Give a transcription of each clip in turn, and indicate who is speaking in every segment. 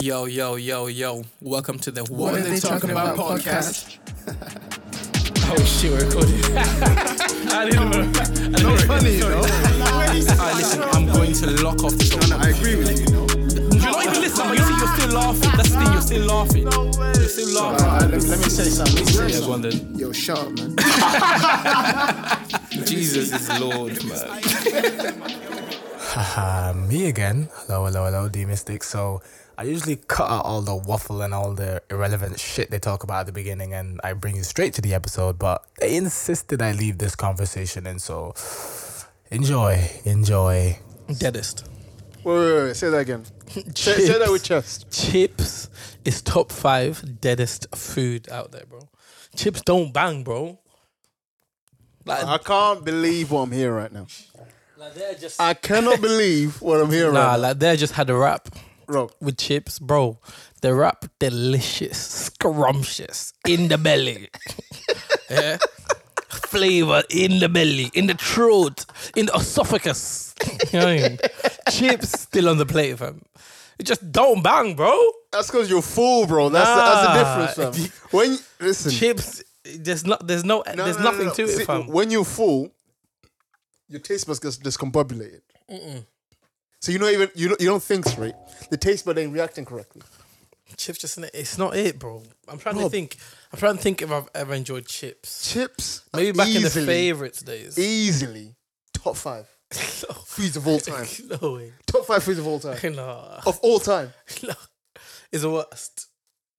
Speaker 1: Yo, yo, yo, yo. Welcome to the What,
Speaker 2: Are They Talking About
Speaker 1: podcast. oh, shit, we're recording. I didn't know. I didn't know.
Speaker 2: funny, you know?
Speaker 1: Alright, listen, I'm going to lock off this.
Speaker 2: No, I agree with you, you know?
Speaker 1: You're not even listening, but you see, you're still laughing. That's the thing, you're still laughing. You're still
Speaker 2: All
Speaker 1: laughing.
Speaker 2: right, let, let me say something. Let me say
Speaker 1: There's one
Speaker 2: something.
Speaker 1: then.
Speaker 2: Yo, shut up, man.
Speaker 1: Jesus is Lord, man.
Speaker 3: Haha, me again. Hello, hello, hello, D Mystic. So I usually cut out all the waffle and all the irrelevant shit they talk about at the beginning and I bring you straight to the episode, but they insisted I leave this conversation in, so enjoy, enjoy.
Speaker 1: Deadest.
Speaker 4: Wait, wait, wait, say that again. say, say that with chest.
Speaker 1: Chips is top five deadest food out there, bro. Chips don't bang, bro. Like,
Speaker 3: Uh-huh.
Speaker 4: I can't believe what I'm hearing right now.
Speaker 1: like they're just.
Speaker 4: I cannot believe what I'm hearing
Speaker 1: Nah,
Speaker 4: right now.
Speaker 1: like they just had a rap.
Speaker 4: Bro,
Speaker 1: with chips, bro. The wrap delicious, scrumptious in the belly. yeah. Flavor in the belly, in the throat, in the esophagus. you know what I mean? chips still on the plate, fam. It just don't bang, bro.
Speaker 4: that's because you're full, bro. That's, the, that's the
Speaker 1: Nah.
Speaker 4: difference, fam. When, listen.
Speaker 1: Chips, there's not, there's no,
Speaker 4: No,
Speaker 1: there's
Speaker 4: no, no,
Speaker 1: nothing
Speaker 4: no.
Speaker 1: to
Speaker 4: See,
Speaker 1: it, fam.
Speaker 4: When you're full, your taste buds gets discombobulated. So you don't even, you don't, you don't think straight. The taste bud ain't reacting correctly.
Speaker 1: chips just, it's not it, bro. I'm trying to think. I'm trying to think if I've ever enjoyed chips.
Speaker 4: Chips, are
Speaker 1: Maybe back in
Speaker 4: easily- E-
Speaker 1: the favorites days.
Speaker 4: Easily, top five foods of all time.
Speaker 1: no way.
Speaker 4: top five foods of all time.
Speaker 1: Nah.
Speaker 4: Of all time.
Speaker 1: No, it's the worst.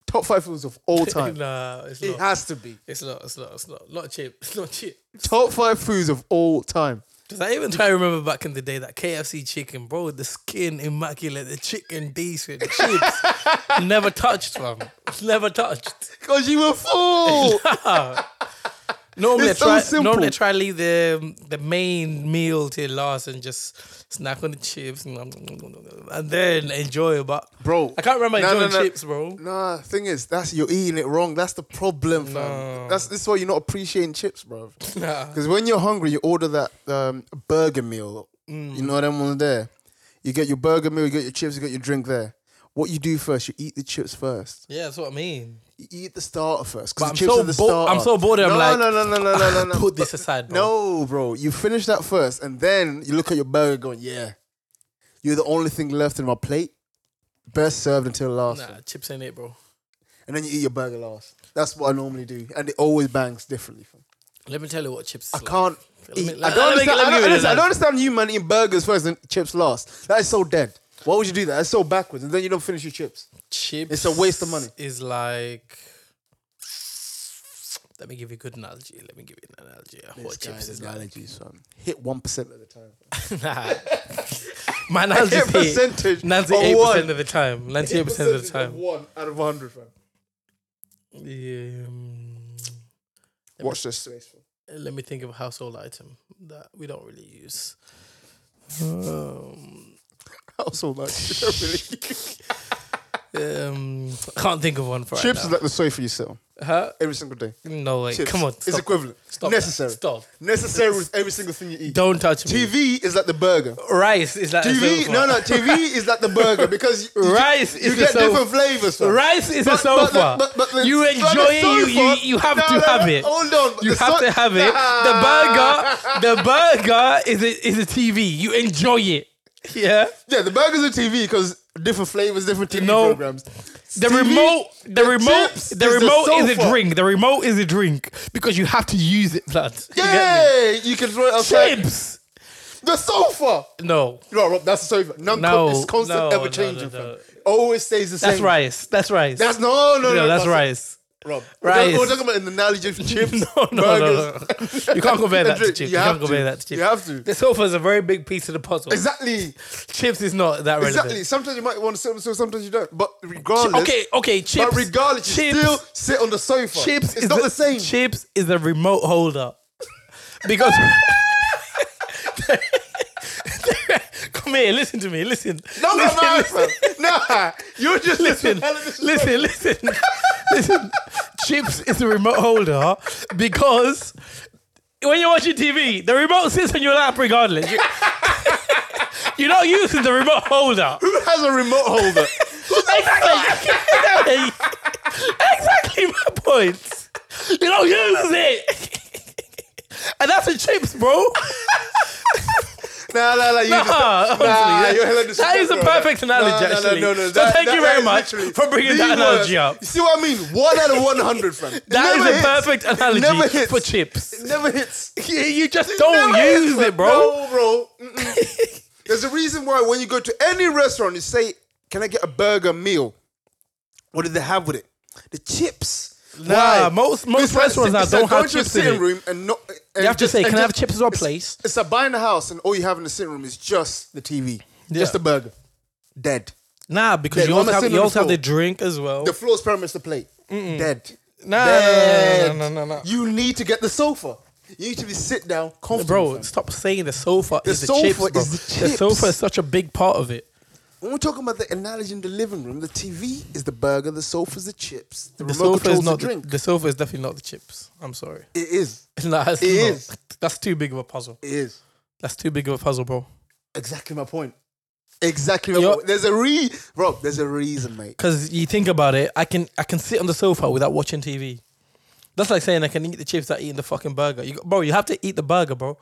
Speaker 4: Top five foods of all time.
Speaker 1: Nah, it's
Speaker 4: It
Speaker 1: not.
Speaker 4: has to be.
Speaker 1: it's not. It's not. It's not. Not cheap. It's not cheap.
Speaker 4: Top five foods of all time.
Speaker 1: Because I even try to remember back in the day that KFC chicken, bro, the skin immaculate, the chicken decent, chips never touched, fam. Never touched.
Speaker 4: Because you were full.
Speaker 1: Normally,
Speaker 4: It's
Speaker 1: I try.
Speaker 4: so simple.
Speaker 1: normally, I try to leave the the main meal till last and just snack on the chips and, and then enjoy. But
Speaker 4: Bro,
Speaker 1: I can't remember
Speaker 4: no,
Speaker 1: enjoying
Speaker 4: no, no.
Speaker 1: chips, bro.
Speaker 4: nah, thing is, that's you're eating it wrong. That's the problem, fam. That's this is why you're not appreciating chips, bro.
Speaker 1: Nah.
Speaker 4: Because when you're hungry, you order that um, burger meal.
Speaker 1: Mm.
Speaker 4: You know them ones there. You get your burger meal, you get your chips, you get your drink there. What you do first, you eat the chips first.
Speaker 1: Yeah, that's what I mean.
Speaker 4: You eat the starter first. 'cause
Speaker 1: But
Speaker 4: the
Speaker 1: I'm
Speaker 4: chips
Speaker 1: so
Speaker 4: are the
Speaker 1: bo-
Speaker 4: starter.
Speaker 1: I'm so bored, I'm
Speaker 4: no,
Speaker 1: like,
Speaker 4: no, no, no, no, no, no, no.
Speaker 1: Put this
Speaker 4: But-
Speaker 1: aside, bro.
Speaker 4: No, bro, you finish that first, and then you look at your burger going, yeah, you're the only thing left in my plate. Best served until last,
Speaker 1: Nah, chips ain't it, bro.
Speaker 4: and then you eat your burger last. That's what I normally do, and it always bangs differently. fam.
Speaker 1: Let me tell you what chips. Is
Speaker 4: I
Speaker 1: like.
Speaker 4: can't.
Speaker 1: Let me-
Speaker 4: Eat.
Speaker 1: let-
Speaker 4: I don't
Speaker 1: let me- let
Speaker 4: understand.
Speaker 1: me
Speaker 4: I
Speaker 1: give
Speaker 4: don't,
Speaker 1: you
Speaker 4: listen, I
Speaker 1: that.
Speaker 4: don't understand you, man, eating burgers first and chips last. That is so dead. Why would you do that? That's so backwards, and then you don't finish your chips.
Speaker 1: chips
Speaker 4: It's a waste of money.
Speaker 1: is like let me give you a good analogy let me give you an analogy of what chips is like
Speaker 4: Hit one percent at the time.
Speaker 1: nah my analogy is here
Speaker 4: percentage.
Speaker 1: 98% of the time 98% of the time
Speaker 4: One out of 100, fam.
Speaker 1: yeah, um,
Speaker 4: Watch this space, fam.
Speaker 1: let me think of a household item that we don't really use um,
Speaker 4: Also, like, really.
Speaker 1: um, I can't think of one for
Speaker 4: Chips
Speaker 1: right
Speaker 4: is
Speaker 1: now.
Speaker 4: like the soy for yourself
Speaker 1: huh?
Speaker 4: every single day.
Speaker 1: No way!
Speaker 4: Chips.
Speaker 1: Come on,
Speaker 4: it's
Speaker 1: stop.
Speaker 4: equivalent.
Speaker 1: stop that.
Speaker 4: Necessary.
Speaker 1: Stop.
Speaker 4: Necessary with every single thing you eat.
Speaker 1: Don't touch me.
Speaker 4: TV is like the burger.
Speaker 1: Rice is like a
Speaker 4: TV,
Speaker 1: sofa.
Speaker 4: no, no, TV is like the burger because you, you
Speaker 1: Rice
Speaker 4: get,
Speaker 1: is
Speaker 4: you
Speaker 1: the
Speaker 4: get
Speaker 1: sofa.
Speaker 4: different flavors. fam.
Speaker 1: Rice is a
Speaker 4: But- but the-
Speaker 1: sofa.
Speaker 4: but- but the-
Speaker 1: you
Speaker 4: but the
Speaker 1: enjoy it. You, you,
Speaker 4: sofa-
Speaker 1: you have
Speaker 4: No,
Speaker 1: to
Speaker 4: no,
Speaker 1: have
Speaker 4: no,
Speaker 1: it.
Speaker 4: Hold on.
Speaker 1: You
Speaker 4: The
Speaker 1: have
Speaker 4: so-
Speaker 1: to have it. The burger, the burger is a, is a TV. You enjoy it. Yeah.
Speaker 4: Yeah, the burgers are TV because different flavors, different TV
Speaker 1: No.
Speaker 4: programs.
Speaker 1: The
Speaker 4: TV
Speaker 1: remote, the,
Speaker 4: the
Speaker 1: remote,
Speaker 4: chips
Speaker 1: the
Speaker 4: is the
Speaker 1: remote is a
Speaker 4: sofa.
Speaker 1: drink. The remote is a drink because you have to use it, blood. You get me?
Speaker 4: Yay! You can throw it outside.
Speaker 1: Chips.
Speaker 4: The sofa.
Speaker 1: No,
Speaker 4: No, Rob, that's the sofa. None
Speaker 1: No,
Speaker 4: it's constant,
Speaker 1: no,
Speaker 4: ever
Speaker 1: no,
Speaker 4: changing.
Speaker 1: no, no.
Speaker 4: fam. Always stays the same.
Speaker 1: that's rice. That's rice.
Speaker 4: That's no, no, no.
Speaker 1: no, that's
Speaker 4: no,
Speaker 1: rice.
Speaker 4: Rob.
Speaker 1: Rice.
Speaker 4: We're, talking, we're talking about an analogy of chips.
Speaker 1: No, no, no,
Speaker 4: burgers.
Speaker 1: no. You can't compare
Speaker 4: and
Speaker 1: that to
Speaker 4: drink.
Speaker 1: chips. You,
Speaker 4: You have
Speaker 1: can't compare
Speaker 4: to.
Speaker 1: that to chips.
Speaker 4: You have to.
Speaker 1: The sofa is a very big piece of the puzzle.
Speaker 4: Exactly.
Speaker 1: Chips is not that relevant.
Speaker 4: Exactly. Sometimes you might want to sit on the sofa, sometimes you don't. But regardless,
Speaker 1: Okay, okay, chips.
Speaker 4: but regardless, you
Speaker 1: chips,
Speaker 4: still sit on the sofa.
Speaker 1: chips
Speaker 4: it's
Speaker 1: is
Speaker 4: not
Speaker 1: a-
Speaker 4: the same.
Speaker 1: Chips is a remote holder because. Come here, listen to me, listen.
Speaker 4: No, no,
Speaker 1: listen,
Speaker 4: no,
Speaker 1: listen,
Speaker 4: fam. nah. You're just
Speaker 1: listen, listen, listen, listen. Chips is a remote holder because when you're watching TV, the remote sits on your lap regardless. You- You're not using the remote holder.
Speaker 4: Who has a remote holder?
Speaker 1: exactly. exactly my point. You don't use it. And that's the chips, bro.
Speaker 4: Nah, nah, nah. You,
Speaker 1: Nah, honestly,
Speaker 4: nah,
Speaker 1: that-
Speaker 4: you're hella
Speaker 1: that is a
Speaker 4: disrespectful, bro.
Speaker 1: perfect analogy,
Speaker 4: Nah, nah,
Speaker 1: actually.
Speaker 4: Nah, no, no,
Speaker 1: So thank you very
Speaker 4: is
Speaker 1: much
Speaker 4: literally-
Speaker 1: for bringing that
Speaker 4: These
Speaker 1: analogy
Speaker 4: words-
Speaker 1: up.
Speaker 4: You see what I mean? One out of 100, fam. It
Speaker 1: That is
Speaker 4: never
Speaker 1: a
Speaker 4: hits.
Speaker 1: perfect analogy
Speaker 4: never hits.
Speaker 1: for chips.
Speaker 4: It never hits.
Speaker 1: You- You just
Speaker 4: Never
Speaker 1: don't
Speaker 4: hits,
Speaker 1: use
Speaker 4: fam.
Speaker 1: it, bro.
Speaker 4: No, bro. Mm-mm. There's a reason why when you go to any restaurant, you say, Can I get a burger meal? What did they have with it? The chips.
Speaker 1: Nah,
Speaker 4: Why?
Speaker 1: most- most
Speaker 4: It's like-
Speaker 1: restaurants now
Speaker 4: it's like
Speaker 1: don't have
Speaker 4: going to a
Speaker 1: chips in
Speaker 4: sitting
Speaker 1: it.
Speaker 4: room and not. and
Speaker 1: You have to
Speaker 4: just-
Speaker 1: say,
Speaker 4: and
Speaker 1: can I have
Speaker 4: just-
Speaker 1: chips as well,
Speaker 4: it's-
Speaker 1: please?
Speaker 4: It's a buying a house, and all you have in the sitting room is just the TV, just the burger, dead.
Speaker 1: Nah, because
Speaker 4: Yeah,
Speaker 1: you
Speaker 4: on
Speaker 1: also
Speaker 4: the
Speaker 1: have you
Speaker 4: cinnamon
Speaker 1: also have the
Speaker 4: roll.
Speaker 1: drink as well.
Speaker 4: The floor's pyramids to plate. Dead.
Speaker 1: Nah,
Speaker 4: Dead.
Speaker 1: no, no, no, no, no.
Speaker 4: You need to get the sofa. You need to be sit down comfortable.
Speaker 1: Bro,
Speaker 4: Bro,
Speaker 1: stop saying the sofa is the
Speaker 4: sofa
Speaker 1: chips. Bro.
Speaker 4: is the
Speaker 1: The sofa
Speaker 4: chips.
Speaker 1: is such a big part of it.
Speaker 4: when we're talking about the analogy in the living room, the TV is the burger, the sofa's the chips, the,
Speaker 1: The
Speaker 4: remote
Speaker 1: sofa
Speaker 4: control's
Speaker 1: is not
Speaker 4: the
Speaker 1: the,
Speaker 4: drink.
Speaker 1: the sofa is definitely not the chips. I'm sorry.
Speaker 4: it is.
Speaker 1: Nah, it's
Speaker 4: It
Speaker 1: not.
Speaker 4: is.
Speaker 1: That's too big of a puzzle.
Speaker 4: It is.
Speaker 1: That's too big of a puzzle, bro.
Speaker 4: Exactly my point. Exactly my
Speaker 1: You're-
Speaker 4: point. There's a re bro, there's a reason, mate.
Speaker 1: Because you think about it, I can I can sit on the sofa without watching TV. That's like saying I can eat the chips without eating the fucking burger. You, bro, you have to eat the burger, bro.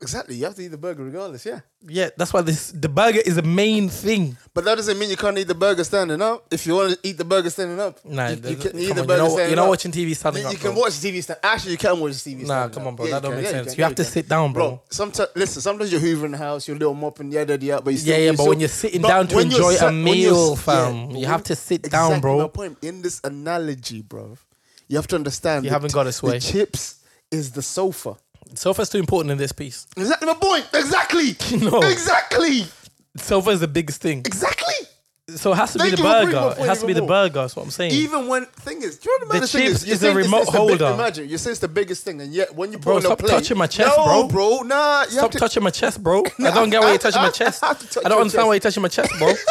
Speaker 4: Exactly. You have to eat the burger regardless, yeah.
Speaker 1: Yeah, that's why this the burger is the main thing.
Speaker 4: But that doesn't mean you can't eat the burger standing up. If you want to eat the burger standing up,
Speaker 1: Nah,
Speaker 4: you, you
Speaker 1: there's-
Speaker 4: can
Speaker 1: come
Speaker 4: eat
Speaker 1: on,
Speaker 4: the
Speaker 1: you
Speaker 4: burger
Speaker 1: know,
Speaker 4: standing
Speaker 1: you're not
Speaker 4: up.
Speaker 1: watching TV standing
Speaker 4: You
Speaker 1: up.
Speaker 4: you can
Speaker 1: bro.
Speaker 4: watch TV stand. Actually, you can watch TV stand.
Speaker 1: Nah, come on, bro. that don't make sense. You, have to sit down, bro.
Speaker 4: Bro, sometimes listen. Sometimes you're hoovering the house, you're little mopping, yada yada. But you still,
Speaker 1: Yeah, yeah,
Speaker 4: you
Speaker 1: but
Speaker 4: still-
Speaker 1: when you're sitting
Speaker 4: but
Speaker 1: down to
Speaker 4: when you're
Speaker 1: enjoy a
Speaker 4: when you're
Speaker 1: meal,
Speaker 4: s-
Speaker 1: fam,
Speaker 4: yeah,
Speaker 1: you
Speaker 4: when-
Speaker 1: have to sit down,
Speaker 4: exactly
Speaker 1: bro.
Speaker 4: My point in this analogy, bro, you have to understand.
Speaker 1: You
Speaker 4: the
Speaker 1: haven't
Speaker 4: t-
Speaker 1: got us, way.
Speaker 4: The chips is the sofa.
Speaker 1: Sofa's too important in this piece.
Speaker 4: Exactly my point. Exactly.
Speaker 1: No.
Speaker 4: Exactly.
Speaker 1: Sofa is the biggest thing.
Speaker 4: Exactly.
Speaker 1: So it has to be
Speaker 4: Thank
Speaker 1: the
Speaker 4: you for bringing my
Speaker 1: burger. It
Speaker 4: point
Speaker 1: has to be the
Speaker 4: even more.
Speaker 1: burger. That's what I'm saying.
Speaker 4: Even when thing is, do you remember
Speaker 1: The
Speaker 4: the thing
Speaker 1: chips
Speaker 4: is, you
Speaker 1: is a
Speaker 4: say it's-
Speaker 1: remote
Speaker 4: it's the big-
Speaker 1: holder.
Speaker 4: imagine you say it's the biggest thing, and yet when you put
Speaker 1: Bro,
Speaker 4: it on
Speaker 1: stop
Speaker 4: a plate,
Speaker 1: touching my chest,
Speaker 4: no,
Speaker 1: bro.
Speaker 4: bro. Nah, you have
Speaker 1: Stop
Speaker 4: to,
Speaker 1: touching my chest, bro. I don't get why you're touching my chest.
Speaker 4: I
Speaker 1: I
Speaker 4: have to touch
Speaker 1: don't
Speaker 4: your
Speaker 1: understand
Speaker 4: chest.
Speaker 1: why you're touching my chest, bro.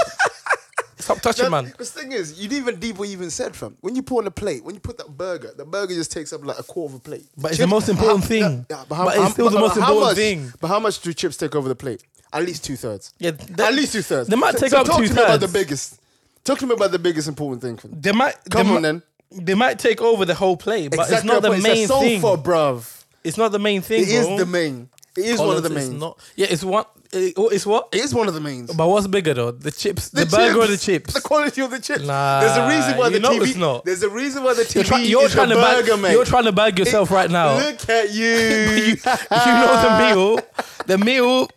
Speaker 1: Stop touching,
Speaker 4: That-
Speaker 1: man.
Speaker 4: The thing is, you didn't even deep what you even said, fam. When you put on a plate, when you put that burger, the burger just takes up like a quarter of a plate.
Speaker 1: But it's the most important thing. But it's still the most
Speaker 4: how
Speaker 1: important
Speaker 4: much-
Speaker 1: thing.
Speaker 4: But how much do chips take over the plate? At least two thirds.
Speaker 1: Yeah, that-
Speaker 4: at least two thirds.
Speaker 1: they might take up
Speaker 4: talk to me
Speaker 1: two-thirds.
Speaker 4: about the biggest. Talk to me about the biggest important thing. fam.
Speaker 1: They might.
Speaker 4: Come
Speaker 1: they
Speaker 4: on,
Speaker 1: mi-
Speaker 4: then.
Speaker 1: They might take over the whole play, but it's
Speaker 4: Exactly
Speaker 1: not
Speaker 4: my
Speaker 1: the
Speaker 4: point.
Speaker 1: main
Speaker 4: it's a
Speaker 1: thing.
Speaker 4: sofa, bruv.
Speaker 1: It's not the main thing.
Speaker 4: It is
Speaker 1: bro.
Speaker 4: the main. It is one of the
Speaker 1: Columns,
Speaker 4: main.
Speaker 1: It's not. Yeah, it's one. It, oh, it's what?
Speaker 4: It is one of the mains.
Speaker 1: But what's bigger though? The chips, the, burger, or the chips?
Speaker 4: The quality of the chips.
Speaker 1: Nah,
Speaker 4: there's a reason why
Speaker 1: you
Speaker 4: the
Speaker 1: know
Speaker 4: TV.
Speaker 1: it's not.
Speaker 4: There's a reason why the TV
Speaker 1: You're, try- you're
Speaker 4: is
Speaker 1: trying
Speaker 4: a
Speaker 1: to
Speaker 4: burger,
Speaker 1: bag.
Speaker 4: mate.
Speaker 1: You're trying to bag yourself right now.
Speaker 4: Look at you.
Speaker 1: you, you know the meal. The meal.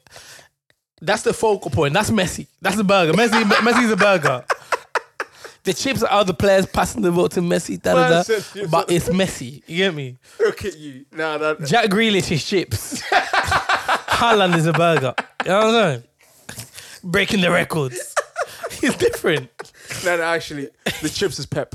Speaker 1: That's the focal point. That's Messi. That's the burger. Messi. Messi's a burger. The chips are the players passing the ball to Messi. Da, da,
Speaker 4: Man
Speaker 1: da,
Speaker 4: said chips
Speaker 1: but it's Messi. You get me?
Speaker 4: Look at you. Nah, nah. nah.
Speaker 1: Jack Grealish is chips. Haaland is a burger. You know what I'm saying? Breaking the records. He's different.
Speaker 4: No, no, actually, the chips is Pep.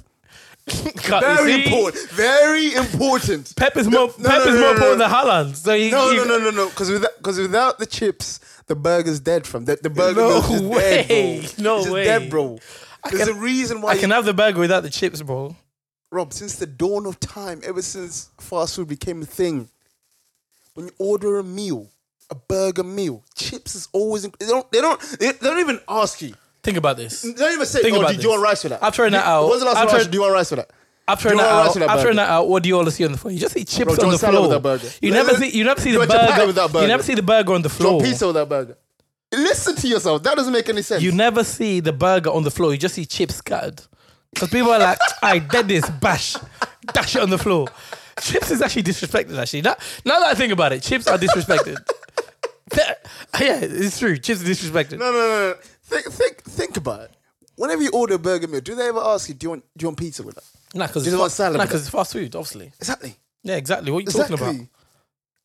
Speaker 1: Can't you
Speaker 4: Very
Speaker 1: see?
Speaker 4: important. Very important.
Speaker 1: Pep is more
Speaker 4: no,
Speaker 1: Pep
Speaker 4: no,
Speaker 1: is
Speaker 4: no,
Speaker 1: more
Speaker 4: no,
Speaker 1: important
Speaker 4: no.
Speaker 1: than Haaland. So he,
Speaker 4: No,
Speaker 1: he-
Speaker 4: no, no, no, no. Because without, because without the chips, the burger's dead. From the, the burger
Speaker 1: No
Speaker 4: is just
Speaker 1: way.
Speaker 4: dead, bro.
Speaker 1: No
Speaker 4: it's just
Speaker 1: way.
Speaker 4: dead, bro. There's
Speaker 1: can-
Speaker 4: a reason why.
Speaker 1: I
Speaker 4: you-
Speaker 1: can have the burger without the chips, bro.
Speaker 4: Rob, since the dawn of time, ever since fast food became a thing, when you order a meal, a burger meal, chips is always in- they don't they don't they, they don't even ask you.
Speaker 1: Think about this.
Speaker 4: They don't even say,
Speaker 1: Think
Speaker 4: "Oh,
Speaker 1: about
Speaker 4: do, do you want
Speaker 1: this.
Speaker 4: rice with that?"
Speaker 1: I've tried that
Speaker 4: Do-
Speaker 1: out.
Speaker 4: When's the last
Speaker 1: I've
Speaker 4: time I
Speaker 1: tried-
Speaker 4: asked you, do you want rice with that?
Speaker 1: After
Speaker 4: Do
Speaker 1: an
Speaker 4: you want rice
Speaker 1: out,
Speaker 4: with that
Speaker 1: after
Speaker 4: burger?
Speaker 1: an out, what do you all see on the floor? You just see chips
Speaker 4: Bro,
Speaker 1: on
Speaker 4: John
Speaker 1: the
Speaker 4: Salad
Speaker 1: floor.
Speaker 4: with that burger.
Speaker 1: You
Speaker 4: Let-
Speaker 1: never
Speaker 4: let-
Speaker 1: see. You never see
Speaker 4: John
Speaker 1: the burger.
Speaker 4: Chipotle with that
Speaker 1: You
Speaker 4: burger.
Speaker 1: never see the burger on the
Speaker 4: Do you
Speaker 1: floor.
Speaker 4: want pizza with that burger? Listen to yourself. That doesn't make any sense.
Speaker 1: You never see the burger on the floor. You just see chips scattered. Because people are like, I did this, bash, dash it on the floor. Chips is actually disrespected, actually. Now, now that I think about it, chips are disrespected. yeah, it's true. Chips are disrespected.
Speaker 4: no, no, no, no. Think, think, think about it. Whenever you order a burger meal, do they ever ask you, "Do you want, do you want pizza with that?"
Speaker 1: Nah, because
Speaker 4: You
Speaker 1: it's,
Speaker 4: don't want
Speaker 1: fa-
Speaker 4: salad
Speaker 1: nah,
Speaker 4: with
Speaker 1: 'cause it's fast food, obviously.
Speaker 4: Exactly.
Speaker 1: Yeah, exactly. What are you talking about?
Speaker 4: Exactly.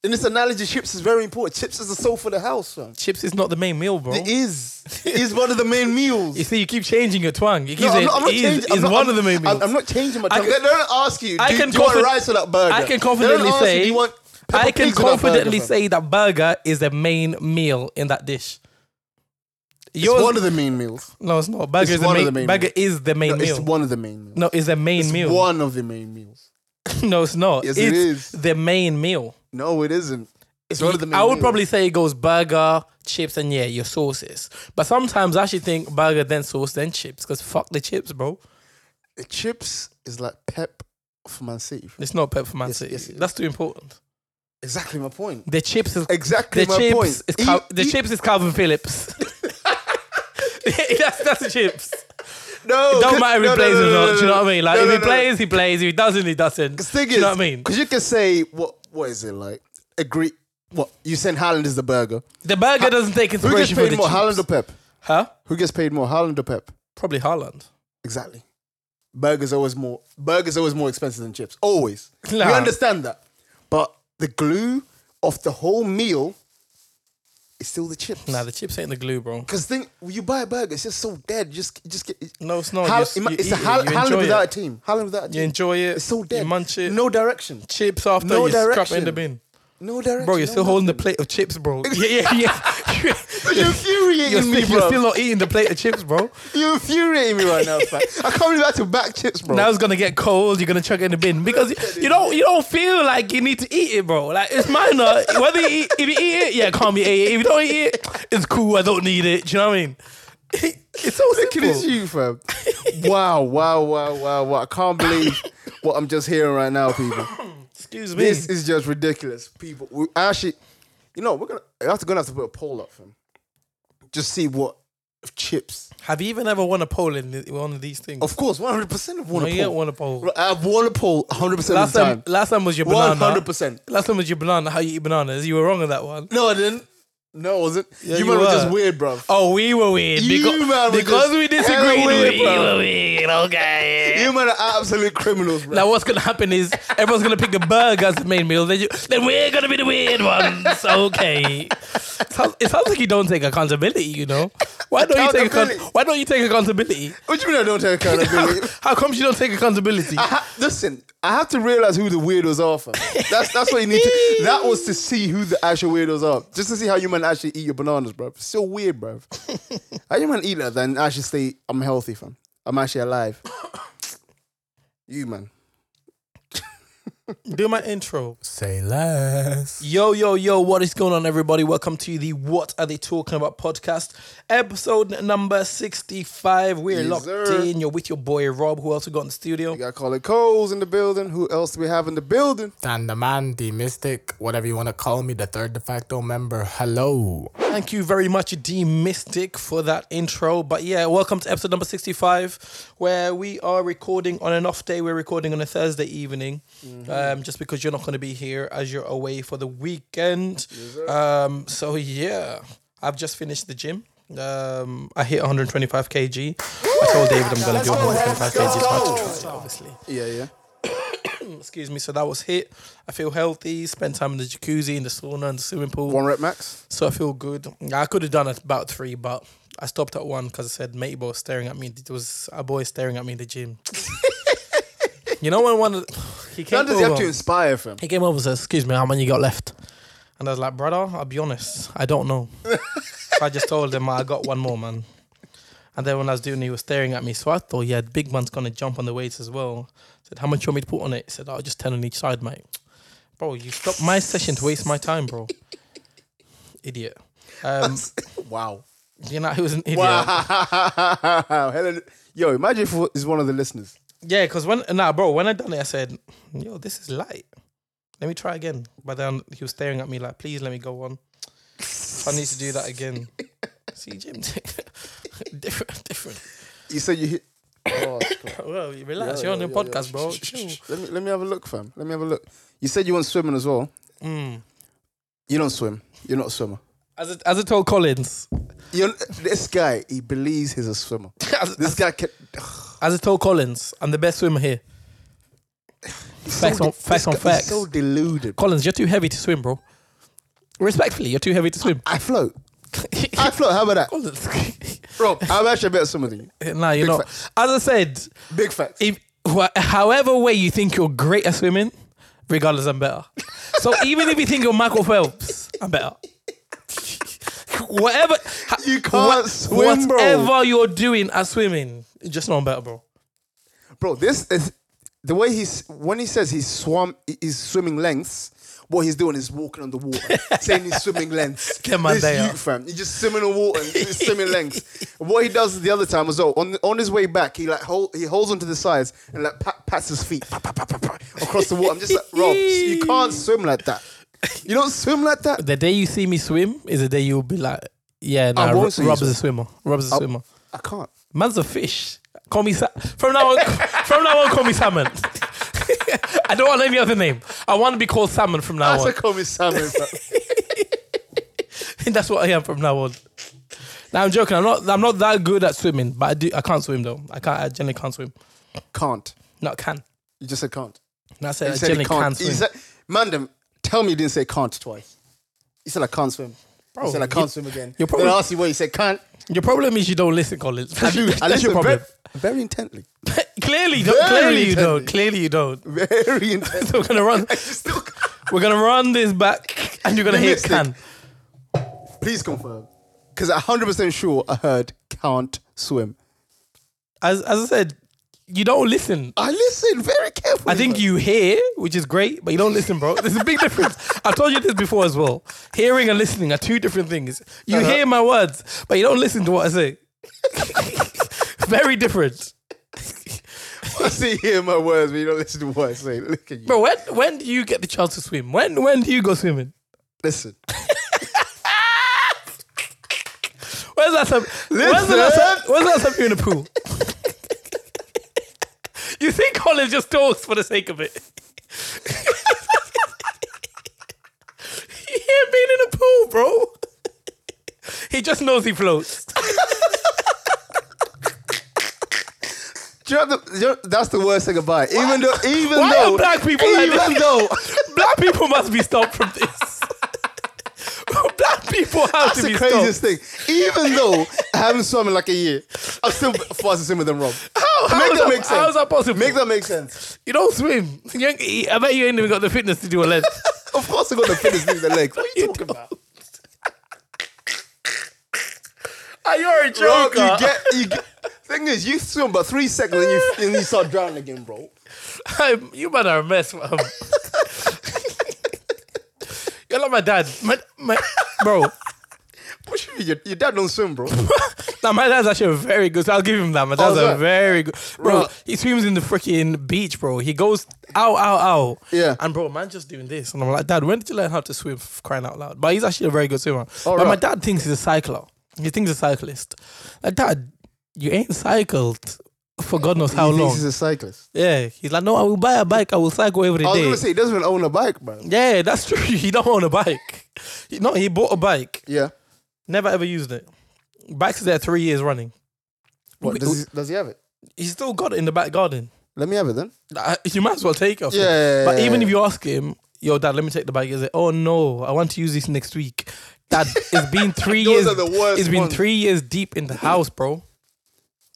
Speaker 4: In this analogy, chips is very important. Chips is the soul for the house, fam.
Speaker 1: Chips is not the main meal, bro.
Speaker 4: It is. It is one of the main meals.
Speaker 1: You see, you keep changing your twang. You keep
Speaker 4: No,
Speaker 1: saying,
Speaker 4: I'm not- I'm not
Speaker 1: "Is-
Speaker 4: changing- I'm
Speaker 1: is
Speaker 4: not-
Speaker 1: one
Speaker 4: I'm-
Speaker 1: of the main meals.
Speaker 4: I'm, I'm not changing my
Speaker 1: I
Speaker 4: time.
Speaker 1: can-
Speaker 4: they don't ask you. Do,
Speaker 1: I
Speaker 4: you-
Speaker 1: can
Speaker 4: do you want
Speaker 1: confid-
Speaker 4: rice or that burger?
Speaker 1: I can
Speaker 4: they
Speaker 1: confidently
Speaker 4: don't ask
Speaker 1: say,
Speaker 4: You, do you want pepper
Speaker 1: I can
Speaker 4: pigs with that burger,
Speaker 1: confidently
Speaker 4: fam?
Speaker 1: say that burger is the main meal in that dish.
Speaker 4: it's
Speaker 1: Yours-
Speaker 4: one of the main meals.
Speaker 1: no, it's not. Burger
Speaker 4: It's
Speaker 1: is the
Speaker 4: one of
Speaker 1: main,
Speaker 4: the main
Speaker 1: burger is the main
Speaker 4: No,
Speaker 1: meal.
Speaker 4: It's one of the main meals.
Speaker 1: no, it's the main
Speaker 4: it's
Speaker 1: meal.
Speaker 4: one of the main meals.
Speaker 1: no, it's not.
Speaker 4: Yes,
Speaker 1: it's
Speaker 4: it is.
Speaker 1: the main meal.
Speaker 4: No, it isn't.
Speaker 1: It's
Speaker 4: one of the main
Speaker 1: I would
Speaker 4: meals.
Speaker 1: probably say it goes burger, chips, and yeah, your sauces. But sometimes I actually think burger, then sauce, then chips. Because fuck the chips, bro.
Speaker 4: The chips is like Pep for Man City.
Speaker 1: It's not pep for Man
Speaker 4: Yes,
Speaker 1: City.
Speaker 4: yes, it
Speaker 1: That's too important.
Speaker 4: Exactly my point.
Speaker 1: The chips is
Speaker 4: Exactly
Speaker 1: the
Speaker 4: my
Speaker 1: chips
Speaker 4: point. E-
Speaker 1: is
Speaker 4: Eat-
Speaker 1: Cal- the
Speaker 4: eat-
Speaker 1: chips is Calvin Phillips. that's that's the chips.
Speaker 4: No,
Speaker 1: It don't
Speaker 4: cause-
Speaker 1: matter if
Speaker 4: no,
Speaker 1: he
Speaker 4: no,
Speaker 1: plays
Speaker 4: no,
Speaker 1: or
Speaker 4: no,
Speaker 1: not.
Speaker 4: no,
Speaker 1: Do you know what
Speaker 4: no.
Speaker 1: I mean? Like
Speaker 4: No,
Speaker 1: if
Speaker 4: no,
Speaker 1: he
Speaker 4: no.
Speaker 1: plays, he plays. If he doesn't, he doesn't.
Speaker 4: Because thing
Speaker 1: Do you know
Speaker 4: is-
Speaker 1: what I mean?
Speaker 4: Because you can say what what is it like? Agree. What you saying? Haaland is the burger.
Speaker 1: The burger doesn't take
Speaker 4: Who gets
Speaker 1: inspiration from
Speaker 4: paid
Speaker 1: the
Speaker 4: more,
Speaker 1: chips.
Speaker 4: Haaland or Pep?
Speaker 1: Huh?
Speaker 4: Who gets paid more, Haaland or Pep?
Speaker 1: Probably Haaland.
Speaker 4: Exactly. Burgers always more. Burgers always more expensive than chips. Always.
Speaker 1: Nah.
Speaker 4: We understand that, but the glue of the whole meal is still the chips.
Speaker 1: Nah, the chips ain't the glue, bro.
Speaker 4: Because thing when you buy a burger, it's just so dead. You just you just get.
Speaker 1: No, it's not.
Speaker 4: Haaland-
Speaker 1: You s-
Speaker 4: ima-
Speaker 1: you
Speaker 4: it's
Speaker 1: eat
Speaker 4: a
Speaker 1: it,
Speaker 4: Haaland,
Speaker 1: you
Speaker 4: Haaland
Speaker 1: enjoy
Speaker 4: without
Speaker 1: it.
Speaker 4: a team. Haaland without a team.
Speaker 1: You enjoy it.
Speaker 4: It's so dead.
Speaker 1: You munch it.
Speaker 4: No direction.
Speaker 1: chips after
Speaker 4: No
Speaker 1: you scrap it in
Speaker 4: direction.
Speaker 1: the bin.
Speaker 4: No direction.
Speaker 1: Bro, you're
Speaker 4: no
Speaker 1: still holding the
Speaker 4: nothing.
Speaker 1: plate of chips, bro. yeah, yeah, yeah.
Speaker 4: You're infuriating
Speaker 1: You're,
Speaker 4: me,
Speaker 1: still,
Speaker 4: bro.
Speaker 1: you're still not eating the plate of chips, bro.
Speaker 4: You're infuriating me right now, fam. I can't believe I had to back chips, bro.
Speaker 1: Now it's gonna get cold. You're gonna chuck it in the bin because you- you don't you don't feel like you need to eat it, bro. Like it's minor. Whether you eat, if you eat it, yeah, calm your eat. If you don't eat it, it's cool. I don't need it. Do you know what I mean? It's so
Speaker 4: Look at
Speaker 1: simple.
Speaker 4: this, you, fam. wow, wow, wow, wow, wow. I can't believe what I'm just hearing right now, people.
Speaker 1: Excuse me.
Speaker 4: This is just ridiculous, people. We I actually, you know, we're gonna I have to gonna have to put a poll up, fam. Just see what if chips.
Speaker 1: Have you even ever won a poll in the- one of these things?
Speaker 4: Of course, 100 percent of
Speaker 1: no,
Speaker 4: one
Speaker 1: you
Speaker 4: poll.
Speaker 1: ain't won a poll.
Speaker 4: I've won a poll 100 percent of
Speaker 1: Last
Speaker 4: the
Speaker 1: time,
Speaker 4: time.
Speaker 1: last time was your banana.
Speaker 4: 100%.
Speaker 1: Last time was your banana. How you eat bananas? You were wrong on that one.
Speaker 4: No, I didn't. No, I wasn't. you,
Speaker 1: you
Speaker 4: man were just
Speaker 1: were.
Speaker 4: weird, bro.
Speaker 1: Oh, we were weird
Speaker 4: You
Speaker 1: because,
Speaker 4: man were
Speaker 1: because
Speaker 4: just
Speaker 1: we
Speaker 4: hella
Speaker 1: disagreed.
Speaker 4: weird,
Speaker 1: we
Speaker 4: bro.
Speaker 1: were weird. Okay.
Speaker 4: You man are absolute criminals, bro.
Speaker 1: Now what's gonna happen is everyone's gonna pick a burger as the main meal. Then, you, then we're gonna be the weird ones. Okay. Sounds- It sounds like you don't take accountability. You know why don't you take account-
Speaker 4: Accountability.
Speaker 1: why don't you take accountability?
Speaker 4: what do you mean I don't take accountability?
Speaker 1: How comes you don't take accountability?
Speaker 4: I ha- listen, I have to realize who the weirdos are. Fam. That's that's what you need to. That was to see who the actual weirdos are, just to see how you man actually eat your bananas, bro. It's so weird, bro. how you man eat like that and actually say I'm healthy, fam. I'm actually alive. you man,
Speaker 1: Do my intro.
Speaker 3: Say less.
Speaker 1: Yo, yo, yo, what is going on, everybody? Welcome to the What Are They Talking About podcast, episode number 65. We're
Speaker 4: Yes,
Speaker 1: locked
Speaker 4: sir.
Speaker 1: in. You're with your boy Rob. Who else we got in the studio?
Speaker 4: we got Colin Coles in the building. Who else do we have in the building?
Speaker 3: Dan the man, the mystic, whatever you want to call me, the third de facto member. Hello.
Speaker 1: Thank you very much, D Mystic, for that intro. But yeah, welcome to episode number 65, where we are recording on an off day. We're recording on a Thursday evening, um, just because you're not going to be here as you're away for the weekend. um, so yeah, I've just finished the gym. Um, I hit 125 kg. I told David I'm going to do 125 kg by try, obviously
Speaker 4: Yeah, yeah.
Speaker 1: excuse me. So that was hit. I feel healthy. Spent time in the jacuzzi, in the sauna, and the swimming pool.
Speaker 4: One rep max.
Speaker 1: So I feel good. I could have done at about three, but I stopped at one because I said mate boy was staring at me. It was a boy staring at me in the gym. you know when one of- he came
Speaker 4: That does you have
Speaker 1: over.
Speaker 4: to inspire, fam.
Speaker 1: He came over and said, "Excuse me, how many you got left?" And I was like, "Brother, I'll be honest, I don't know." so I just told him I got one more man. And then when I was doing, it, he was staring at me. So I thought, yeah, the big man's gonna jump on the weights as well. said, "How much you want me to put on it?" He said, "I'll just ten on each side, mate." Bro, you stopped my session to waste my time, bro. Idiot. Um,
Speaker 4: Wow.
Speaker 1: you know, he was an idiot.
Speaker 4: Helen, yo, imagine if it was one of the listeners.
Speaker 1: Yeah, because when nah, bro, when I done it, I said, "Yo, this is light. Let me try again." But then he was staring at me like, "Please let me go on. I need to do that again." See, Jim, different, different.
Speaker 4: You said you hit. Oh,
Speaker 1: Well, you relax.
Speaker 4: Yeah,
Speaker 1: You're on
Speaker 4: yeah,
Speaker 1: the
Speaker 4: yeah,
Speaker 1: podcast,
Speaker 4: yeah.
Speaker 1: bro.
Speaker 4: Shh, shh,
Speaker 1: Chill.
Speaker 4: shh. Let me let me have a look, fam. Let me have a look. You said you went swimming as well.
Speaker 1: Mm.
Speaker 4: You don't swim. You're not a swimmer.
Speaker 1: As I, as I told Collins,
Speaker 4: You're, this guy, he believes he's a swimmer.
Speaker 1: as,
Speaker 4: This guy can.
Speaker 1: as I told Collins, I'm the best swimmer here. Facts on facts on
Speaker 4: this guy is
Speaker 1: facts.
Speaker 4: so deluded.
Speaker 1: Collins, you're too heavy to swim, bro. Respectfully, you're too heavy to swim.
Speaker 4: I float. I float. How about that,
Speaker 1: Collins,
Speaker 4: Rob? I'm actually a better swimmer than you.
Speaker 1: nah, you're
Speaker 4: Big
Speaker 1: not. As I said,
Speaker 4: Big fact.
Speaker 1: if wh- however way you think you're great at swimming, regardless, I'm better. So even if you think you're Michael Phelps, I'm better. Whatever ha-
Speaker 4: You can't swim, bro.
Speaker 1: whatever you're doing at swimming, just know I'm better, bro.
Speaker 4: Bro, this is the way he's when he says he's swam. He's swimming lengths. What he's doing is walking on the water, saying he's swimming lengths.
Speaker 1: Get my
Speaker 4: this
Speaker 1: day
Speaker 4: youth,
Speaker 1: out.
Speaker 4: fam, he's just swimming on water, and he's swimming lengths. What he does the other time as well on on his way back, he like hold, he holds onto the sides and like pat, pats his feet pat, pat, pat, pat, pat, across the water. I'm just like, Rob, you can't swim like that. You don't swim like that.
Speaker 1: The day you see me swim is the day you'll be like, yeah, nah,
Speaker 4: won't
Speaker 1: Rob,
Speaker 4: see you
Speaker 1: Rob's a
Speaker 4: swim.
Speaker 1: swimmer. Rob's a swimmer.
Speaker 4: I can't.
Speaker 1: Man's a fish. Call me sa- from now on. from now on, call me salmon. I don't want any other name. I want to be called salmon from now
Speaker 4: That's a
Speaker 1: on.
Speaker 4: common salmon. fam.
Speaker 1: That's what I am from now on. Now I'm joking. I'm not. I'm not that good at swimming, but I do. I can't swim though. I can't. I generally can't swim.
Speaker 4: can't.
Speaker 1: Not can.
Speaker 4: You just said can't.
Speaker 1: No, I said
Speaker 4: You
Speaker 1: I
Speaker 4: said
Speaker 1: generally
Speaker 4: he
Speaker 1: can
Speaker 4: can't.
Speaker 1: Uh, swim.
Speaker 4: He said, Mandem, tell me you didn't say can't twice. He said I can't swim. Bro, he said I can't
Speaker 1: you-
Speaker 4: swim again.
Speaker 1: you're
Speaker 4: then I
Speaker 1: probably-
Speaker 4: asked you what you said can't.
Speaker 1: Your problem is you don't listen, Colin.
Speaker 4: I do. I
Speaker 1: That's
Speaker 4: listen
Speaker 1: your problem.
Speaker 4: Very, very intently.
Speaker 1: clearly, you don't,
Speaker 4: Very
Speaker 1: clearly you
Speaker 4: intently.
Speaker 1: don't. Clearly you don't.
Speaker 4: Very intently.
Speaker 1: So we're gonna run.
Speaker 4: Still can't.
Speaker 1: We're gonna run this back, and you're gonna hit
Speaker 4: Realistic.
Speaker 1: can.
Speaker 4: Please confirm. Because I'm 100% sure I heard can't swim.
Speaker 1: As as I said, you don't listen.
Speaker 4: I listen very
Speaker 1: I
Speaker 4: carefully.
Speaker 1: think
Speaker 4: bro.
Speaker 1: you hear, which is great, but you don't listen, bro. There's a big difference. I told you this before as well. Hearing and listening are two different things. You hear my words, but you don't listen to what I say. Very different.
Speaker 4: I see hear my words, but you don't listen to what I say. Look at you.
Speaker 1: But when when do you get the chance to swim? When when do you go swimming?
Speaker 4: Listen.
Speaker 1: Where's that time? Where's the last time? Where's the last time you were in the pool? you think Colin just talks for the sake of it? he ain't been in the pool, bro. he just knows he floats.
Speaker 4: Do you know the, do you know- that's the worst thing about it. Even though, even
Speaker 1: Why
Speaker 4: though,
Speaker 1: are black people like
Speaker 4: even
Speaker 1: this?
Speaker 4: though,
Speaker 1: Black people must be stopped from this. Black people have
Speaker 4: that's
Speaker 1: to
Speaker 4: the
Speaker 1: be
Speaker 4: craziest
Speaker 1: stopped.
Speaker 4: thing. Even though I haven't swum in like a year, I'm still faster swimmer than Rob. How?
Speaker 1: how
Speaker 4: make
Speaker 1: is
Speaker 4: that
Speaker 1: that-
Speaker 4: make sense.
Speaker 1: how is that possible?
Speaker 4: Make that make sense.
Speaker 1: You don't swim. You ain't- I bet you ain't even got the fitness to do a length.
Speaker 4: Of course, I got the fitness thing with the legs. What are you talking about?
Speaker 1: Ah, You're a
Speaker 4: Bro,
Speaker 1: joker.
Speaker 4: you get you. Get, thing is, you swim but three seconds and you and you start drowning again, bro.
Speaker 1: I'm, you man are a mess, fam. You're like my dad. My, my, bro.
Speaker 4: What you mean? Your, your dad don't swim, bro.
Speaker 1: Now, my dad's actually very good. So I'll give him that. My dad's
Speaker 4: is
Speaker 1: a
Speaker 4: it?
Speaker 1: very good. Bro,
Speaker 4: Oh, Right.
Speaker 1: he swims in the freaking beach, bro. He goes ow, ow, ow.
Speaker 4: Yeah.
Speaker 1: And, bro, man, just doing this. And I'm like, Dad, when did you learn how to swim? F- Crying out loud. But he's actually a very good swimmer. but
Speaker 4: Oh, right.
Speaker 1: my dad thinks he's a cycler. He thinks he's a cyclist. Like, Dad, you ain't cycled for God knows how
Speaker 4: he
Speaker 1: long.
Speaker 4: thinks he's a cyclist.
Speaker 1: yeah. He's like, No, I will buy a bike. I will cycle every day.
Speaker 4: I was gonna say he doesn't even own a bike, man.
Speaker 1: Yeah, that's true. He don't own a bike. He, no, he bought a bike.
Speaker 4: Yeah.
Speaker 1: Never ever used it. Bike's there three years running.
Speaker 4: What does he, does he have it?
Speaker 1: He's still got it in the back garden.
Speaker 4: Let me have it then.
Speaker 1: Uh, You might as well take it. off him.
Speaker 4: Yeah.
Speaker 1: But even if you ask him, yo, dad, let me take the bike. He's like, oh no, I want to use this next week. Dad, it's been three
Speaker 4: Those
Speaker 1: years.
Speaker 4: are the worst
Speaker 1: it's been
Speaker 4: ones.
Speaker 1: three years deep in the house, bro.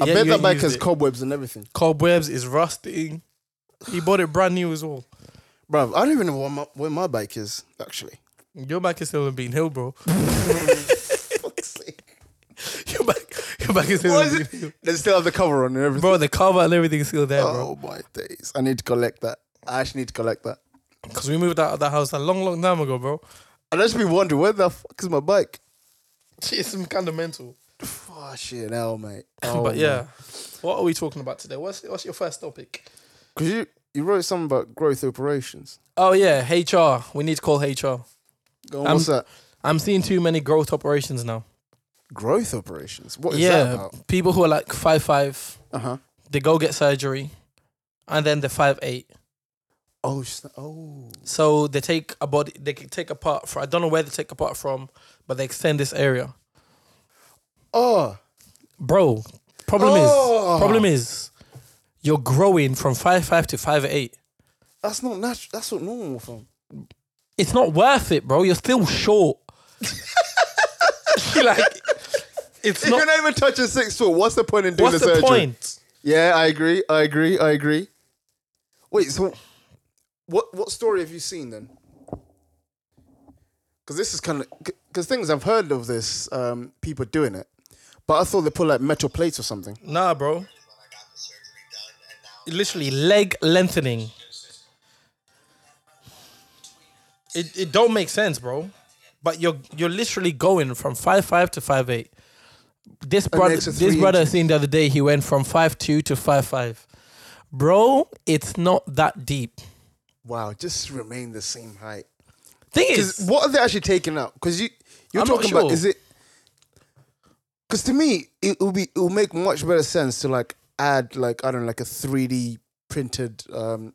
Speaker 4: I
Speaker 1: Yeah,
Speaker 4: bet
Speaker 1: you
Speaker 4: that
Speaker 1: ain't
Speaker 4: bike
Speaker 1: used
Speaker 4: has
Speaker 1: it.
Speaker 4: cobwebs and everything.
Speaker 1: cobwebs. It's rusting. He bought it brand new as well.
Speaker 4: Bro, I don't even know where my, where my bike is, actually.
Speaker 1: Your bike is still in Bean Hill, bro.
Speaker 4: Fuck's sake.
Speaker 1: Your bike, your bike is still
Speaker 4: What
Speaker 1: in
Speaker 4: is
Speaker 1: Bean Hill.
Speaker 4: it? They still have the cover on and everything.
Speaker 1: Bro, the cover and everything is still there, bro.
Speaker 4: oh my days. I need to collect that. I actually need to collect that.
Speaker 1: Cause we moved out of that house a long, long time ago, bro.
Speaker 4: And I just be wondering, where the fuck is my bike?
Speaker 1: It's some kind of mental.
Speaker 4: Oh, shit, hell, mate. Oh,
Speaker 1: but
Speaker 4: man.
Speaker 1: yeah, what are we talking about today? What's what's your first topic?
Speaker 4: Cause you, you wrote something about growth operations.
Speaker 1: Oh yeah, HR. We need to call HR.
Speaker 4: Go on, what's that?
Speaker 1: I'm seeing too many growth operations now.
Speaker 4: Growth operations? What is that
Speaker 1: yeah,
Speaker 4: about?
Speaker 1: people who are like five five,
Speaker 4: Uh-huh.
Speaker 1: they go get surgery, and then they're five eight.
Speaker 4: Oh, sna- oh.
Speaker 1: So they take a body, they can take apart from. I don't know where they take apart from, but they extend this area,
Speaker 4: Oh.
Speaker 1: bro. Problem
Speaker 4: Oh.
Speaker 1: is, problem is, you're growing from five five to five eight.
Speaker 4: That's not natural. That's not normal, fam.
Speaker 1: it's not worth it, bro. You're still short. like, it's
Speaker 4: If you're
Speaker 1: not.
Speaker 4: not even touching six foot, what's the point in doing
Speaker 1: What's
Speaker 4: the
Speaker 1: the
Speaker 4: surgery?
Speaker 1: point?
Speaker 4: Yeah, I agree. I agree. I agree. Wait, so what what story have you seen then? Because this is kind of because things I've heard of this um, people doing it, but I thought they put like metal plates or something.
Speaker 1: Nah, bro. Literally leg lengthening. It it don't make sense, bro. But you're you're literally going from five five to five eight. This brother
Speaker 4: extra
Speaker 1: this
Speaker 4: three
Speaker 1: brother seen the other day he went from five two to five five. Bro, it's not that deep.
Speaker 4: Wow, just remain the same height.
Speaker 1: Thing
Speaker 4: 'Cause
Speaker 1: is,
Speaker 4: what are they actually taking out? Because you you're
Speaker 1: I'm not
Speaker 4: talking about
Speaker 1: sure.
Speaker 4: is it? Because to me, it will be it will make much better sense to like add like I don't know like a three D printed um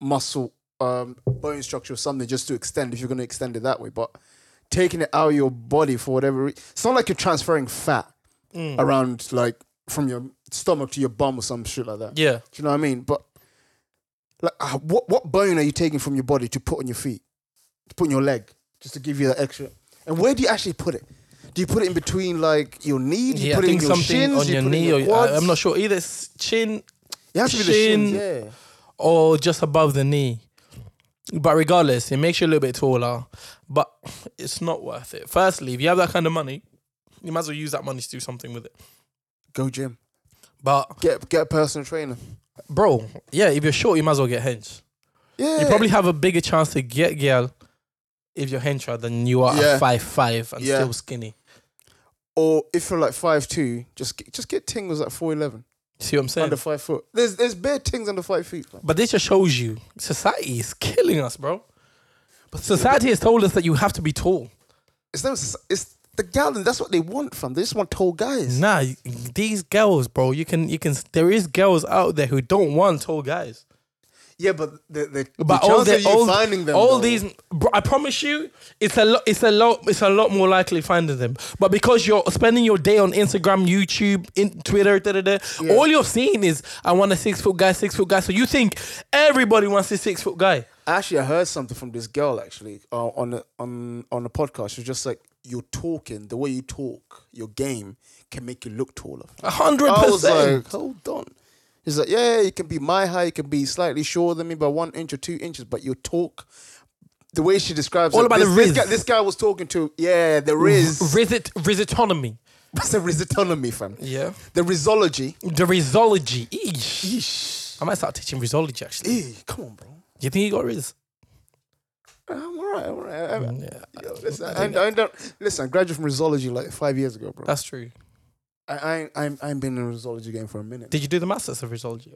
Speaker 4: muscle um bone structure or something just to extend if you're going to extend it that way. But taking it out of your body for whatever reason, it's not like you're transferring fat
Speaker 1: Mm.
Speaker 4: around like from your stomach to your bum or some shit like that.
Speaker 1: yeah.
Speaker 4: Do you know what I mean? But like, uh, what what bone are you taking from your body to put on your feet, to put on your leg, just to give you that extra? And where do you actually put it? Do you put it in between like your knee? Do you
Speaker 1: Yeah, I
Speaker 4: put it in
Speaker 1: think
Speaker 4: your
Speaker 1: something
Speaker 4: shins?
Speaker 1: on
Speaker 4: Do you
Speaker 1: your
Speaker 4: put it in
Speaker 1: knee or I,
Speaker 4: quads?
Speaker 1: I'm not sure either it's chin
Speaker 4: It has to be the
Speaker 1: shin.
Speaker 4: shins. Yeah.
Speaker 1: or just above the knee. But regardless, it makes you a little bit taller. But it's not worth it. Firstly, if you have that kind of money, you might as well use that money to do something with it.
Speaker 4: Go gym.
Speaker 1: But
Speaker 4: Get get a personal trainer.
Speaker 1: bro, yeah, if you're short, you might as well get hench.
Speaker 4: Yeah.
Speaker 1: You probably have a bigger chance to get girl if you're hencher than you are
Speaker 4: Yeah.
Speaker 1: at five five and
Speaker 4: Yeah.
Speaker 1: still skinny.
Speaker 4: or if you're like five two, just get, just get tingles at four eleven,
Speaker 1: See what I'm saying?
Speaker 4: under five foot. There's there's bare things under five feet. like.
Speaker 1: But this just shows you society is killing us, bro. But society has told us that you have to be tall.
Speaker 4: It's no, it's the gallon. That's what they want from. They just want tall guys.
Speaker 1: Nah, y- these girls, bro. You can, you can. There is girls out there who don't want tall guys.
Speaker 4: Yeah, but the the,
Speaker 1: But
Speaker 4: the
Speaker 1: all
Speaker 4: chance
Speaker 1: the
Speaker 4: of you
Speaker 1: all,
Speaker 4: finding them,
Speaker 1: all
Speaker 4: though-
Speaker 1: these, bro, I promise you, it's a lot. It's a lot. It's a lot more likely finding them. But because you're spending your day on Instagram, YouTube, in Twitter, da, da, da, all you're seeing is I want a six foot guy, six foot guy. So you think everybody wants a six foot guy?
Speaker 4: Actually, I heard something from this girl actually uh, on a, on on a podcast. She was just like, "You're talking the way you talk, your game can make you look taller."
Speaker 1: A hundred
Speaker 4: I was
Speaker 1: percent.
Speaker 4: like, "Hold on." He's like, "Yeah, yeah, you can be my height, you can be slightly shorter than me by one inch or two inches, but your talk." The way she describes
Speaker 1: All
Speaker 4: it,
Speaker 1: about
Speaker 4: this,
Speaker 1: the
Speaker 4: this
Speaker 1: Riz.
Speaker 4: guy, this guy was talking to, yeah, the Riz.
Speaker 1: Risit, risitonomy,
Speaker 4: That's the Rizotonomy, fam.
Speaker 1: Yeah.
Speaker 4: The Rizology.
Speaker 1: the risology. Eesh. I might start teaching risology actually.
Speaker 4: Eh, come on, bro.
Speaker 1: Do you think you got riz? Mm,
Speaker 4: I'm all right, I'm all right. I'm-
Speaker 1: Yeah,
Speaker 4: yo, Um, listen, I, I, don't, listen, I graduated from Rizology like five years ago, bro.
Speaker 1: that's true.
Speaker 4: I, I, I, ain't- I ain't been in a zoology game for a minute.
Speaker 1: Did you do the masters of risology?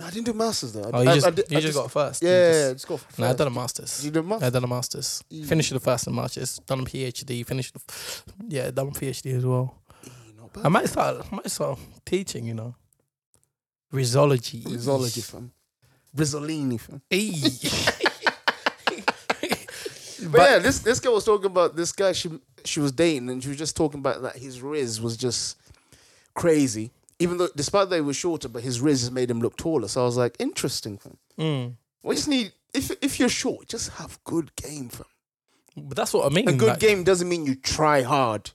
Speaker 4: no, I didn't do masters though. I,
Speaker 1: Oh, you
Speaker 4: I-
Speaker 1: just,
Speaker 4: I did-
Speaker 1: you
Speaker 4: I
Speaker 1: just got first. You
Speaker 4: yeah, yeah,
Speaker 1: just-
Speaker 4: yeah, just got. first.
Speaker 1: No, I done a masters.
Speaker 4: You did E.
Speaker 1: I
Speaker 4: masters.
Speaker 1: done a masters. Finished the first in March. It's done a PhD. Finished, the f- yeah, done a PhD as well.
Speaker 4: Not
Speaker 1: I
Speaker 4: bad.
Speaker 1: might start. I might start teaching. You know, risology.
Speaker 4: Rizology, fam. Rizzolini, fam.
Speaker 1: Ey.
Speaker 4: But,
Speaker 1: But-
Speaker 4: yeah, this this girl was talking about this guy she she was dating, and she was just talking about that his riz was just crazy. Even though, despite that he was shorter, but his riz has made him look taller. So I was like, interesting, fam.
Speaker 1: Mm.
Speaker 4: We just need if if you're short, just have good game, fam.
Speaker 1: But that's what I mean.
Speaker 4: A good
Speaker 1: like-
Speaker 4: game doesn't mean you try hard.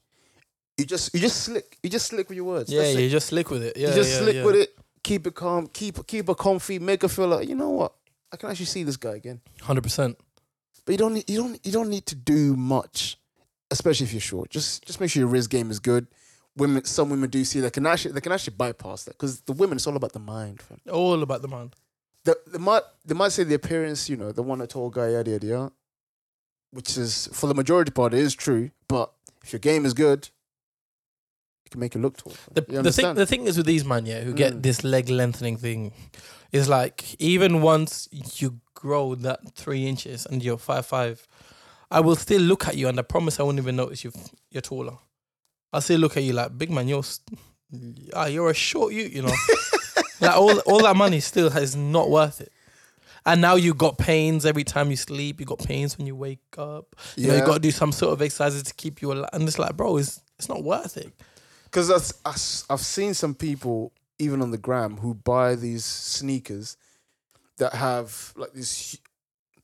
Speaker 4: You just you just slick. You just slick with your words.
Speaker 1: Yeah,
Speaker 4: That's it.
Speaker 1: you just slick with it. Yeah,
Speaker 4: you just
Speaker 1: yeah,
Speaker 4: slick
Speaker 1: yeah.
Speaker 4: with it. Keep it calm. Keep keep her comfy. Make her feel like you know what. I can actually see this guy again.
Speaker 1: Hundred percent.
Speaker 4: But you don't need- you don't you don't need to do much, especially if you're short. Just just make sure your riz game is good. Women, some women do see that can actually they can actually bypass that because the women it's all about the mind. Fam.
Speaker 1: All about the man.
Speaker 4: They, they might they might say the appearance, you know, the one a tall guy, yada yada yada, which is for the majority part it is true. But if your game is good, it can make you look tall. fam.
Speaker 1: The,
Speaker 4: you
Speaker 1: the thing
Speaker 4: understand?
Speaker 1: the thing is with these man, yeah, who
Speaker 4: Mm.
Speaker 1: get this leg lengthening thing, is like even once you grow that three inches and you're five five, I will still look at you and I promise I won't even notice you you're taller. I'll still look at you like big man, you're s- ah, you're a short you, you know. like all all that money still is not worth it. And now you got pains every time you sleep. You got pains when you wake up. You know,
Speaker 4: Yeah.
Speaker 1: you got to do some sort of exercises to keep you alive. And it's like, bro, it's it's not worth it.
Speaker 4: Because I've, I've seen some people, even on the gram, who buy these sneakers that have like these. hu-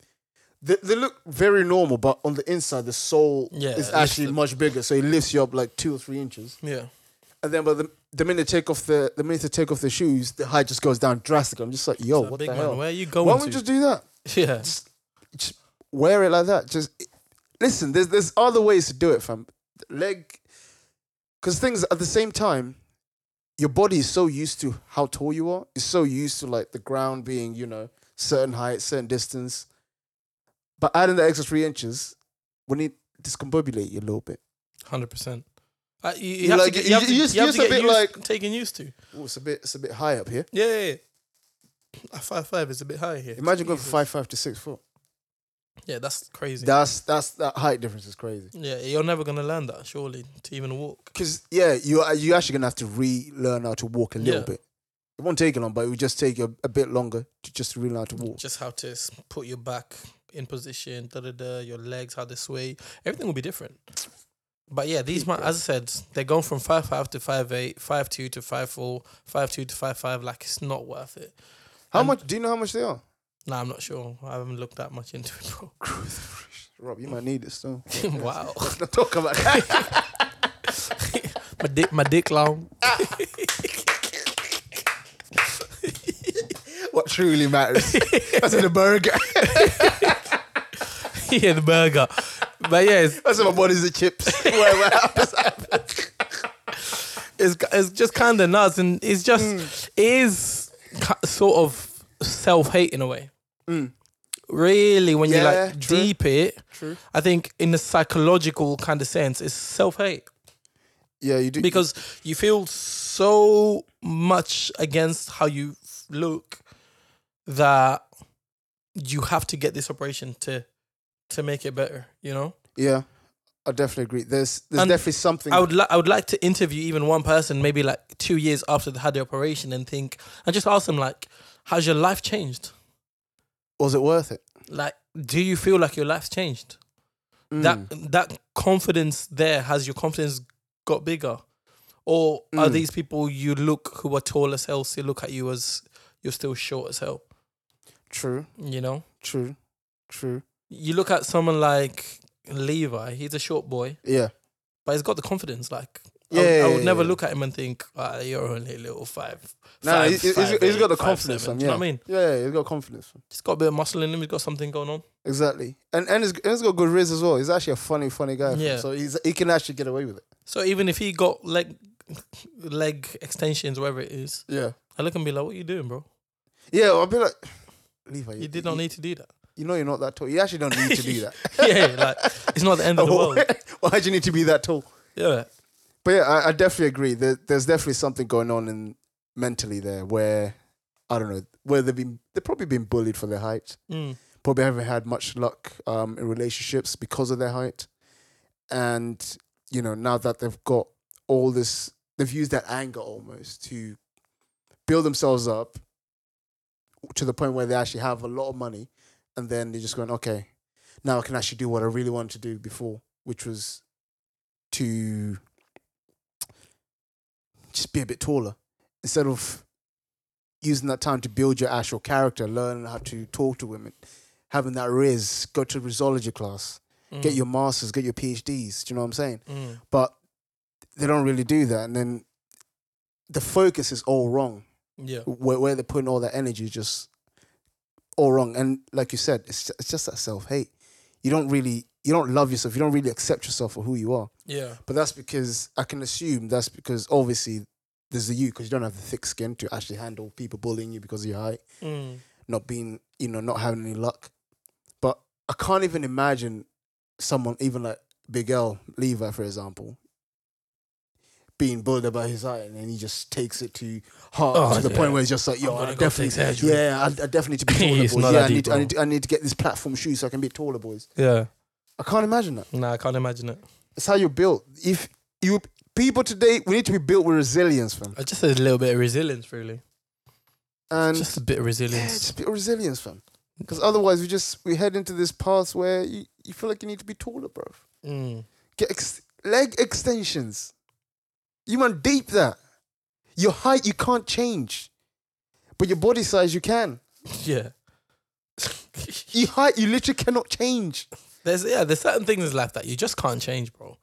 Speaker 4: They, they look very normal, but on the inside, the sole
Speaker 1: Yeah,
Speaker 4: is
Speaker 1: it
Speaker 4: actually
Speaker 1: lifts them.
Speaker 4: much bigger. So it lifts you up like two or three inches.
Speaker 1: Yeah.
Speaker 4: And then, but the, the minute they take off the the minute they take off the shoes, the height just goes down drastically. I'm just like, yo,
Speaker 1: Like,
Speaker 4: what
Speaker 1: big
Speaker 4: the
Speaker 1: man,
Speaker 4: hell?
Speaker 1: where are you
Speaker 4: Why
Speaker 1: going
Speaker 4: don't
Speaker 1: to?
Speaker 4: you just do that?
Speaker 1: yeah,
Speaker 4: Just, just wear it like that. Just listen. There's there's other ways to do it, fam. Leg, because things at the same time, your body is so used to how tall you are. It's so used to like the ground being you know certain height, certain distance. But adding the extra three inches, when it discombobulate you a little bit.
Speaker 1: Hundred percent. Uh, you, you
Speaker 4: You're
Speaker 1: have
Speaker 4: like-
Speaker 1: to get,
Speaker 4: you-
Speaker 1: you have to,
Speaker 4: you
Speaker 1: you
Speaker 4: just-
Speaker 1: have
Speaker 4: just
Speaker 1: to
Speaker 4: a
Speaker 1: get
Speaker 4: bit
Speaker 1: used,
Speaker 4: like-
Speaker 1: taking used to.
Speaker 4: Oh, it's a bit, it's a bit high up here.
Speaker 1: Yeah, yeah, yeah. A five five is a bit higher here.
Speaker 4: Imagine going from
Speaker 1: Jesus.
Speaker 4: five five to six foot.
Speaker 1: Yeah, that's crazy.
Speaker 4: That's that's that height difference is crazy.
Speaker 1: yeah, you're never gonna learn that surely to even walk.
Speaker 4: Because yeah, you are you actually gonna have to relearn how to walk a little
Speaker 1: Yeah.
Speaker 4: bit. It won't take you long, but it will just take you a, a bit longer to just relearn how to walk.
Speaker 1: Just how to s- put your back in position, da da da. Your legs how they sway. Everything will be different. But yeah, these man, as I said, they're going from five five to five eight, five two to five four, five two to five five. Like it's not worth it.
Speaker 4: How
Speaker 1: And-
Speaker 4: much? Do you know how much they are?
Speaker 1: Nah, I'm not sure. I haven't looked that much into it, bro.
Speaker 4: Rob, you might need this though.
Speaker 1: wow.
Speaker 4: Let's not talk about that.
Speaker 1: my dick, my dick long.
Speaker 4: what truly matters? That's in the burger.
Speaker 1: yeah, the burger. But yeah, it's,
Speaker 4: That's in my body's the chips. Whatever happens.
Speaker 1: it's, it's just kind of nuts, and it's just it is ki- sort of self hate in a way.
Speaker 4: Mm.
Speaker 1: Really, when you
Speaker 4: Yeah,
Speaker 1: like
Speaker 4: true.
Speaker 1: deep it,
Speaker 4: True.
Speaker 1: I think in a psychological kind of sense, it's self hate
Speaker 4: Yeah, you do.
Speaker 1: because you feel so much against how you f- look that you have to get this operation to to make it better. You know.
Speaker 4: yeah, I definitely agree. There's there's
Speaker 1: And
Speaker 4: definitely something.
Speaker 1: I would li- I would like to interview even one person, maybe like two years after they had the operation, and think and just ask them like, "Has your life changed?
Speaker 4: was it worth it?
Speaker 1: Like, do you feel like your life's changed?
Speaker 4: Mm.
Speaker 1: That that confidence there has your confidence got bigger, or
Speaker 4: Mm.
Speaker 1: are these people you look who are tall as hell still look at you as you're still short as hell?
Speaker 4: True,
Speaker 1: You know,
Speaker 4: true, true.
Speaker 1: you look at someone like Levi, he's a short boy,
Speaker 4: Yeah,
Speaker 1: but he's got the confidence like. I
Speaker 4: yeah.
Speaker 1: would, I
Speaker 4: yeah,
Speaker 1: would never
Speaker 4: yeah.
Speaker 1: look at him and think, ah, "You're only a little five,
Speaker 4: No,
Speaker 1: five,
Speaker 4: no, he- he's,
Speaker 1: five,
Speaker 4: he's got the
Speaker 1: eight, five,
Speaker 4: confidence.
Speaker 1: seven.
Speaker 4: from,
Speaker 1: Do
Speaker 4: yeah.
Speaker 1: you know what I mean?
Speaker 4: yeah, yeah, he's got confidence. From.
Speaker 1: He's got a bit of muscle in him. He's got something going on.
Speaker 4: Exactly, and and he's, and he's got good riz as well. He's actually a funny, funny guy.
Speaker 1: Yeah.
Speaker 4: So he's he can actually get away with it.
Speaker 1: So even if he got leg leg extensions, whatever it is,
Speaker 4: Yeah.
Speaker 1: I look and be like, "What are you doing, bro?
Speaker 4: Yeah, I'll be like, Levi,
Speaker 1: You did not need to do that."
Speaker 4: You know, you're not that tall. You actually don't need to be that.
Speaker 1: yeah, like it's not the end of the
Speaker 4: Oh.
Speaker 1: world.
Speaker 4: Why do you need to be that tall?
Speaker 1: Yeah,
Speaker 4: But yeah, I, I definitely agree. There, there's definitely something going on in mentally there where I don't know where they've been. They've probably been bullied for their height.
Speaker 1: Mm.
Speaker 4: Probably haven't had much luck um, in relationships because of their height. And you know, now that they've got all this, they've used that anger almost to build themselves up to the point where they actually have a lot of money, and then they're just going, okay, now I can actually do what I really wanted to do before, which was to just be a bit taller instead of using that time to build your actual character, learn how to talk to women, having that riz, go to risology class, get your masters, get your PhDs. Do you know what I'm saying?
Speaker 1: Mm.
Speaker 4: But they don't really do that, and then the focus is all wrong.
Speaker 1: yeah,
Speaker 4: Where, where they're putting all that energy is just all wrong. And like you said, it's just, it's just that self hate. You don't really, you don't love yourself. You don't really accept yourself for who you are.
Speaker 1: yeah,
Speaker 4: But that's because I can assume that's because obviously there's a you because you don't have the thick skin to actually handle people bullying you because of your height,
Speaker 1: mm.
Speaker 4: not being, you know, not having any luck. But I can't even imagine someone, even like Big L, Levi, for example, being bullied about his height and then he just takes it to heart
Speaker 1: Oh,
Speaker 4: to the
Speaker 1: yeah.
Speaker 4: point where it's just like, yo,
Speaker 1: I'm
Speaker 4: I
Speaker 1: gonna go
Speaker 4: definitely,
Speaker 1: take surgery.
Speaker 4: yeah, I, I definitely need to be taller,
Speaker 1: It's not
Speaker 4: boys. Yeah,
Speaker 1: that
Speaker 4: I need,
Speaker 1: deep,
Speaker 4: I,
Speaker 1: bro.
Speaker 4: need to, I need to get this platform shoe so I can be taller, boys.
Speaker 1: yeah.
Speaker 4: I can't imagine that.
Speaker 1: Nah, I can't imagine it.
Speaker 4: It's how you're built. If you people today, we need to be built with resilience, fam.
Speaker 1: I just a little bit of resilience, really.
Speaker 4: And
Speaker 1: Just a bit of
Speaker 4: yeah,
Speaker 1: resilience.
Speaker 4: just built resilience, fam. Because otherwise, we just we head into this path where you, you feel like you need to be taller, bro.
Speaker 1: Mm.
Speaker 4: Get ex- leg extensions. You man deep that. Your height you can't change, but your body size you can.
Speaker 1: Yeah.
Speaker 4: Your height you literally cannot change.
Speaker 1: There's yeah, there's certain things in life that you just can't change, bro.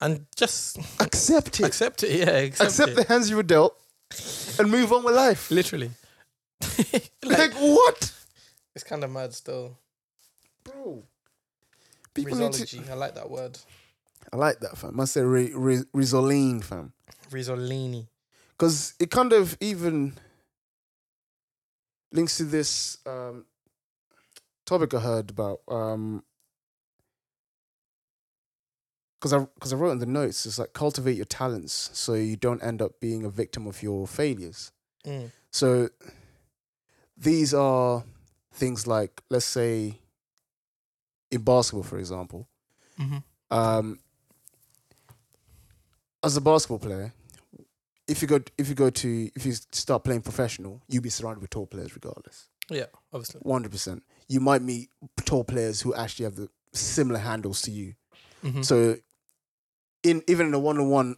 Speaker 1: And just
Speaker 4: Accept it.
Speaker 1: accept
Speaker 4: Accept,
Speaker 1: it, yeah. Accept, it.
Speaker 4: the hands you were dealt, and move on with life.
Speaker 1: Literally.
Speaker 4: like what,
Speaker 1: it's kind of mad still.
Speaker 4: bro?
Speaker 1: Risology. I like that word.
Speaker 4: I like that, fam. I say re- re- Rizzolini, fam.
Speaker 1: Risolini.
Speaker 4: Because it kind of even links to this um, topic I heard about. Um, because I because I wrote in the notes, it's like cultivate your talents so you don't end up being a victim of your failures.
Speaker 1: Mm.
Speaker 4: So these are things like, let's say, in basketball, for example.
Speaker 1: Mhm.
Speaker 4: Um, as a basketball player, if you go if you go to if you start playing professional, you'll be surrounded with tall players regardless.
Speaker 1: Yeah, obviously.
Speaker 4: One hundred percent. You might meet tall players who actually have the similar handles to you.
Speaker 1: Mhm.
Speaker 4: So, in even in a one-on-one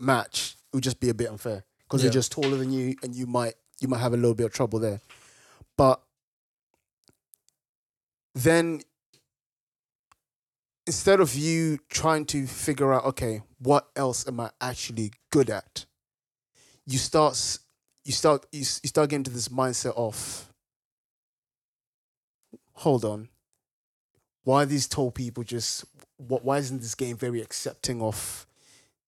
Speaker 4: match, it would just be a bit unfair because
Speaker 1: Yeah.
Speaker 4: they're just taller than you, and you might you might have a little bit of trouble there. But then, instead of you trying to figure out, okay, what else am I actually good at? You start s- you start you, s- you start getting to this mindset of hold on why are these tall people just wh- why isn't this game very accepting of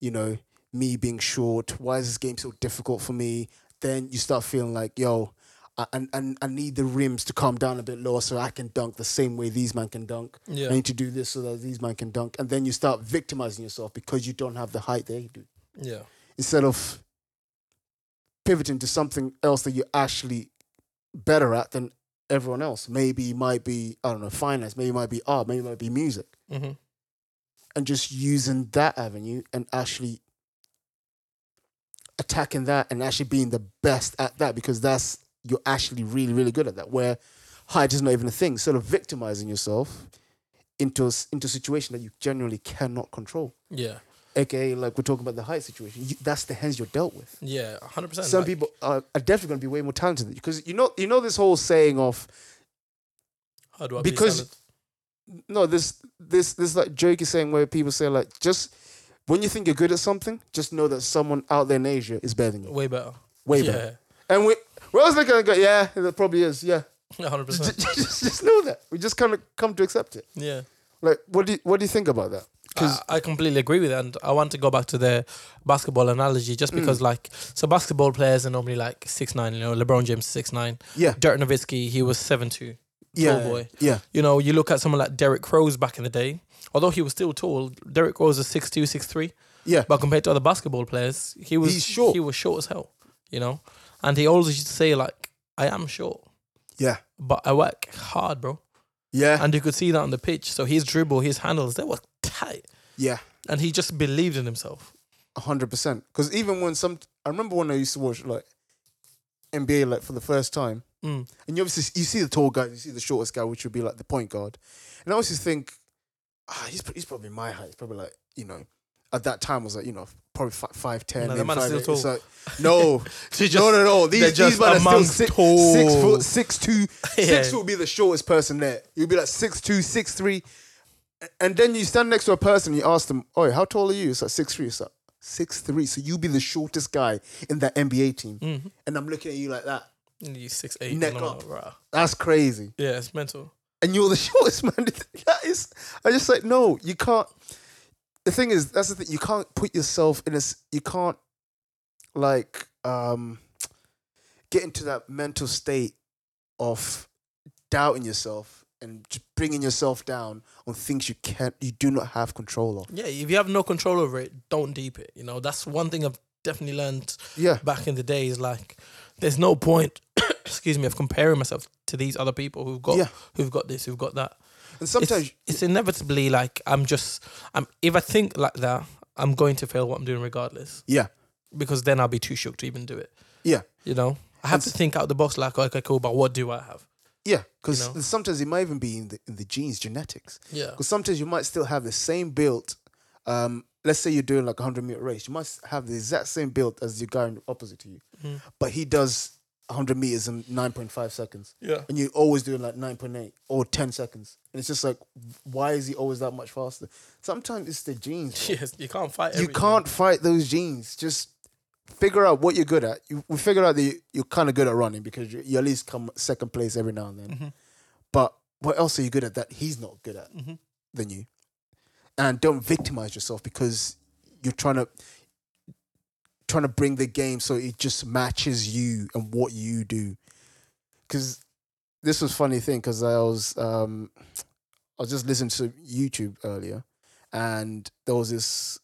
Speaker 4: you know me being short why is this game so difficult for me then you start feeling like yo I, and and I need the rims to come down a bit lower so I can dunk the same way these man can dunk.
Speaker 1: Yeah.
Speaker 4: I need to do this so that these man can dunk, and then you start victimizing yourself because you don't have the height they do
Speaker 1: Yeah.
Speaker 4: instead of pivoting to something else that you're actually better at than everyone else. Maybe it might be, I don't know, finance, maybe it might be art, maybe it might be music.
Speaker 1: Mm-hmm.
Speaker 4: And just using that avenue and actually attacking that and actually being the best at that because that's you're actually really, really good at that. Where height is not even a thing. Sort of victimizing yourself into a, s- into a situation that you generally cannot control.
Speaker 1: Yeah.
Speaker 4: AKA like we're talking about the height situation. You, that's the hands you're dealt with
Speaker 1: Yeah. Hundred percent.
Speaker 4: some people are, are definitely going to be way more talented than you because you know you know this whole saying of
Speaker 1: How do I
Speaker 4: because-
Speaker 1: be
Speaker 4: no this this this like joke is saying where people say like just when you think you're good at something just know that someone out there in Asia is better than
Speaker 1: talented?
Speaker 4: you
Speaker 1: way better?
Speaker 4: way better and we we're always looking at it and go yeah that probably is yeah
Speaker 1: Yeah. Hundred
Speaker 4: just,
Speaker 1: percent.
Speaker 4: just, just know that we just kind of come to accept it
Speaker 1: Yeah.
Speaker 4: like what do you, what do you think about that
Speaker 1: Because
Speaker 4: because
Speaker 1: I, I completely agree with that. And I want to go back to the basketball analogy
Speaker 4: Mm.
Speaker 1: just because, like, so basketball players are normally like six nine. You know, LeBron James six nine.
Speaker 4: yeah
Speaker 1: Dirk Nowitzki, he was seven two.
Speaker 4: yeah
Speaker 1: tall boy.
Speaker 4: yeah
Speaker 1: You know, you look at someone like Derek Rose back in the day. Although he was still tall, Derek Rose was 6'2", 6'3".
Speaker 4: yeah
Speaker 1: But compared to other basketball players, he was
Speaker 4: He's short.
Speaker 1: He was short as hell. You know, and he always used to say like, "I am short,
Speaker 4: yeah
Speaker 1: but I work hard, bro."
Speaker 4: yeah
Speaker 1: And you could see that on the pitch. So his dribble, his handles, they were tight,
Speaker 4: yeah
Speaker 1: and he just believed in himself.
Speaker 4: hundred percent. Because even when some, I remember when I used to watch like NBA like for the first time,
Speaker 1: Mm.
Speaker 4: and you obviously you see the tall guys, you see the shortest guy, which would be like the point guard, and I always just think, ah, he's pr- he's probably my height. He's probably like you know, at that time was like you know probably fi- five ten.
Speaker 1: No,
Speaker 4: No,
Speaker 1: the man is still tall.
Speaker 4: no,
Speaker 1: So
Speaker 4: no, no, no.
Speaker 1: they're
Speaker 4: These
Speaker 1: just
Speaker 4: these men are still
Speaker 1: amongst
Speaker 4: six,
Speaker 1: tall.
Speaker 4: six foot, six two,
Speaker 1: Yeah.
Speaker 4: six would be the shortest person there. You'd be like six two, six three, and then you stand next to a person. and You ask them, "Oh, how tall are you?" It's like six three. It's like six three. So you be the shortest guy in that NBA team, and I'm looking at you like that.
Speaker 1: Mm-hmm. And he's six eight.
Speaker 4: Neck
Speaker 1: and I'm
Speaker 4: up.
Speaker 1: like, "Bruh."
Speaker 4: That's crazy.
Speaker 1: Yeah, it's mental.
Speaker 4: And you're the shortest man. that is. I just like no. You can't. The thing is, that's the thing. You can't put yourself in a. s- You can't like um get into that mental state of doubting yourself and just bringing yourself down on things you can't you do not have control of
Speaker 1: Yeah, if you have no control over it, don't deep it. You know, that's one thing I've definitely learned
Speaker 4: yeah
Speaker 1: back in the day is like there's no point excuse me of comparing myself to these other people who've got
Speaker 4: Yeah.
Speaker 1: who've got this, who've got that.
Speaker 4: and
Speaker 1: It's,
Speaker 4: sometimes
Speaker 1: it's inevitably like I'm just I'm if I think like that, I'm going to fail what I'm doing regardless.
Speaker 4: yeah
Speaker 1: Because then I'll be too shook to even do it.
Speaker 4: yeah
Speaker 1: You know? I have
Speaker 4: And
Speaker 1: to think out the box like okay, cool, but what do I have?
Speaker 4: yeah because
Speaker 1: You know?
Speaker 4: sometimes it might even be in the, in the genes genetics
Speaker 1: Yeah.
Speaker 4: Because sometimes you might still have the same build. Um, let's say you're doing like a 100 meter race. You must have the exact same build as your guy opposite to you.
Speaker 1: Mm.
Speaker 4: But he does 100 meters in 9.5 seconds.
Speaker 1: Yeah.
Speaker 4: And you're always doing like 9.8 or 10 seconds. And it's just like, why is he always that much faster? Sometimes it's the genes. bro.
Speaker 1: Yes, you can't fight
Speaker 4: you
Speaker 1: everything.
Speaker 4: can't fight those genes. Just figure out what you're good at. You, we figure out that you, you're kind of good at running because you, you at least come second place every now and then. But what else are you good at that he's not good at than you? And don't victimize yourself because you're trying to trying to bring the game so it just matches you and what you do. Because this was funny thing because I was um, I was just listening to YouTube earlier, and there was this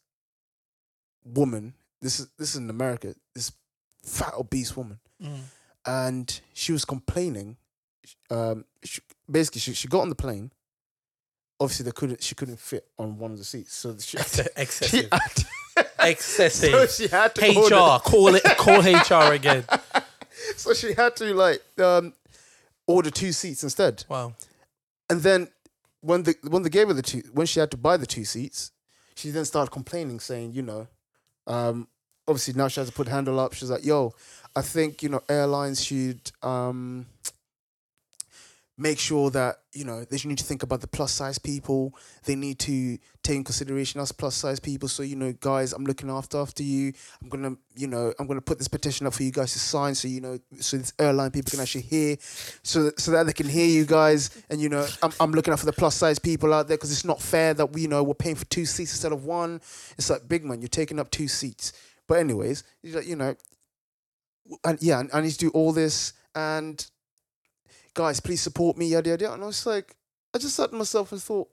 Speaker 4: woman. This is this is in America. This fat obese woman,
Speaker 1: Mm.
Speaker 4: and she was complaining. Um, she, basically, she, she got on the plane. Obviously, they couldn't. She couldn't fit on one of the seats, so she, she
Speaker 1: Excessive.
Speaker 4: had so
Speaker 1: Excessive.
Speaker 4: she had to order-
Speaker 1: HR. Call it. Call HR again.
Speaker 4: So she had to like um, order two seats instead.
Speaker 1: Wow.
Speaker 4: And then when the when they gave her the two when she had to buy the two seats, she then started complaining, saying, you know, um, obviously now she has to put handle up. She's like, yo, I think, you know, airlines should um make sure that, you know, they should need to think about the plus size people. They need to take in consideration us plus size people. So, you know, guys, I'm looking after after you. I'm gonna, you know, I'm gonna put this petition up for you guys to sign so you know so this airline people can actually hear so so that they can hear you guys. And you know, I'm, I'm looking out for the plus size people out there because it's not fair that we you know we're paying for two seats instead of one. It's like big man, you're taking up two seats. But anyways, he's like, you know, and yeah, I need to do all this and guys, please support me, yada yada. yada. And I was like, I just sat to myself and thought,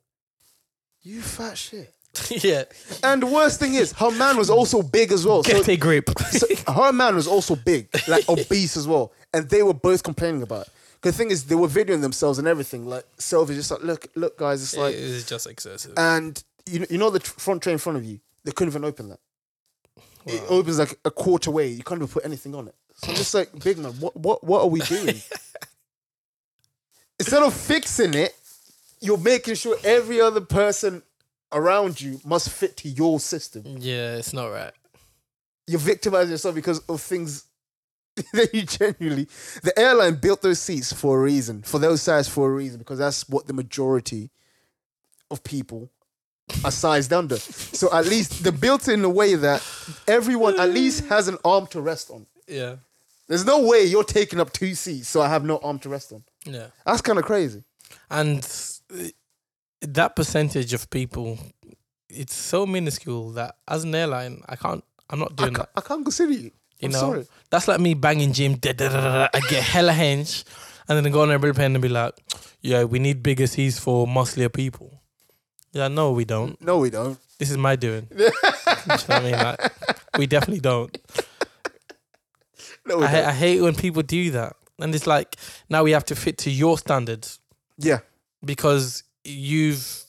Speaker 4: you fat shit.
Speaker 1: yeah.
Speaker 4: And the worst thing is, her man was also big as well. So
Speaker 1: Get a grip.
Speaker 4: so her man was also big, like obese as well, and they were both complaining about it. 'Cause The thing is, they were videoing themselves and everything. Like Sylvia, just like look, look, guys, it's like,
Speaker 1: is just excessive.
Speaker 4: and you you know the tr- front tray in front of you, they couldn't even open that. It opens like a quarter way. You can't even put anything on it. So I'm just like, big man, what what what are we doing? Instead of fixing it, you're making sure every other person around you must fit to your system
Speaker 1: yeah, it's not right.
Speaker 4: you victimize yourself because of things that you genuinely. The airline built those seats for a reason, for those size for a reason, because that's what the majority of people are sized under. So at least they're built in a way that everyone at least has an arm to rest on.
Speaker 1: Yeah.
Speaker 4: There's no way you're taking up two seats, so I have no arm to rest on.
Speaker 1: Yeah.
Speaker 4: That's kind of crazy.
Speaker 1: And uh, that percentage of people, it's so minuscule that as an airline, I can't. I'm not
Speaker 4: I
Speaker 1: doing
Speaker 4: can't,
Speaker 1: that.
Speaker 4: I can't consider you.
Speaker 1: You
Speaker 4: I'm
Speaker 1: know,
Speaker 4: sorry.
Speaker 1: that's like me banging gym. da- da- da- da- da, I get hella hench, and then go on every pen and be like, "Yeah, we need bigger seats for musclier people." Yeah, no, we don't.
Speaker 4: No, we don't.
Speaker 1: This is my doing. you know what I mean? Like, we definitely don't.
Speaker 4: No, we
Speaker 1: I,
Speaker 4: don't.
Speaker 1: I hate when people do that, and it's like now we have to fit to your standards
Speaker 4: yeah,
Speaker 1: because you've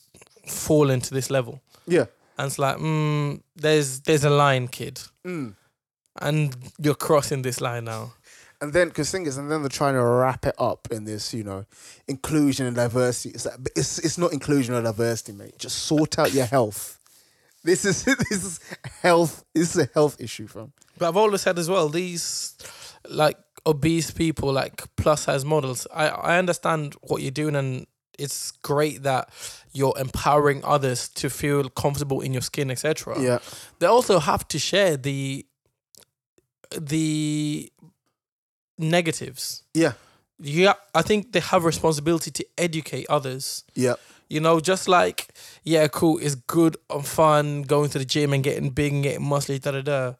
Speaker 1: fallen to this level.
Speaker 4: yeah.
Speaker 1: And it's like, mm, there's there's a line, kid,
Speaker 4: Mm.
Speaker 1: and you're crossing this line now.
Speaker 4: And then, because thing is, and then they're trying to wrap it up in this, you know, inclusion and diversity. It's like but it's it's not inclusion or diversity, mate. Just sort out your health. This is this is health. This is a health issue, fam.
Speaker 1: But I've always said as well, these like obese people, like plus size models. I I understand what you're doing, and it's great that you're empowering others to feel comfortable in your skin, etc.
Speaker 4: Yeah,
Speaker 1: they also have to share the the negatives.
Speaker 4: yeah,
Speaker 1: Yeah, I think they have responsibility to educate others.
Speaker 4: yeah,
Speaker 1: You know, just like yeah, cool, it's good and fun going to the gym and getting big and getting muscly, da da da.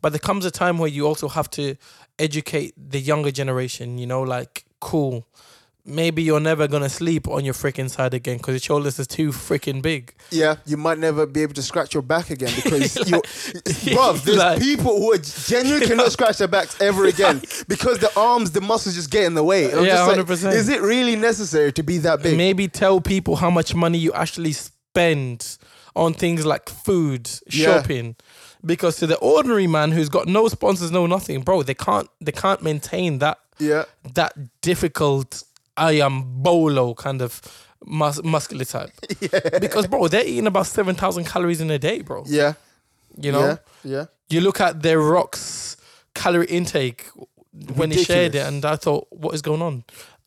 Speaker 1: But there comes a time where you also have to educate the younger generation. You know, like cool, maybe you're never gonna sleep on your freaking side again because your shoulders are too freaking big.
Speaker 4: yeah. You might never be able to scratch your back again because you're, bruv, there's
Speaker 1: Like-
Speaker 4: people who are genuinely cannot scratch their backs ever again because the arms, the muscles just get in the way. And I'm
Speaker 1: Yeah,
Speaker 4: just
Speaker 1: 100%.
Speaker 4: like, Is it really necessary to be that big?
Speaker 1: maybe tell people how much money you actually spend on things like food,
Speaker 4: Yeah.
Speaker 1: shopping. Because to the ordinary man who's got no sponsors, no nothing, bro, they can't they can't maintain that
Speaker 4: Yeah,
Speaker 1: that difficult I am bolo kind of mus- muscular type. Because bro, they're eating about seven thousand calories in a day, bro.
Speaker 4: yeah,
Speaker 1: You know?
Speaker 4: yeah, yeah.
Speaker 1: You look at their rocks calorie intake when he shared it
Speaker 4: Ridiculous.
Speaker 1: and I thought, what is going on?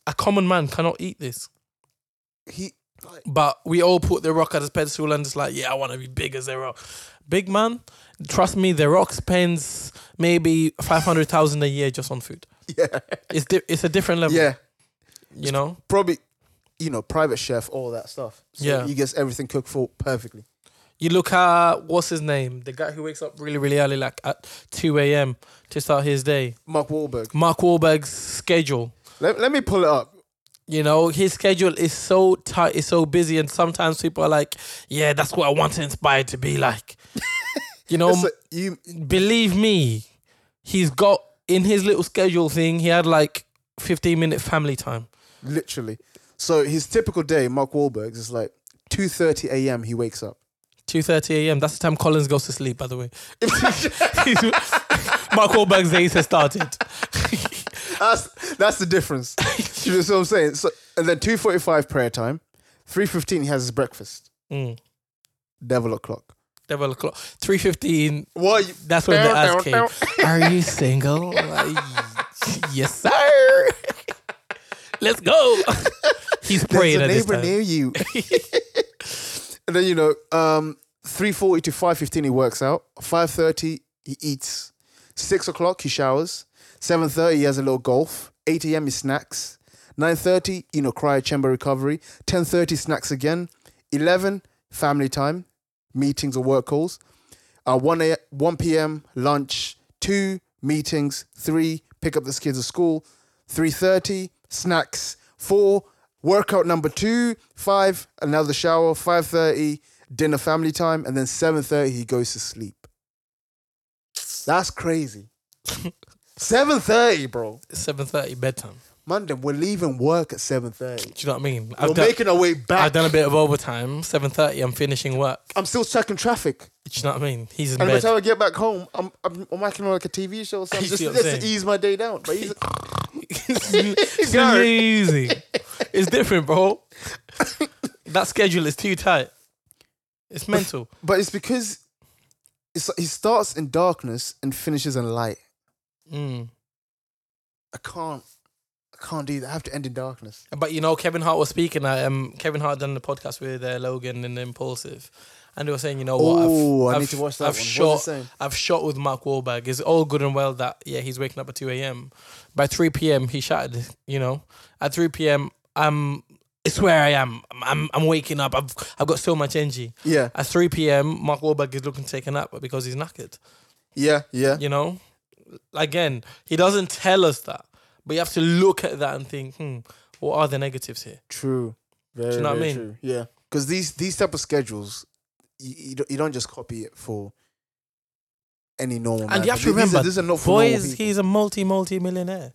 Speaker 1: A common man cannot eat this.
Speaker 4: He
Speaker 1: But we all put The Rock at his pedestal and it's like, yeah, I want to be big as The Rock. Big man, trust me, The Rock spends maybe 500,000 a year just on food.
Speaker 4: Yeah.
Speaker 1: It's, di- it's a different level,
Speaker 4: yeah.
Speaker 1: you know?
Speaker 4: probably you know private chef all that stuff so
Speaker 1: Yeah.
Speaker 4: he gets everything cooked for perfectly
Speaker 1: You look at, what's his name? The guy who wakes up really, really early, like at 2 a.m. to start his day.
Speaker 4: mark Wahlberg.
Speaker 1: Mark Wahlberg's schedule.
Speaker 4: let, let me pull it up
Speaker 1: You know, his schedule is so tight, it's so busy, and sometimes people are like, "Yeah, that's what I want to inspire to be like." you know,
Speaker 4: So you,
Speaker 1: believe me, he's got in his little schedule thing. He had like fifteen minute family time.
Speaker 4: literally. So his typical day, Mark Wahlberg's, is like 2.30 a.m. he wakes up.
Speaker 1: 2.30 a.m. That's the time Collins goes to sleep, by the way. He's- Mark Wahlberg's days has started.
Speaker 4: That's that's the difference. you know what I'm saying? So and then two forty five prayer time, three fifteen he has his breakfast.
Speaker 1: Mm.
Speaker 4: Devil o'clock.
Speaker 1: Devil o'clock. 3.15,
Speaker 4: What? You,
Speaker 1: that's when the ass came. Are you single? Like, yes, sir. Let's go. He's
Speaker 4: There's
Speaker 1: praying
Speaker 4: a
Speaker 1: at this
Speaker 4: neighbor
Speaker 1: time.
Speaker 4: near you. and then you know, um, three forty to five fifteen he works out. Five thirty he eats. Six o'clock he showers. Seven thirty he has a little golf. Eight a.m. he snacks. Nine thirty you know cry chamber recovery. Ten thirty snacks again. Eleven family time, meetings or work calls. uh, 1 a, 1 p.m. lunch, 2 meetings, 3 pick up the kids at school, 3:30 snacks, 4 workout number 2, 5 another shower, 5:30 dinner family time and then 7:30 he goes to sleep. That's crazy. 7:30, bro.
Speaker 1: 7.30 bedtime.
Speaker 4: Monday we're leaving work at 7:30.
Speaker 1: Do you know what I mean?
Speaker 4: We're
Speaker 1: I've done,
Speaker 4: making our way
Speaker 1: I've
Speaker 4: back.
Speaker 1: done a bit of overtime. 7.30, I'm finishing work.
Speaker 4: I'm still stuck in traffic.
Speaker 1: Do you know what I mean? He's in
Speaker 4: And by the
Speaker 1: bed.
Speaker 4: time I get back home, I'm I'm, I'm acting like a TV show or something.
Speaker 1: You
Speaker 4: Just,
Speaker 1: see what I'm
Speaker 4: just to
Speaker 1: saying?
Speaker 4: ease my day down. But he's
Speaker 1: it's easy. It's different, bro. that schedule is too tight. It's mental.
Speaker 4: But it's because it's he starts in darkness and finishes in light.
Speaker 1: Mm.
Speaker 4: I can't, I can't do that. I have to end in darkness.
Speaker 1: But you know, Kevin Hart was speaking. I, um, Kevin Hart done the podcast with uh, Logan and Impulsive, and they were saying, you know what?
Speaker 4: Oh, I need to watch that
Speaker 1: I've
Speaker 4: one. What
Speaker 1: shot.
Speaker 4: was it saying?
Speaker 1: I've shot with Mark Wahlberg. It's all good and well that yeah, he's waking up at two a.m. By three p.m. he shattered. You know, at three p.m. I'm. It's where I am. I'm, I'm. I'm waking up. I've. I've got so much energy.
Speaker 4: Yeah,
Speaker 1: At 3 p.m., Mark Wahlberg is looking to take a nap because he's knackered.
Speaker 4: yeah, yeah.
Speaker 1: You know, again, he doesn't tell us that, but you have to look at that and think, hmm, what are the negatives here?
Speaker 4: True. Very,
Speaker 1: Do you know what I
Speaker 4: very
Speaker 1: mean?
Speaker 4: True. Yeah, because these these type of schedules, you, you, don't, you don't just copy it for any normal. man.
Speaker 1: And you have to
Speaker 4: These-
Speaker 1: remember,
Speaker 4: these are, these are not for normal
Speaker 1: boys,
Speaker 4: people.
Speaker 1: he's a multi multi millionaire.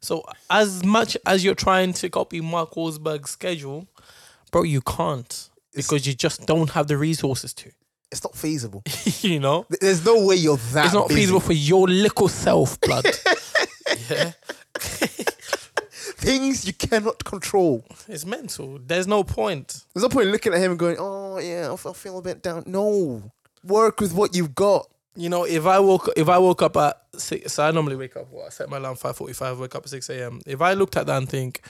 Speaker 1: So as much as you're trying to copy Mark Wahlberg's schedule, bro, you can't because you just don't have the resources to.
Speaker 4: It's not feasible.
Speaker 1: you know,
Speaker 4: There's no way you're that.
Speaker 1: it's not
Speaker 4: busy.
Speaker 1: feasible for your little self, blood. yeah.
Speaker 4: Things you cannot control.
Speaker 1: It's mental. There's no point.
Speaker 4: There's no point looking at him and going, "Oh yeah, I f- I feel a bit down." No, work with what you've got.
Speaker 1: You know, if I woke if I woke up at six, so I normally wake up. What I set my alarm five forty five. Wake up at six a.m. If I looked at that and think,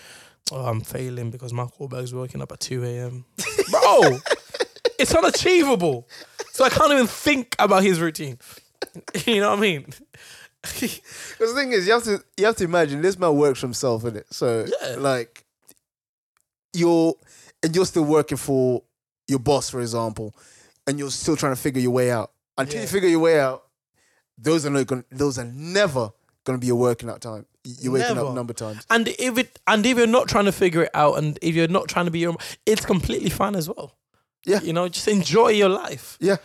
Speaker 1: oh, I'm failing because Mark Wahlberg's waking up at two a.m. Bro, it's unachievable. So I can't even think about his routine. You know what I mean?
Speaker 4: Because the thing is, you have to you have to imagine this man works for himself, innit? So
Speaker 1: Yeah.
Speaker 4: like you're and you're still working for your boss, for example, and you're still trying to figure your way out. Until you
Speaker 1: Yeah.
Speaker 4: figure your way out, those are not going those are never gonna be your working out time. You're waking
Speaker 1: Never.
Speaker 4: up number times.
Speaker 1: and if it and if you're not trying to figure it out, and if you're not trying to be your, it's completely fine as well.
Speaker 4: Yeah.
Speaker 1: You know, just enjoy your life.
Speaker 4: Yeah.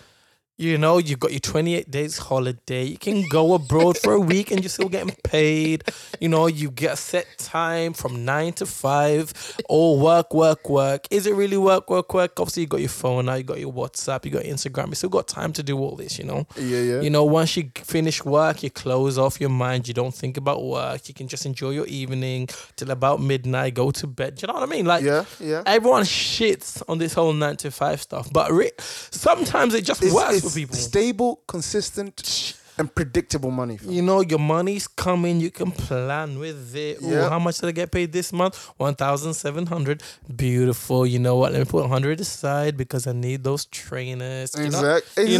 Speaker 1: You know, you've got your 28 days holiday. You can go abroad for a week and you're still getting paid. You know, you get a set time from nine to five. All work, work, work. Is it really work, work, work? Obviously, you got your phone now, you got your WhatsApp, you got your Instagram. You still got time to do all this, you know?
Speaker 4: Yeah, yeah.
Speaker 1: You know, once you finish work, you close off your mind. You don't think about work. You can just enjoy your evening till about midnight, go to bed. Do you know what I mean? Like,
Speaker 4: Yeah, yeah.
Speaker 1: everyone shits on this whole nine to five stuff, but re- sometimes it just
Speaker 4: It's-
Speaker 1: works
Speaker 4: it's
Speaker 1: for people.
Speaker 4: Stable, consistent, and predictable money. fam.
Speaker 1: you know, your money's coming. You can plan with it. Ooh,
Speaker 4: Yeah.
Speaker 1: How much did I get paid this month? One thousand seven hundred. Beautiful. You know what? Let me put hundred aside because I need those trainers. You know-
Speaker 4: Exact- Exactly.
Speaker 1: you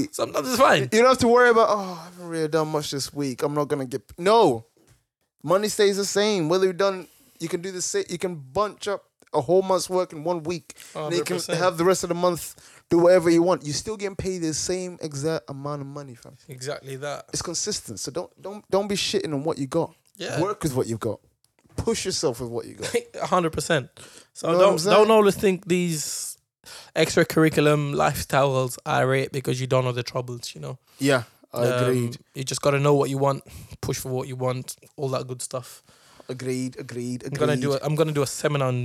Speaker 1: know, sometimes it's fine.
Speaker 4: You don't have to worry about, oh, I haven't really done much this week. I'm not gonna get no. Money stays the same. Whether you've done you can do the same you can bunch up a whole month's work in one week. And you can
Speaker 1: 100%.
Speaker 4: have the rest of the month do whatever you want. You're still getting paid the same exact amount of money, fam.
Speaker 1: Exactly that.
Speaker 4: It's consistent. So don't don't don't be shitting on what you got.
Speaker 1: Yeah.
Speaker 4: Work with what you've got. push yourself with what you got.
Speaker 1: hundred percent. So
Speaker 4: Know what I'm
Speaker 1: don't
Speaker 4: saying?
Speaker 1: don't always think these extracurriculum lifestyles are rate because you don't know the troubles. You know,
Speaker 4: Yeah, I
Speaker 1: Um,
Speaker 4: agreed,
Speaker 1: You just got to know what you want, push for what you want, all that good stuff.
Speaker 4: agreed, agreed,
Speaker 1: I'm
Speaker 4: agreed.
Speaker 1: gonna do. A, I'm gonna do a seminar on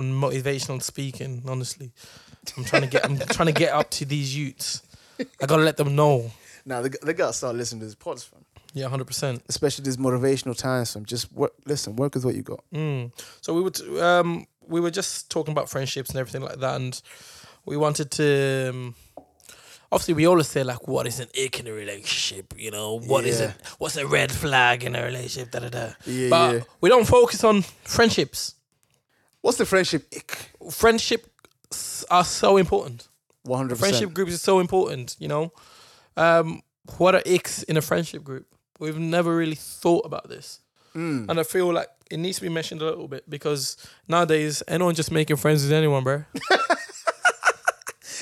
Speaker 1: on motivational speaking. Honestly, I'm trying to get. I'm trying to get up to these youths. I gotta let them know.
Speaker 4: Now they, they gotta start listening to this pods, fam.
Speaker 1: Yeah, hundred percent.
Speaker 4: Especially this motivational times, fam. Just work, listen, work with what you got.
Speaker 1: Mm. So we would um we were just talking about friendships and everything like that, and we wanted to. Um, obviously, we always say like, "What is an ick in a relationship?" You know, what is
Speaker 4: Yeah.
Speaker 1: it? What's a red flag in a relationship? Da da da.
Speaker 4: Yeah,
Speaker 1: but
Speaker 4: yeah.
Speaker 1: we don't focus on friendships.
Speaker 4: What's the friendship ick?
Speaker 1: Friendships are so important.
Speaker 4: One hundred
Speaker 1: friendship
Speaker 4: percent.
Speaker 1: groups is so important you know um what are icks in a friendship group we've never really thought about this
Speaker 4: Mm.
Speaker 1: and i feel like it needs to be mentioned a little bit because nowadays anyone just making friends with anyone bro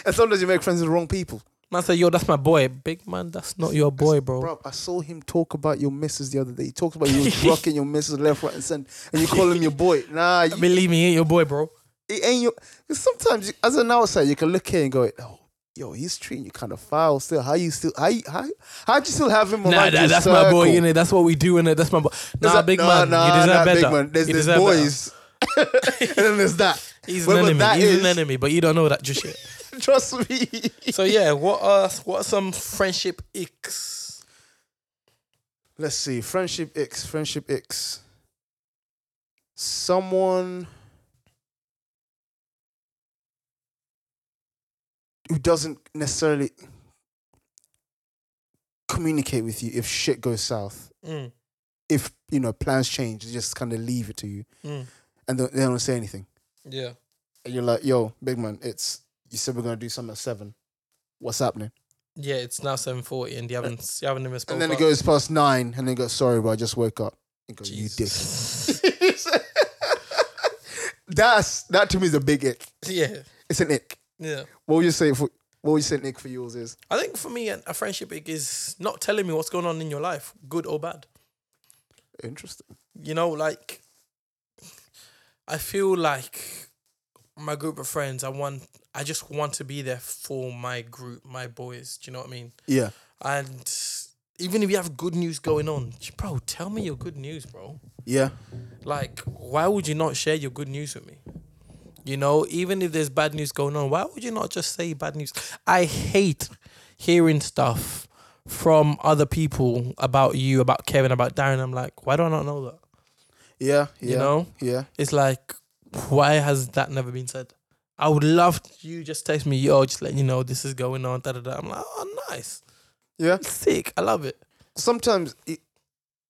Speaker 4: And sometimes you make friends with the wrong people.
Speaker 1: man say yo that's my boy big man that's not your boy bro,
Speaker 4: Bro, I saw him talk about your missus the other day. He talked about you was rocking your missus left, right, and center, and you call him your boy. Nah, you,
Speaker 1: believe me he ain't your boy bro
Speaker 4: it ain't your. 'cause Sometimes, you, as an outsider, you can look here and go, "Oh, yo, he's treating you kind of foul still. How you still? How you, how how'd you still have him
Speaker 1: nah,
Speaker 4: around
Speaker 1: nah
Speaker 4: your
Speaker 1: that's
Speaker 4: circle?
Speaker 1: my boy in it that's what we do in it that's my boy
Speaker 4: It's
Speaker 1: nah
Speaker 4: like,
Speaker 1: big
Speaker 4: nah,
Speaker 1: man
Speaker 4: nah,
Speaker 1: you deserve
Speaker 4: nah,
Speaker 1: better
Speaker 4: Big man. There's,
Speaker 1: you
Speaker 4: there's
Speaker 1: deserve better.
Speaker 4: boys, and then there's that.
Speaker 1: He's
Speaker 4: Whether
Speaker 1: an enemy.
Speaker 4: that
Speaker 1: He's an
Speaker 4: is-
Speaker 1: enemy, but you don't know that just yet.
Speaker 4: Trust me.
Speaker 1: so yeah, what are what are some friendship icks?
Speaker 4: Let's see. Friendship X. Friendship X. Someone who doesn't necessarily communicate with you if shit goes south.
Speaker 1: Mm,
Speaker 4: If you know plans change, they just kind of leave it to you,
Speaker 1: mm,
Speaker 4: and they they don't say anything.
Speaker 1: yeah.
Speaker 4: And you're like, "Yo, big man, it's you said we're gonna do something at seven. What's happening?"
Speaker 1: Yeah, it's now seven forty, and you haven't you haven't even spoken.
Speaker 4: And then it goes past nine, and then it goes, "Sorry, bro, I just woke up." It goes, "You dick." That's that to me is a big ick.
Speaker 1: yeah,
Speaker 4: It's an ick.
Speaker 1: yeah.
Speaker 4: What would you say for what would you say an ick for yours is?
Speaker 1: I think for me, an- a friendship ick is not telling me what's going on in your life, good or bad.
Speaker 4: Interesting.
Speaker 1: You know, like I feel like my group of friends. I want. I just want to be there for my group, my boys. Do you know what I mean?
Speaker 4: Yeah.
Speaker 1: And even if you have good news going on, bro, tell me your good news, bro.
Speaker 4: Yeah.
Speaker 1: Like, why would you not share your good news with me? You know, even if there's bad news going on, why would you not just say bad news? I hate hearing stuff from other people about you, about Kevin, about Darren. I'm like, why do I not know that?
Speaker 4: Yeah. Yeah.
Speaker 1: You know?
Speaker 4: Yeah.
Speaker 1: It's like, why has that never been said? I would love you just text me, yo, just letting you know this is going on, da da da. I'm like, oh, nice.
Speaker 4: Yeah.
Speaker 1: Sick. I love it.
Speaker 4: Sometimes it,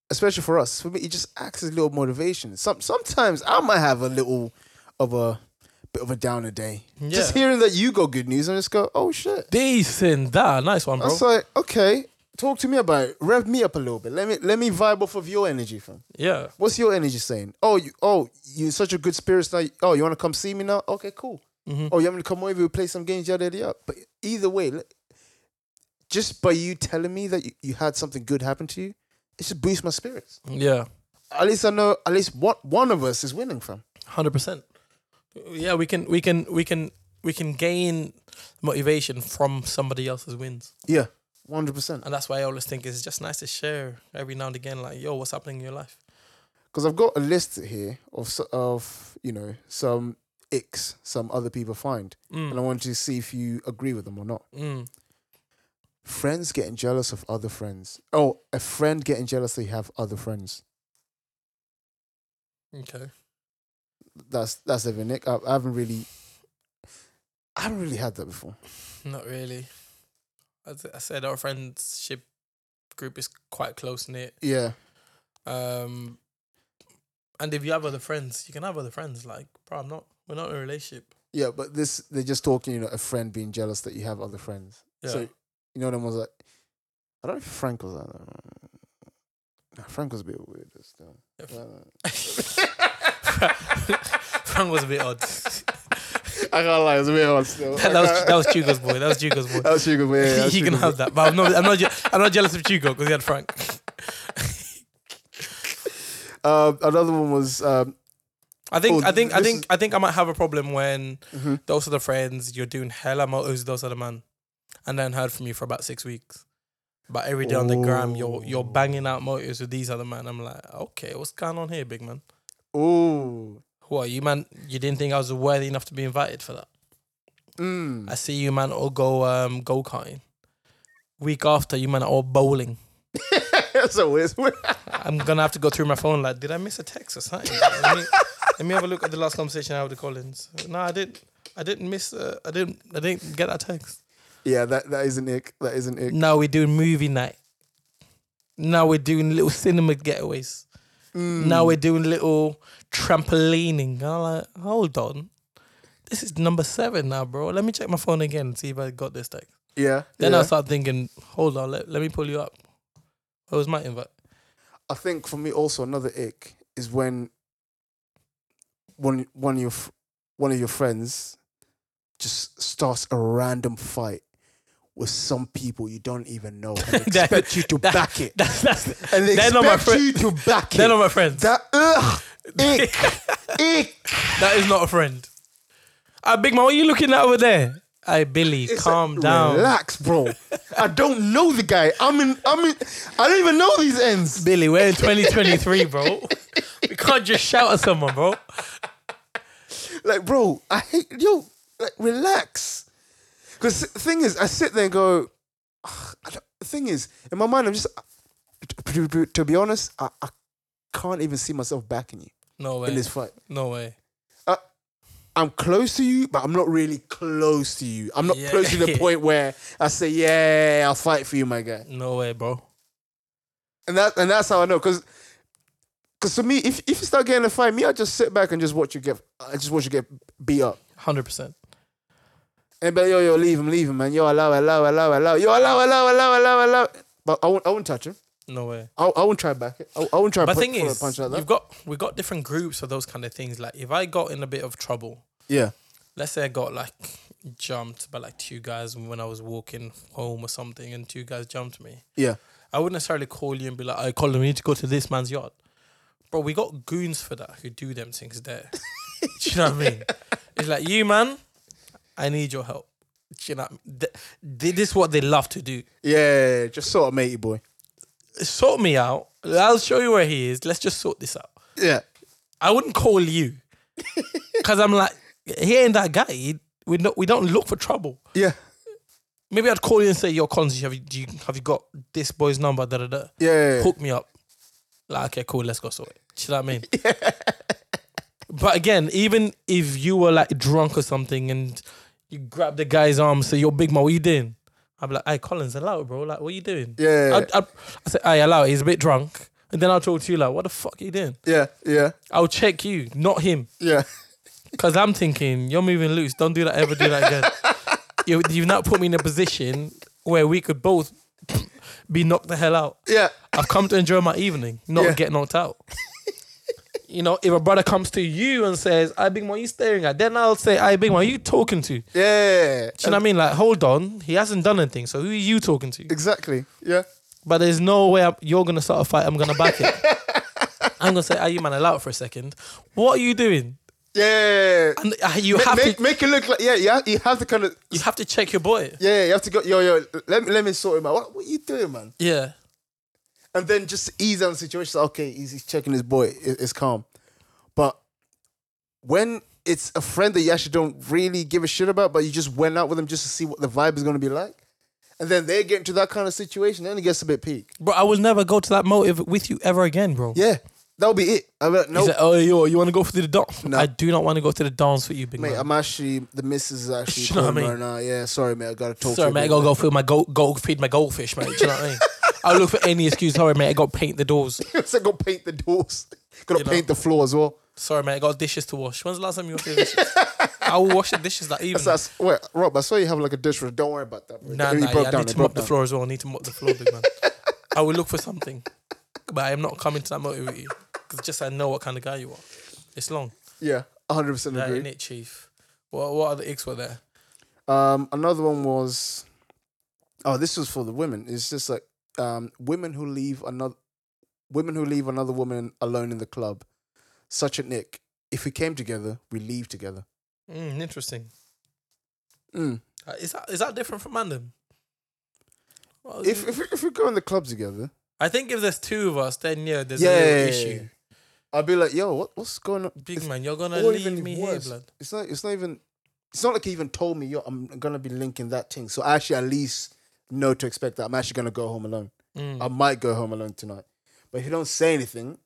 Speaker 4: especially for us, for me, it just acts as a little motivation. Some sometimes I might have a little of a bit of a downer day. Just
Speaker 1: Yeah.
Speaker 4: hearing that you got good news and just go, oh shit.
Speaker 1: Decent. That. Nice one,
Speaker 4: I
Speaker 1: bro.
Speaker 4: was like, okay, talk to me about it. Rev me up a little bit. Let me let me vibe off of your energy, fam.
Speaker 1: yeah.
Speaker 4: What's your energy saying? Oh, you, oh, you're in such a good spirits now. Oh, you want to come see me now? Okay, cool.
Speaker 1: Mm-hmm.
Speaker 4: Oh, you want me to come over? We play some games, yada yada. yada. But either way, le- just by you telling me that you, you had something good happen to you, it just boosts my spirits.
Speaker 1: Yeah.
Speaker 4: At least I know. At least one one of us is winning from.
Speaker 1: Hundred percent. Yeah, we can we can we can we can gain motivation from somebody else's wins,
Speaker 4: Yeah, one hundred percent.
Speaker 1: and that's why I always think it's just nice to share every now and again. Like, yo, what's happening in your life?
Speaker 4: Because I've got a list here of s- of you know some icks some other people find,
Speaker 1: Hmm.
Speaker 4: and I want you to see if you agree with them or not.
Speaker 1: Mm.
Speaker 4: friends getting jealous of other friends. Oh, a friend getting jealous they have other friends.
Speaker 1: Okay.
Speaker 4: That's that's a Nick. I, I haven't really, I haven't really had that before.
Speaker 1: Not really. As I said, our friendship group is quite close knit.
Speaker 4: Yeah,
Speaker 1: Um, and if you have other friends, you can have other friends. Like, bro, I'm not. We're not in a relationship.
Speaker 4: yeah, but this they're just talking. You know, a friend being jealous that you have other friends.
Speaker 1: Yeah.
Speaker 4: So you know, them was like, I don't know if Frank was like that. Nah, Frank was a bit weird. as well.
Speaker 1: If-
Speaker 4: Uh,
Speaker 1: Frank was a bit odd. that
Speaker 4: I can't lie, it's a bit hard still. I
Speaker 1: was
Speaker 4: can't-
Speaker 1: that was Chugo's boy. That was Chugo's boy.
Speaker 4: that was sugar, man. that was
Speaker 1: he can
Speaker 4: sugar,
Speaker 1: have
Speaker 4: man.
Speaker 1: that, but I'm not. I'm not. Je- I'm not jealous of Chugo because he had Frank.
Speaker 4: Uh, another one was um,
Speaker 1: I think
Speaker 4: Oh,
Speaker 1: I think I
Speaker 4: this
Speaker 1: think
Speaker 4: is-
Speaker 1: I think I might have a problem when those are the friends you're doing hella motos those are the man, and then heard from you for about six weeks. But every day on the gram, you're you're banging out motos with these other man. I'm like, okay, what's going on here, big man?
Speaker 4: oh,
Speaker 1: What you man? You didn't think I was worthy enough to be invited for that?
Speaker 4: mm.
Speaker 1: I see you man all go um go karting. Week after you man are all bowling.
Speaker 4: that's a weird.
Speaker 1: I'm gonna have to go through my phone. Like, did I miss a text or something? let, me, let me have a look at the last conversation I had with Collins. No, I didn't. I didn't miss. Uh, I didn't. I didn't get that text.
Speaker 4: yeah, that that isn't it. That isn't it.
Speaker 1: Now we're doing movie night. Now we're doing little cinema getaways.
Speaker 4: Mm. Hmm.
Speaker 1: Now we're doing little trampolining. I'm like, hold on. This is number seven now, bro. Let me check my phone again and see if I got this text.
Speaker 4: Yeah.
Speaker 1: Then
Speaker 4: yeah.
Speaker 1: I start thinking, hold on, let, let me pull you up. Where was my invite?
Speaker 4: I think for me also another ick is when one one of your f- one of your friends just starts a random fight with some people you don't even know and they
Speaker 1: That-
Speaker 4: expect you to
Speaker 1: that-
Speaker 4: back it
Speaker 1: That's, that's,
Speaker 4: and they
Speaker 1: they're not my
Speaker 4: expect
Speaker 1: friend-
Speaker 4: you to back
Speaker 1: they're not
Speaker 4: it.
Speaker 1: my friends.
Speaker 4: That ugh, ick, ick.
Speaker 1: That is not a friend. Ah, Big Man, what are you looking at over there? Hey, Billy,
Speaker 4: It's
Speaker 1: calm
Speaker 4: a-
Speaker 1: down.
Speaker 4: relax, bro. I don't know the guy. I'm in. I'm in. I don't even know these ends.
Speaker 1: Billy, we're in 2023, bro. we can't just shout at someone, bro.
Speaker 4: Like, bro, I hate yo. Like, relax. Because the thing is, I sit there and go. "Ugh, I don't- the thing is, in my mind, I'm just. To be honest, I, I can't even see myself backing you
Speaker 1: No
Speaker 4: in
Speaker 1: way.
Speaker 4: this fight.
Speaker 1: No way.
Speaker 4: I'm close to you, but I'm not really close to you. I'm not
Speaker 1: Yeah.
Speaker 4: close to the point where I say, "Yeah, I'll fight for you, my guy."
Speaker 1: No way, bro.
Speaker 4: And that and that's how I know because because to me, if if you start getting a fight, me I just sit back and just watch you get I just watch you get beat up.
Speaker 1: 100%.
Speaker 4: And but yo yo leave him leave him man yo allow allow allow allow yo allow allow allow allow allow. But I won't I won't touch him.
Speaker 1: No way.
Speaker 4: I I won't try back it. I, I won't try.
Speaker 1: But
Speaker 4: pu-
Speaker 1: thing
Speaker 4: pull a
Speaker 1: is,
Speaker 4: punch like that.
Speaker 1: you've got we got different groups for those kind of things. Like if I got in a bit of trouble,
Speaker 4: yeah
Speaker 1: let's say I got like jumped by like two guys when I was walking home or something, and two guys jumped me.
Speaker 4: yeah
Speaker 1: I wouldn't necessarily call you and be like, I call them, we need to go to this man's yard. Bro, we got goons for that who do them things there. do you know what I mean? It's like, you man, I need your help. Do you know, what I mean? Th- th- this is what they love to do.
Speaker 4: yeah. yeah, Just sort of matey boy.
Speaker 1: Sort me out. I'll show you where he is. Let's just sort this out.
Speaker 4: Yeah.
Speaker 1: I wouldn't call you because I'm like, he ain't that guy. He- We don't, we don't look for trouble.
Speaker 4: Yeah,
Speaker 1: Maybe I'd call you and say, "Yo, Cons, have you, do you have you got this boy's number?" Da da da.
Speaker 4: yeah, yeah,
Speaker 1: hook me up. Like, okay, cool, let's go sort it. Do you know what I mean? But again, even if you were like drunk or something and you grab the guy's arm, say, Yo, big man, what you doing? I'd be like, Hey, Collins, allow it, bro. Like, what you doing?
Speaker 4: Yeah.
Speaker 1: I'd, I'd, I say, Hey, allow it. He's a bit drunk. And then I'll talk to you, like, What the fuck are you doing?
Speaker 4: yeah, yeah,
Speaker 1: I'll check you, not him.
Speaker 4: yeah.
Speaker 1: Because I'm thinking, You're moving loose. Don't do that ever. Do that again. you, you've not put me in a position where we could both be knocked the hell out.
Speaker 4: yeah.
Speaker 1: I've come to enjoy my evening, not
Speaker 4: Yeah.
Speaker 1: get knocked out. you know, if a brother comes to you and says, I Big Man, you staring at? Then I'll say, I Big Man, you talking to? Do you
Speaker 4: yeah.
Speaker 1: know what I mean? Like, hold on, he hasn't done anything, so who are you talking to?
Speaker 4: Exactly. Yeah.
Speaker 1: But there's no way I'm, you're going to start a fight, I'm going to back it. I'm going to say, are you man, allow it for a second. What are you doing?
Speaker 4: Yeah.
Speaker 1: And uh, you
Speaker 4: Make,
Speaker 1: have,
Speaker 4: make,
Speaker 1: to,
Speaker 4: make it look like yeah, yeah. You have to kind of
Speaker 1: you have to check your boy.
Speaker 4: Yeah, you have to go. Yo, yo, let me let me sort him out. What, what you doing, man?
Speaker 1: Yeah.
Speaker 4: And then just ease down the situation. Like, okay, he's, he's checking his boy. It, it's calm. But when it's a friend that you actually don't really give a shit about, but you just went out with them just to see what the vibe is going to be like, and then they get into that kind of situation, then it gets a bit peak.
Speaker 1: Bro, I will never go to that motive with you ever again, bro.
Speaker 4: Yeah, that'll be it. I'm like,
Speaker 1: He
Speaker 4: no,
Speaker 1: said, oh, yo, you want to go for the dance?
Speaker 4: No.
Speaker 1: I do not want to go to the dance with you, big
Speaker 4: mate,
Speaker 1: man.
Speaker 4: I'm actually the missus is actually
Speaker 1: You know what I
Speaker 4: calling
Speaker 1: mean?
Speaker 4: right now. Yeah, sorry, mate, I gotta talk.
Speaker 1: Sorry,
Speaker 4: to
Speaker 1: mate, I
Speaker 4: you.
Speaker 1: gotta go feed my gold, gold feed my goldfish, mate. Do you know what I mean? I'll look for any excuse. Sorry, mate, I got to paint the doors.
Speaker 4: so go paint the doors. Gotta
Speaker 1: You know.
Speaker 4: paint the floor as well.
Speaker 1: Sorry, mate, I got dishes to wash. When's the last time you washed the dishes? I will wash the dishes that evening.
Speaker 4: So that's, wait, Rob, I saw you have like a dish for Don't worry about that. Bro.
Speaker 1: nah,
Speaker 4: It
Speaker 1: nah,
Speaker 4: broke
Speaker 1: yeah, I
Speaker 4: down,
Speaker 1: need
Speaker 4: it
Speaker 1: to
Speaker 4: broke
Speaker 1: mop the
Speaker 4: down.
Speaker 1: floor as well. I need to mop the floor, big man. I will look for something, but I am not coming to that motive with you because just I know what kind of guy you are. It's long,
Speaker 4: Yeah, 100%
Speaker 1: that
Speaker 4: agree.
Speaker 1: ain't it, chief? What what other icks were there?
Speaker 4: Um, another one was, oh, this was for the women. It's just like um, women who leave another women who leave another woman alone in the club, such a Nick. If we came together, we leave together.
Speaker 1: Mm, interesting.
Speaker 4: Mm.
Speaker 1: Uh, Is that is that different from Mandem? Well,
Speaker 4: If, if if we go in the club together,
Speaker 1: I think if there's two of us, then yeah, there's
Speaker 4: Yeah,
Speaker 1: a little
Speaker 4: yeah, yeah,
Speaker 1: issue.
Speaker 4: I'd be like, yo, what, what's going on?
Speaker 1: Big
Speaker 4: It's-
Speaker 1: man, you're gonna
Speaker 4: or
Speaker 1: leave
Speaker 4: even
Speaker 1: me
Speaker 4: worse,
Speaker 1: here, blood.
Speaker 4: It's not. It's not even. It's not like he even told me. Yo, I'm gonna be linking that thing. So I actually, at least know to expect that I'm actually gonna go home alone.
Speaker 1: Mm.
Speaker 4: I might go home alone tonight. But if you don't say anything,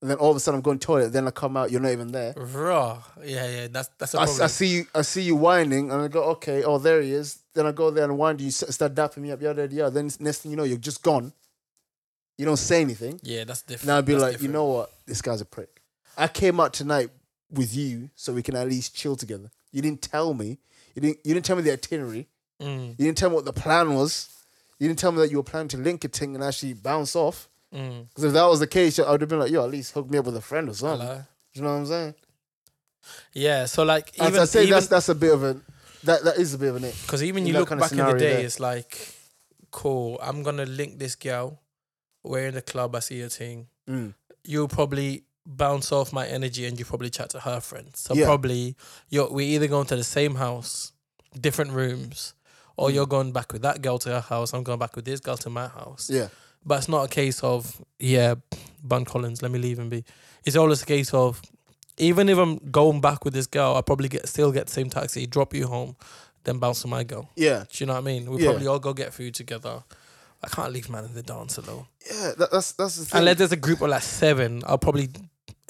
Speaker 4: and then all of a sudden I'm going to toilet, then I come out, you're not even there.
Speaker 1: Raw. Yeah, yeah, that's that's a
Speaker 4: I,
Speaker 1: problem.
Speaker 4: I see you. I see you whining, and I go, okay, oh there he is. Then I go there and whine. You s- start dapping me up, yada yada. yada. Then next thing you know, you're just gone. You don't say anything.
Speaker 1: yeah, that's different.
Speaker 4: Now I'd be
Speaker 1: that's
Speaker 4: like, you
Speaker 1: different.
Speaker 4: know what? This guy's a prick. I came out tonight with you so we can at least chill together. You didn't tell me. You didn't you didn't tell me the itinerary.
Speaker 1: Mm,
Speaker 4: You didn't tell me what the plan was. You didn't tell me that you were planning to link a thing and actually bounce off.
Speaker 1: mm,
Speaker 4: Because if that was the case, I would have been like, yo, at least hook me up with a friend or something.
Speaker 1: hello.
Speaker 4: Do you know what I'm saying?
Speaker 1: Yeah, so like even
Speaker 4: As I say,
Speaker 1: even,
Speaker 4: that's that's a bit of a that that is a bit of an it.
Speaker 1: Because even you
Speaker 4: That
Speaker 1: look
Speaker 4: kind of
Speaker 1: back in the
Speaker 4: scenario
Speaker 1: day,
Speaker 4: there.
Speaker 1: it's like, cool, I'm going to link this girl. We're in the club, I see your thing.
Speaker 4: Mm.
Speaker 1: You'll probably bounce off my energy and you probably chat to her friends. So
Speaker 4: Yeah.
Speaker 1: probably you're, we're either going to the same house, different rooms, or
Speaker 4: Mm.
Speaker 1: you're going back with that girl to her house. I'm going back with this girl to my house.
Speaker 4: Yeah.
Speaker 1: But it's not a case of, yeah, Bun Collins, let me leave and be. It's always a case of, even if I'm going back with this girl, I probably get still get the same taxi, drop you home, then bounce to my girl.
Speaker 4: Yeah.
Speaker 1: Do you know what I mean? We'll
Speaker 4: Yeah.
Speaker 1: probably all go get food together. I can't leave man in the dance alone.
Speaker 4: Yeah. That, that's that's the thing.
Speaker 1: Unless there's a group of like seven, I'll probably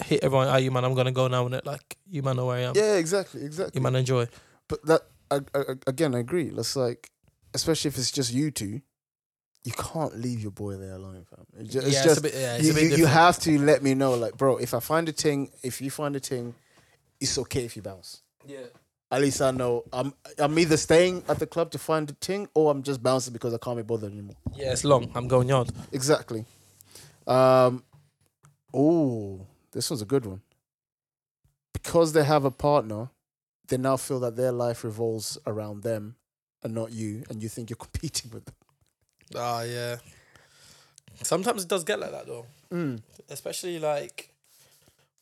Speaker 1: hit everyone. Are you man? I'm gonna go now and it like you man know where I am.
Speaker 4: yeah, exactly, exactly.
Speaker 1: You man enjoy.
Speaker 4: But that I, I, I- again, I agree. That's like, especially if it's just you two, you can't leave your boy there alone, fam. It ju- It's,
Speaker 1: yeah, it's
Speaker 4: just
Speaker 1: a bit. Yeah, it's
Speaker 4: you,
Speaker 1: a bit
Speaker 4: you- you
Speaker 1: different.
Speaker 4: have to let me know, like, bro. If I find a ting, if you find a ting, it's okay if you bounce.
Speaker 1: Yeah.
Speaker 4: At least I know I'm I'm either staying at the club to find a ting, or I'm just bouncing because I can't be bothered anymore.
Speaker 1: yeah, it's long. I'm going yard.
Speaker 4: Exactly. Um. Oh, this one's a good one. Because they have a partner, they now feel that their life revolves around them and not you, and you think you're competing with them.
Speaker 1: Ah, yeah. Sometimes it does get like that though. Mm. Especially like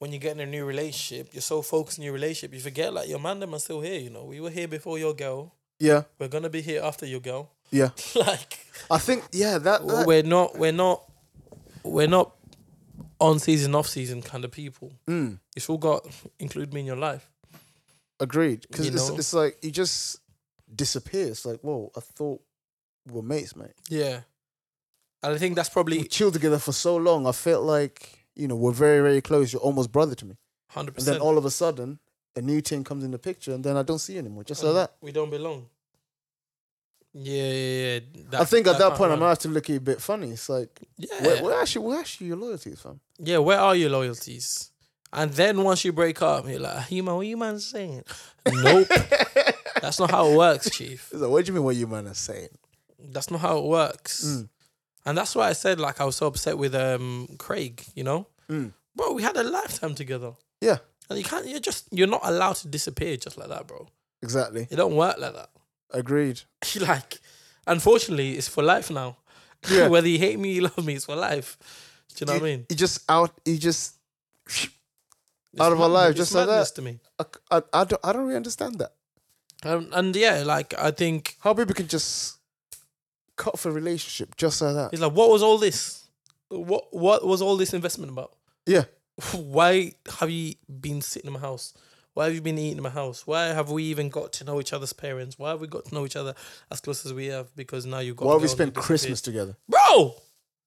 Speaker 1: when you get in a new relationship, you're so focused on your relationship, you forget like your man them are still here. You know, we were here before your girl.
Speaker 4: Yeah,
Speaker 1: We're gonna be here after your girl.
Speaker 4: yeah.
Speaker 1: like.
Speaker 4: I think yeah that, that
Speaker 1: we're not we're not we're not on season off season kind of people
Speaker 4: Mm,
Speaker 1: it's all got include me in your life
Speaker 4: agreed because
Speaker 1: You
Speaker 4: it's,
Speaker 1: know.
Speaker 4: it's like you just disappear. It's like whoa, I thought we we're mates, mate.
Speaker 1: yeah and i think that's
Speaker 4: We
Speaker 1: probably
Speaker 4: chilled together for so long. I felt like you know we're very very close. You're almost brother to me, and
Speaker 1: 100%
Speaker 4: then all of a sudden a new ting comes in the picture, and then I don't see you anymore. Just like that.
Speaker 1: we don't belong yeah yeah, yeah.
Speaker 4: I think at that, point I
Speaker 1: I'm
Speaker 4: might have to look at you a bit funny. It's like,
Speaker 1: yeah
Speaker 4: where, where actually, where actually your loyalties from?
Speaker 1: yeah where are your loyalties and then once you break up you're like hey man what you man saying nope that's not how it works chief
Speaker 4: It's like, what do you mean? What you man are saying?
Speaker 1: that's not how it works.
Speaker 4: Mm,
Speaker 1: And that's why I said like I was so upset with um Craig, you know?
Speaker 4: Mm.
Speaker 1: Bro, we had a lifetime together.
Speaker 4: Yeah.
Speaker 1: And you can't you're just you're not allowed to disappear just like that, bro.
Speaker 4: Exactly.
Speaker 1: It don't work like that.
Speaker 4: Agreed.
Speaker 1: like unfortunately it's for life now.
Speaker 4: Yeah.
Speaker 1: Whether you hate me, you love me, it's for life. Do you know
Speaker 4: you,
Speaker 1: what I mean?
Speaker 4: You just out. You just.
Speaker 1: It's
Speaker 4: out of our
Speaker 1: madness-
Speaker 4: lives,
Speaker 1: it's
Speaker 4: just like that.
Speaker 1: madness to me.
Speaker 4: I, I, I don't. I don't really understand that.
Speaker 1: Um, and yeah, like I think
Speaker 4: How people can just cut off a relationship just like that.
Speaker 1: it's like what was all this? What what was all this investment about?
Speaker 4: Yeah.
Speaker 1: why have you been sitting in my house? Why have you been eating in my house? Why have we even got to know each other's parents? Why have we got to know each other as close as we have? Because now you've got.
Speaker 4: Why
Speaker 1: a
Speaker 4: we
Speaker 1: girl
Speaker 4: spend
Speaker 1: who disappeared.
Speaker 4: Christmas together?
Speaker 1: Bro,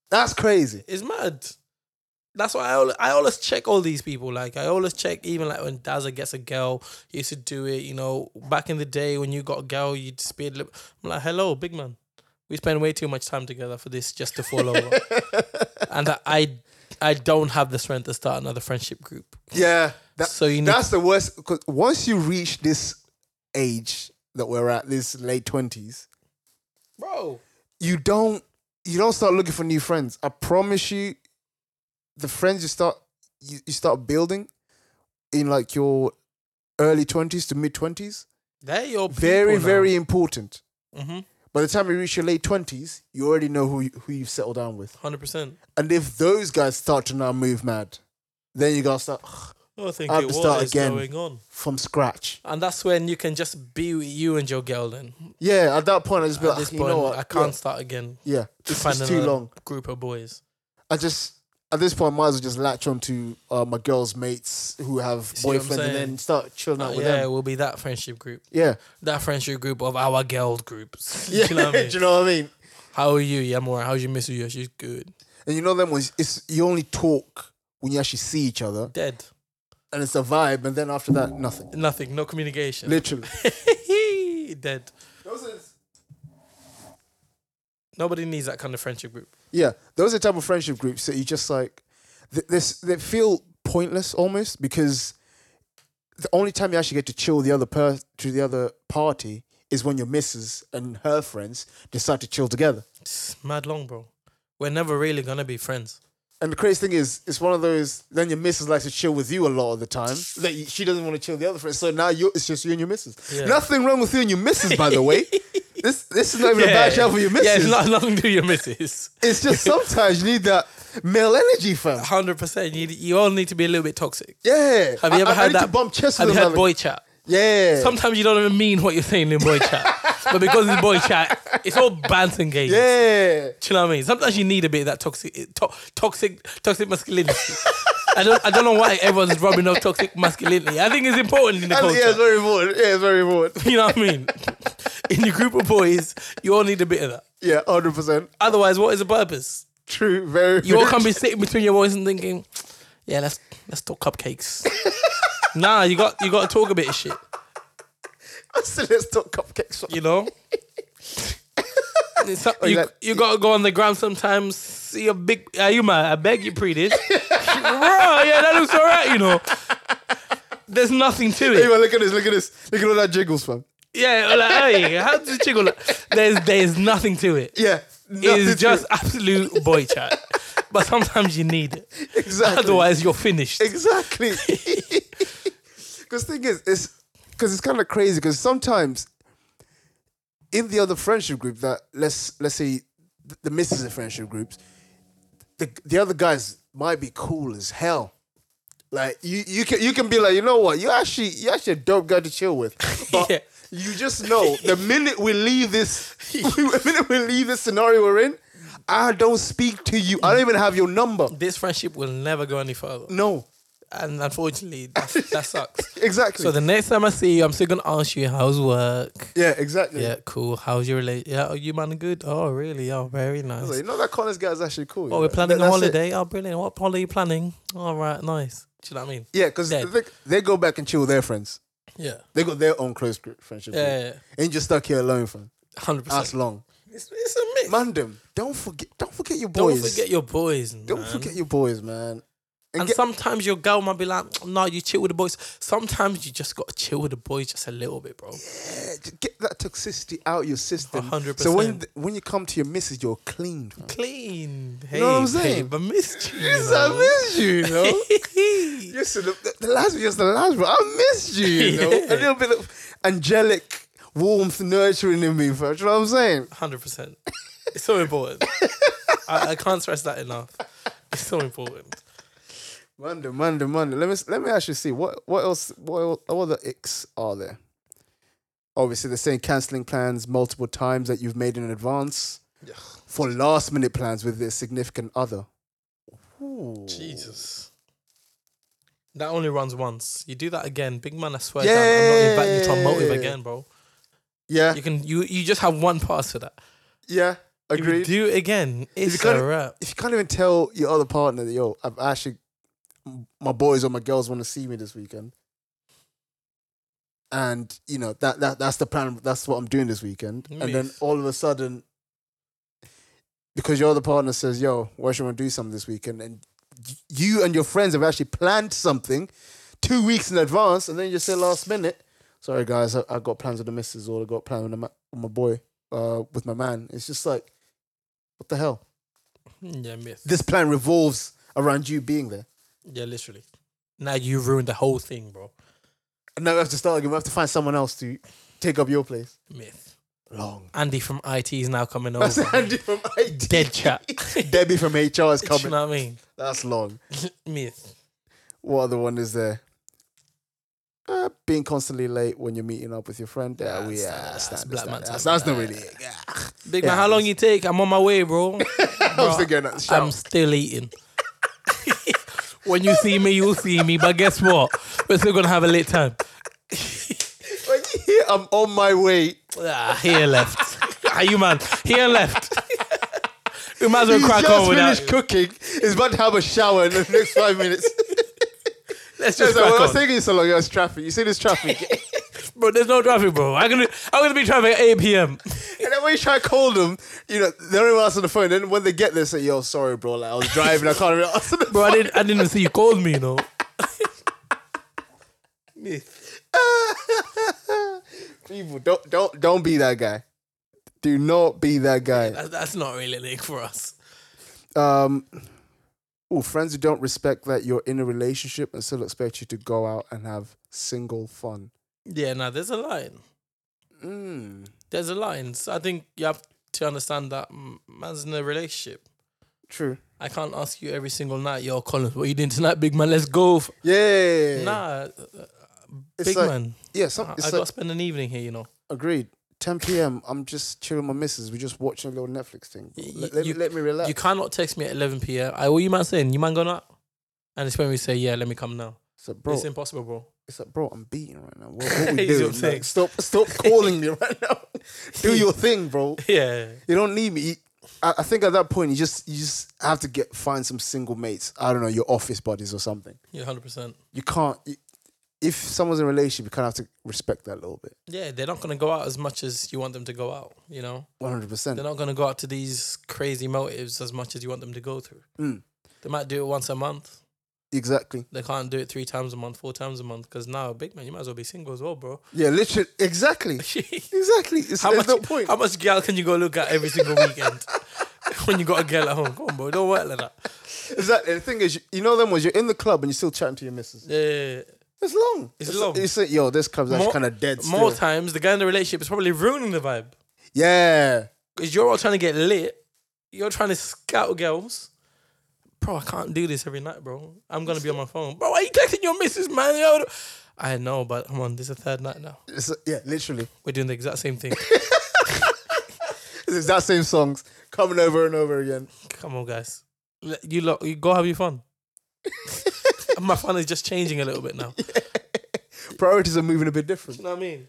Speaker 4: That's crazy.
Speaker 1: it's mad. That's why I always, I always check all these people. Like I always check even like when Dazza gets a girl, he used to do it. You know, back in the day when you got a girl, you'd speed. Lip. I'm like, hello, big man. We spend way too much time together for this just to fall over. and I- I, I don't have the strength to start another friendship group.
Speaker 4: Yeah. That,
Speaker 1: So you need-
Speaker 4: that's the worst. Because once you reach this age that we're at, this late twenties,
Speaker 1: bro.
Speaker 4: you don't you don't start looking for new friends. I promise you, the friends you start you, you start building in like your early twenties to mid twenties
Speaker 1: They're your Oh, people
Speaker 4: very
Speaker 1: now.
Speaker 4: very important.
Speaker 1: Mhm.
Speaker 4: By the time you reach your late twenties, you already know who you, who you've settled down with.
Speaker 1: Hundred percent.
Speaker 4: And if those guys start to now move mad, then you gotta start ugh,
Speaker 1: I think
Speaker 4: I have
Speaker 1: it
Speaker 4: to
Speaker 1: was
Speaker 4: start again.
Speaker 1: going on,
Speaker 4: from scratch.
Speaker 1: and that's when you can just be with you and your girl. Then
Speaker 4: Yeah, at that point, I just be
Speaker 1: at
Speaker 4: like,
Speaker 1: this
Speaker 4: you
Speaker 1: point,
Speaker 4: know what?
Speaker 1: I can't start again.
Speaker 4: Yeah, yeah it's,
Speaker 1: Find
Speaker 4: it's too
Speaker 1: another
Speaker 4: long.
Speaker 1: Group of boys.
Speaker 4: I just at this point, I might as well just latch onto uh, my girl's mates who have
Speaker 1: see what I'm
Speaker 4: boyfriends and
Speaker 1: saying?
Speaker 4: then start chilling out with
Speaker 1: yeah,
Speaker 4: them.
Speaker 1: we'll be that friendship group.
Speaker 4: Yeah,
Speaker 1: That friendship group of our girl groups.
Speaker 4: yeah.
Speaker 1: you know what I mean?
Speaker 4: Do you know what I mean?
Speaker 1: How are you? Yeah, I'm alright. How's your missus? Yeah, she's good.
Speaker 4: And you know them ones. It's you only talk when you actually see each other,
Speaker 1: Dead.
Speaker 4: and it's a vibe. And then after that, nothing.
Speaker 1: Nothing. No communication.
Speaker 4: Literally.
Speaker 1: Dead.
Speaker 4: Those are-
Speaker 1: Nobody needs that kind of friendship group.
Speaker 4: Yeah, those are the type of friendship groups that you just like. th- This they feel pointless almost because the only time you actually get to chill the other per to the other party is when your missus and her friends decide to chill together.
Speaker 1: It's mad long, bro. We're never really gonna be friends.
Speaker 4: And the crazy thing is, it's one of those. Then your missus likes to chill with you a lot of the time. That you- she doesn't want to chill the other friends. So now you it's just you and your missus.
Speaker 1: Yeah.
Speaker 4: Nothing wrong with you and your missus, by the way. This this is not even a bad shout for your missus.
Speaker 1: Yeah, it's not long to your missus.
Speaker 4: it's just sometimes you need that male energy, fam.
Speaker 1: Hundred percent. You you all need to be a little bit toxic.
Speaker 4: Yeah.
Speaker 1: Have you
Speaker 4: I-
Speaker 1: ever
Speaker 4: I,
Speaker 1: had
Speaker 4: need
Speaker 1: that
Speaker 4: to bump chest
Speaker 1: Have
Speaker 4: with
Speaker 1: you
Speaker 4: them
Speaker 1: had
Speaker 4: like-
Speaker 1: boy chat?
Speaker 4: Yeah.
Speaker 1: Sometimes you don't even mean what you're saying in boy chat, but because it's boy chat, it's all banter games.
Speaker 4: yeah.
Speaker 1: Do you know what I mean? Sometimes you need a bit of that toxic, eh, to- toxic, toxic masculinity. I don't, I don't know why everyone's rubbing off toxic masculinity. I think it's important in the
Speaker 4: And-
Speaker 1: culture.
Speaker 4: yeah, it's very important. Yeah, it's very important.
Speaker 1: You know what I mean? In your group of boys, you all need a bit of that.
Speaker 4: Yeah, hundred percent.
Speaker 1: Otherwise, what is the purpose?
Speaker 4: True. Very.
Speaker 1: You all can't be sitting between your boys and thinking, "Yeah, let's let's talk cupcakes." nah, you got you got to talk a bit of shit.
Speaker 4: So let's talk cupcakes.
Speaker 1: You know. It's not- you,
Speaker 4: like-
Speaker 1: you gotta go on the ground sometimes. See a big Ayuma. I beg you, pre this. Bro, yeah, that looks alright. You know, there's nothing to
Speaker 4: Hey,
Speaker 1: it.
Speaker 4: man, look at this. Look at this. Look at all that jiggles, fam.
Speaker 1: Yeah, like, hey, how does chicken? Like, there's there's nothing to it.
Speaker 4: Yeah. nothing to
Speaker 1: It's just
Speaker 4: it.
Speaker 1: absolute boy chat. But sometimes you need it.
Speaker 4: exactly.
Speaker 1: Otherwise, you're finished.
Speaker 4: Exactly. Because thing is, it's because it's kind of crazy. Because sometimes in the other friendship group that let's let's say th- the misses of friendship groups, the the other guys might be cool as hell. Like you, you can you can be like, you know what, you actually you actually a dope guy to chill with, but
Speaker 1: Yeah.
Speaker 4: you just know the minute we leave this, the minute we leave this scenario we're in, I don't speak to you. I don't even have your number.
Speaker 1: This friendship will never go any further.
Speaker 4: No,
Speaker 1: And unfortunately, that's, that sucks.
Speaker 4: exactly.
Speaker 1: So the next time I see you, I'm still going to ask you, how's work?
Speaker 4: yeah, exactly.
Speaker 1: Yeah, cool. How's your relationship? Yeah, are you man good? Oh, really? Oh, very
Speaker 4: I was
Speaker 1: nice.
Speaker 4: like, you know that Connors guy is actually cool. you
Speaker 1: Oh, we're
Speaker 4: know?
Speaker 1: planning
Speaker 4: That-
Speaker 1: a
Speaker 4: that's it.
Speaker 1: holiday. Oh, brilliant. What holiday are you planning? All right, nice. Do you know what I mean?
Speaker 4: Yeah, because
Speaker 1: Dead.
Speaker 4: they, they go back and chill with their friends.
Speaker 1: Yeah.
Speaker 4: They got their own close group friendship.
Speaker 1: Yeah,
Speaker 4: group.
Speaker 1: yeah,
Speaker 4: Ain't just stuck here alone, fam.
Speaker 1: 100%.
Speaker 4: That's long.
Speaker 1: it's, it's a mix.
Speaker 4: Mandem, don't forget, don't forget your
Speaker 1: Don't
Speaker 4: boys.
Speaker 1: forget your boys.
Speaker 4: Don't
Speaker 1: man.
Speaker 4: forget your boys, man.
Speaker 1: And
Speaker 4: get-
Speaker 1: sometimes your girl might be like, no, you chill with the boys. Sometimes you just got to chill with the boys just a little bit, bro.
Speaker 4: Yeah, just Eh, get that toxicity out your system.
Speaker 1: 100%.
Speaker 4: So when th- when you come to your missus, you're clean. Fam.
Speaker 1: Clean. Hey,
Speaker 4: know what I'm saying?
Speaker 1: babe, I missed you.
Speaker 4: Yes, I miss you, you know.
Speaker 1: miss
Speaker 4: yes, the, the- the last just the last one. I missed you, you know.
Speaker 1: Yeah.
Speaker 4: A little bit of angelic warmth nurturing in me, fam. Do you know what I'm saying?
Speaker 1: 100%. It's so important. I, I can't stress that enough. It's so important.
Speaker 4: Monday, Monday, Monday. Let me let me actually see what what else what el- what other icks are there. Obviously, they're saying canceling plans multiple times that you've made in advance for last minute plans with their significant other. Ooh.
Speaker 1: Jesus. That only runs once. You do that again, big man. I swear,
Speaker 4: Yeah.
Speaker 1: down, I'm not inviting you to a motive again, bro.
Speaker 4: Yeah,
Speaker 1: You can you you just have one pass for that.
Speaker 4: yeah, agreed.
Speaker 1: If you do it again,
Speaker 4: you
Speaker 1: it's
Speaker 4: can't-
Speaker 1: a wrap.
Speaker 4: if you can't even tell your other partner that yo, I've actually my boys or my girls want to see me this weekend, and you know that that that's the plan. That's what I'm doing this weekend, and then
Speaker 1: Miss.
Speaker 4: all of a sudden, because your other partner says, "Yo, why should we do something this weekend?" and y- you and your friends have actually planned something two weeks in advance, and then you say last minute, "Sorry guys, I, I got plans with the missus, or I got plans with, the ma- with my boy, uh, with my man." It's just like, what the hell?
Speaker 1: Mm, Yeah, myth.
Speaker 4: this plan revolves around you being there.
Speaker 1: Yeah, literally. Now you ruined the whole thing, bro.
Speaker 4: And now we have to start again. We have to find someone else to take up your place.
Speaker 1: Myth.
Speaker 4: long.
Speaker 1: Andy from IT is now coming over.
Speaker 4: Andy from IT.
Speaker 1: Dead chat.
Speaker 4: Debbie from HR is
Speaker 1: Do you
Speaker 4: coming.
Speaker 1: know what I mean?
Speaker 4: That's long.
Speaker 1: Myth.
Speaker 4: What other one is there? Uh, being constantly late when you're meeting up with your friend. Yeah, we
Speaker 1: That's-
Speaker 4: yeah,
Speaker 1: that's
Speaker 4: that's, that's,
Speaker 1: black
Speaker 4: that's,
Speaker 1: man
Speaker 4: that's,
Speaker 1: time.
Speaker 4: that's not really it. Yeah.
Speaker 1: Big
Speaker 4: Yeah.
Speaker 1: man, how long you take? I'm on my way, bro.
Speaker 4: I was thinking that. Shout.
Speaker 1: I'm still eating. when you see me, you'll see me. But guess what? We're still gonna have a late time.
Speaker 4: When you hear I'm on my way,
Speaker 1: Ah, here left. Are you man? Here left. we might as well
Speaker 4: he's
Speaker 1: crack on
Speaker 4: just
Speaker 1: with
Speaker 4: finished
Speaker 1: that.
Speaker 4: cooking. He's about to have a shower in the next five minutes.
Speaker 1: Let's just
Speaker 4: It's like,
Speaker 1: crack
Speaker 4: well, I was
Speaker 1: on.
Speaker 4: taking you so long. It was traffic. You see this traffic,
Speaker 1: bro, there's no traffic, bro. I'm gonna I'm gonna be traffic at 8 p.m.
Speaker 4: and then when you try to call them, you know they're only answering the phone. Then when they get there, say, "Yo, sorry, bro. Like I was driving. I can't really answer the
Speaker 1: Bro, I didn't I didn't see you called me, you know.
Speaker 4: People, don't don't don't be that guy. Do not be that guy.
Speaker 1: That's, that's not really a link for us.
Speaker 4: Um, ooh, friends who don't respect that you're in a relationship and still expect you to go out and have single fun.
Speaker 1: Yeah, now there's a line.
Speaker 4: Mm.
Speaker 1: There's a line. So I think you have to understand that mm, man's in a relationship.
Speaker 4: True.
Speaker 1: I can't ask you every single night, yo, Collins, what you doing tonight, big man? Let's go. F-
Speaker 4: Yeah.
Speaker 1: Nah, uh,
Speaker 4: It's
Speaker 1: big
Speaker 4: like-
Speaker 1: man.
Speaker 4: Yeah.
Speaker 1: I,
Speaker 4: Some,
Speaker 1: I
Speaker 4: it's
Speaker 1: gotta
Speaker 4: like,
Speaker 1: spend an evening here, you know.
Speaker 4: agreed. 10 p.m. I'm just chilling with my missus. We're just watching a little Netflix thing.
Speaker 1: Y-
Speaker 4: Let, let
Speaker 1: you-
Speaker 4: me, let me relax.
Speaker 1: You cannot text me at 11 p.m. I, what you man saying? You man going out? And it's when we say, yeah, let me come now.
Speaker 4: It's like, bro,
Speaker 1: It's impossible, bro.
Speaker 4: it's like, bro, I'm beating right now. What, what we
Speaker 1: He's
Speaker 4: doing?
Speaker 1: upset.
Speaker 4: Like, stop, stop calling me right now. Do your thing, bro.
Speaker 1: Yeah.
Speaker 4: You don't need me. I, I think at that point you just you just have to get find some single mates. I don't know your office buddies or something.
Speaker 1: Yeah, 100%.
Speaker 4: You can't. You, if someone's in a relationship, you kind of have to respect that a little bit.
Speaker 1: Yeah, they're not gonna go out as much as you want them to go out, you know?
Speaker 4: One hundred percent.
Speaker 1: They're not gonna go out to these crazy motives as much as you want them to go through.
Speaker 4: Mm.
Speaker 1: They might do it once a month.
Speaker 4: Exactly.
Speaker 1: They can't do it three times a month, four times a month, because now, big man, you might as well be single as well, bro.
Speaker 4: Yeah. Literally. Exactly. Exactly. It's,
Speaker 1: how much
Speaker 4: there's no point.
Speaker 1: How much girl can you go look at every single weekend when you got a girl at home? Come on, bro, don't work like that.
Speaker 4: Exactly. The thing is, you, you know them was you're in the club and you're still chatting to your missus.
Speaker 1: Yeah.
Speaker 4: It's long.
Speaker 1: It's long.
Speaker 4: You say, yo, this club's actually kind of dead. Still.
Speaker 1: More times, the guy in the relationship is probably ruining the vibe
Speaker 4: Yeah.
Speaker 1: because you're all trying to get lit. You're trying to scout girls. Bro, I can't do this every night, bro. I'm gonna be on my phone. Bro, why are you texting your missus, man? Yo, I know, but come on, this is the third night now.
Speaker 4: It's, yeah. Literally.
Speaker 1: We're doing the exact same thing.
Speaker 4: It's exact same songs coming over and over again.
Speaker 1: Come on, guys. Let- You lot, you go have your fun. My fun is just changing a little bit now. You
Speaker 4: Priorities are moving a bit different.
Speaker 1: know what I mean?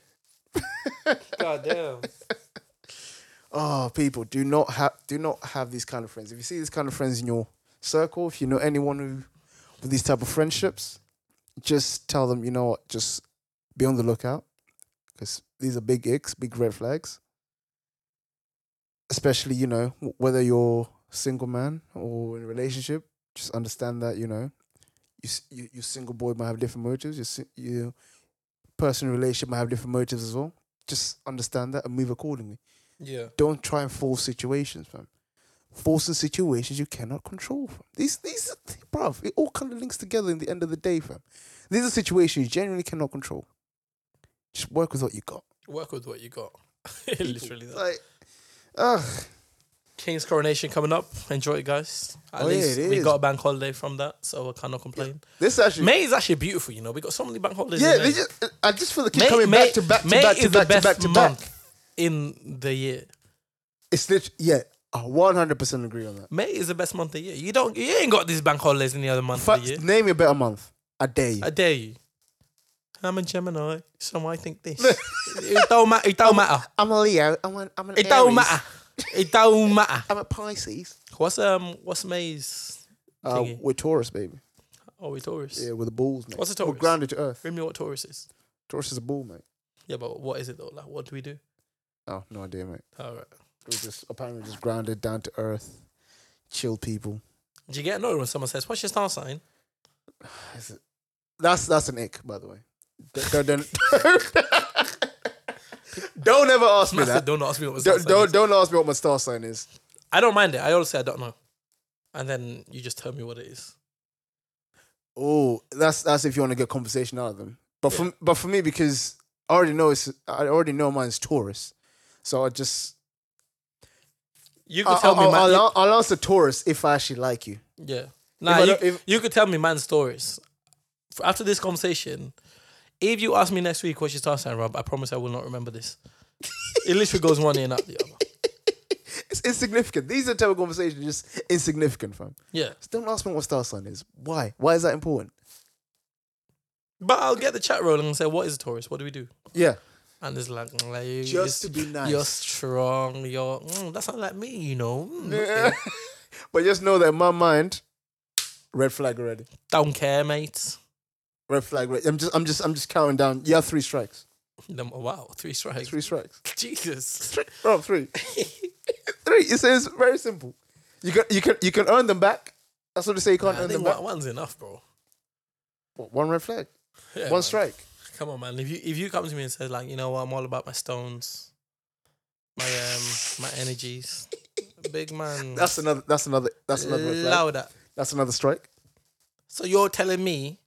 Speaker 1: God damn.
Speaker 4: Oh, people, do not have do not have these kind of friends. If you see these kind of friends in your circle, if you know anyone who with these type of friendships, just tell them, you know what, just be on the lookout because these are big icks, big red flags. Especially, you know, w- whether you're single man or in a relationship, just understand that, you know, you s- you your single boy might have different motives, your si- your person in a relationship might have different motives as well. Just understand that and move accordingly
Speaker 1: Yeah.
Speaker 4: don't try and force situations, fam. Forcing situations you cannot control, fam. These, these, bruv, it all kind of links together in the end of the day, fam. These are situations you genuinely cannot control. Just work with what you got.
Speaker 1: Work with what you got. Literally. That.
Speaker 4: Like, ugh.
Speaker 1: King's coronation coming up. Enjoy it, guys. At
Speaker 4: Oh, yeah,
Speaker 1: least
Speaker 4: it
Speaker 1: we
Speaker 4: is.
Speaker 1: got a bank holiday from that, so I cannot complain.
Speaker 4: This actually,
Speaker 1: May is actually beautiful, you know. We got so many bank holidays.
Speaker 4: yeah,
Speaker 1: in May.
Speaker 4: they just, I just feel the keep
Speaker 1: May,
Speaker 4: coming
Speaker 1: May-
Speaker 4: back to back to
Speaker 1: May
Speaker 4: back to
Speaker 1: is the
Speaker 4: back to
Speaker 1: best
Speaker 4: back to back.
Speaker 1: month in the year.
Speaker 4: It's literally, yeah, I 100% agree on that.
Speaker 1: May is the best month of the year. You don't, you ain't got these bank holidays any other month of
Speaker 4: Fact,
Speaker 1: the year.
Speaker 4: name a better month. I dare you.
Speaker 1: I dare you. I'm a Gemini, so I think this. it don't matter. It don't matter.
Speaker 4: I'm a Leo. I'm an, I'm an
Speaker 1: It don't
Speaker 4: Aries.
Speaker 1: matter. It don't matter.
Speaker 4: I'm a Pisces.
Speaker 1: What's um? What's May's?
Speaker 4: Uh,
Speaker 1: Thingy.
Speaker 4: we're Taurus, baby.
Speaker 1: Oh, we Taurus.
Speaker 4: Yeah, we're the bulls, mate.
Speaker 1: What's a
Speaker 4: We're
Speaker 1: Taurus?
Speaker 4: grounded to earth.
Speaker 1: Remind me what Taurus is.
Speaker 4: Taurus is a bull, mate.
Speaker 1: Yeah, but what is it though? Like, what do we do?
Speaker 4: Oh, no idea, mate.
Speaker 1: All right.
Speaker 4: We're just apparently just grounded, down to earth, chill people.
Speaker 1: Do you get annoyed when someone says, "What's your star sign?"
Speaker 4: Is it- That's that's an ick, by the way. Don't don't, don't ever ask me
Speaker 1: Master,
Speaker 4: that.
Speaker 1: don't ask me what my star
Speaker 4: Don't
Speaker 1: sign
Speaker 4: don't,
Speaker 1: is.
Speaker 4: don't ask me what my star sign is.
Speaker 1: I don't mind it. I always say I don't know, and then you just tell me what it is.
Speaker 4: Oh, that's that's if you want to get conversation out of them. But for but for me, because I already know it's I already know mine's Taurus. So I just
Speaker 1: You could
Speaker 4: I'll,
Speaker 1: tell me,
Speaker 4: I'll,
Speaker 1: man.
Speaker 4: I'll,
Speaker 1: you-
Speaker 4: I'll, I'll answer Taurus if I actually like you.
Speaker 1: yeah. Nah,
Speaker 4: I
Speaker 1: you,
Speaker 4: don't- if-
Speaker 1: you could tell me man stories. F- After this conversation, if you ask me next week what your star sign, Rob, I promise I will not remember this. it literally goes one ear and out the other.
Speaker 4: It's insignificant. These are the type of conversations just insignificant, fam.
Speaker 1: Yeah.
Speaker 4: Just don't ask me what star sign is. Why? Why is that important?
Speaker 1: But I'll get the chat rolling and say, what is a Taurus? What do we do?
Speaker 4: Yeah.
Speaker 1: And it's like, mm, like you,
Speaker 4: Just
Speaker 1: you're-
Speaker 4: to be nice.
Speaker 1: You're strong. You're, mm, that's not like me, you know. Mm, okay.
Speaker 4: But just know that in my mind, red flag already.
Speaker 1: Don't care, mate.
Speaker 4: Red flag. Red. I'm just, I'm just, I'm just counting down. You have three strikes.
Speaker 1: Them- oh, wow, three strikes.
Speaker 4: Three strikes.
Speaker 1: Jesus.
Speaker 4: Rob, three. three. It says very simple. You can, you can, you can earn them back. That's what they say. You can't
Speaker 1: I
Speaker 4: earn
Speaker 1: think
Speaker 4: them
Speaker 1: one,
Speaker 4: back.
Speaker 1: one's enough, bro.
Speaker 4: What, One red flag.
Speaker 1: Yeah,
Speaker 4: One
Speaker 1: man.
Speaker 4: strike.
Speaker 1: Come on, man. If you if you come to me and says like, you know what, I'm all about my stones, my um, my energies, big man.
Speaker 4: That's another. That's another. That's another red flag.
Speaker 1: louder.
Speaker 4: That's another strike.
Speaker 1: So you're telling me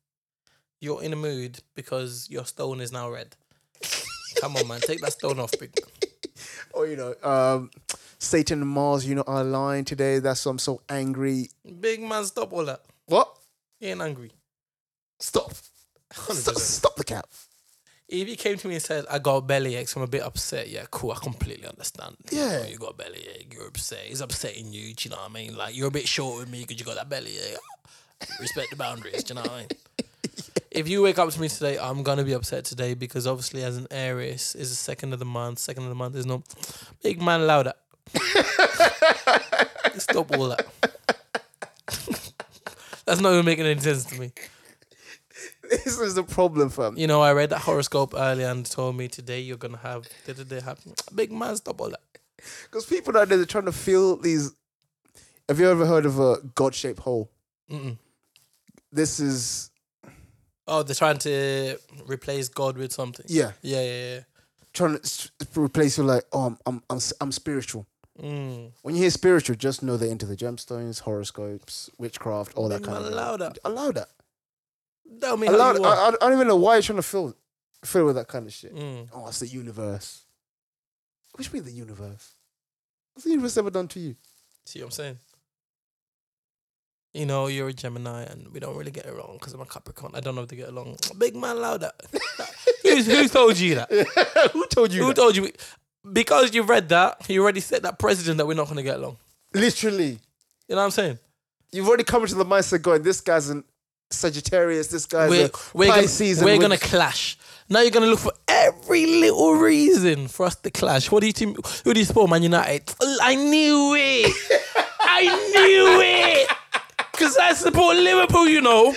Speaker 1: you're in a mood because your stone is now red. Come on, man. Take that stone off, big man.
Speaker 4: Or you know, um, Satan and Mars. You know, are lying today. That's why I'm so angry.
Speaker 1: Big man, stop all that.
Speaker 4: What?
Speaker 1: You ain't angry.
Speaker 4: Stop. Stop,
Speaker 1: 100%.
Speaker 4: stop the cap.
Speaker 1: If you came to me and said, I got a bellyache, so I'm a bit upset. Yeah, cool. I completely understand. You
Speaker 4: Yeah.
Speaker 1: know, you got a bellyache. You're upset. It's upsetting you. Do you know what I mean? Like, you're a bit short with me because you got that bellyache. Respect the boundaries. Do you know what I mean? If you wake up to me today, I'm going to be upset today because obviously, as an Aries, it's the second of the month. Second of the month is no big man louder. Stop all that. That's not even making any sense to me.
Speaker 4: This is the problem, fam.
Speaker 1: You know, I read that horoscope earlier and told me today you're gonna have did it happen? Big man, stop all that.
Speaker 4: Because people nowadays are trying to fill these. Have you ever heard of a God-shaped hole?
Speaker 1: Mm-mm.
Speaker 4: This is
Speaker 1: Oh, they're trying to replace God with something.
Speaker 4: yeah,
Speaker 1: Yeah, yeah,
Speaker 4: trying to s- replace you like oh I'm I'm I'm, s- I'm spiritual.
Speaker 1: yeah. Mm.
Speaker 4: When you hear spiritual, just know they're into the gemstones, horoscopes, witchcraft, all that
Speaker 1: Big
Speaker 4: kind
Speaker 1: man,
Speaker 4: of.
Speaker 1: allow that.
Speaker 4: Allow that.
Speaker 1: Tell me
Speaker 4: Allow
Speaker 1: how
Speaker 4: that.
Speaker 1: you are.
Speaker 4: I, I don't even know why you're trying to fill fill with that kind of shit.
Speaker 1: Mm.
Speaker 4: Oh, it's the universe. Which way the universe? What's the universe ever done to you?
Speaker 1: See what I'm saying? You know, you're a Gemini and we don't really get along because I'm a Capricorn. I don't know if they get along. Big man, louder. who's, who told you that?
Speaker 4: Who told you?
Speaker 1: Who
Speaker 4: that?
Speaker 1: told you? Because you read that, you already set that precedent that we're not going to get along.
Speaker 4: Literally.
Speaker 1: You know what I'm saying?
Speaker 4: you've already come into the mindset going, this guy's an Sagittarius, this guy's
Speaker 1: we're,
Speaker 4: a
Speaker 1: we're
Speaker 4: Pisces.
Speaker 1: Gonna,
Speaker 4: and
Speaker 1: we're gonna clash. Now you're gonna look for every little reason for us to clash. What do you team? Who do you support, Man United? I knew it. I knew it. Cause I support Liverpool, you know.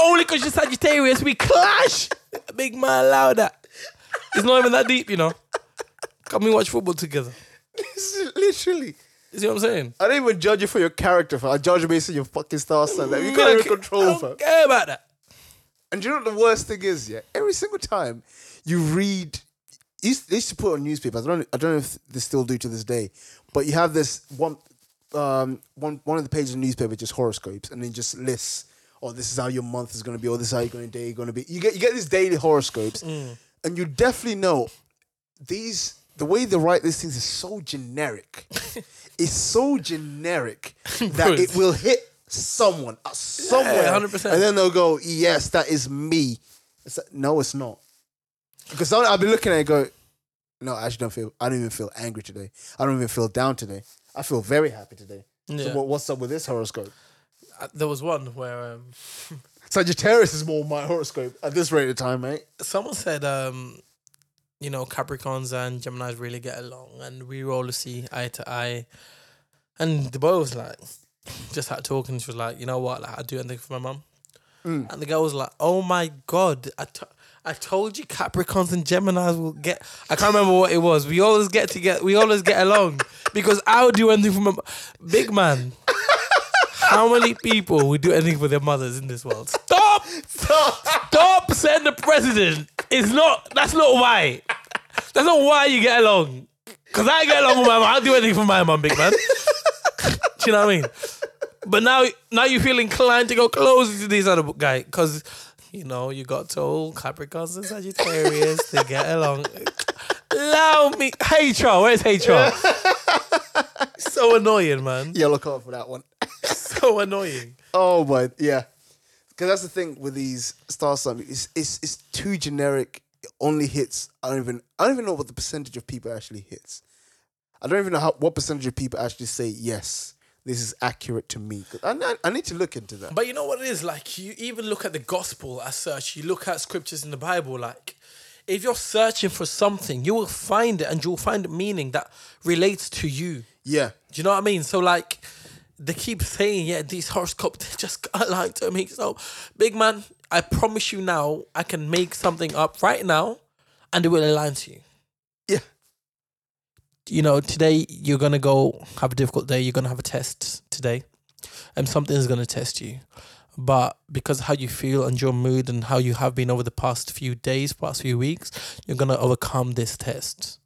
Speaker 1: Only cause you're Sagittarius, we clash. Big man, allow that. It's not even that deep, you know. Come and watch football together.
Speaker 4: Literally.
Speaker 1: You see what I'm saying?
Speaker 4: I don't even judge you for your character, fam. I judge you based on your fucking star sign. Like, you
Speaker 1: I
Speaker 4: can't
Speaker 1: don't
Speaker 4: even
Speaker 1: ca- I
Speaker 4: control,
Speaker 1: don't
Speaker 4: fam.
Speaker 1: care about that.
Speaker 4: And do you know what the worst thing is, yeah? Every single time you read, you used- they used to put on newspapers. I don't, I don't know if they still do to this day, but you have this one, um, one, one of the pages of the newspaper just horoscopes, and then just lists, oh, this is how your month is going to be, or this is how your going day going to be. You get, you get these daily horoscopes, and you definitely know these. The way they write these things is so generic. it's so generic that it will hit someone, uh, somewhere,
Speaker 1: 100%.
Speaker 4: and then they'll go, "Yes, that is me." It's like, no, it's not. Because some- I'll be looking at it and go, no, I actually don't feel, I don't even feel angry today. I don't even feel down today. I feel very happy today.
Speaker 1: Yeah.
Speaker 4: So what, what's up with this horoscope?
Speaker 1: Uh, There was one where um,
Speaker 4: Sagittarius is more my horoscope at this rate of time, mate.
Speaker 1: someone said um you know capricorns and gemini's really get along and we all see eye to eye and the boy was like just had talking she was like you know what like, i do anything for my mum and the girl was like oh my god I to- I told you Capricorns and Geminis will get. I can't remember what it was. We always get to get. We always get along because I'll do anything for my mu- big man. How many people would do anything for their mothers in this world? Stop! Stop saying the president. It's not. That's not why. That's not why you get along. Cause I get along with my mom. I'll do anything for my mom, big man. do you know what I mean? But now, now you feel inclined to go closer to this other guy, cause you know you got told Capricorns and Sagittarius to get along. Allow me. HR, where's HR? so annoying, man.
Speaker 4: Yellow card for that one.
Speaker 1: So annoying.
Speaker 4: Oh my, yeah. Because that's the thing with these star summit. It's it's it's too generic. It only hits. I don't even I don't even know what the percentage of people actually hits. I don't even know how, what percentage of people actually say yes. This is accurate to me. 'Cause I, I- I need to look into that.
Speaker 1: But you know what it is? Like, you even look at the gospel as such, you look at scriptures in the Bible, like, if you're searching for something, you will find it and you'll find meaning that relates to you.
Speaker 4: yeah,
Speaker 1: Do you know what I mean? So like they keep saying, yeah, these horoscopes they just got like to make so big man, I promise you now, I can make something up right now and it will align to you.
Speaker 4: yeah,
Speaker 1: You know, today you're gonna go have a difficult day, you're gonna have a test today, and something is gonna test you. But because how you feel and your mood and how you have been over the past few days, past few weeks, you're gonna overcome this test.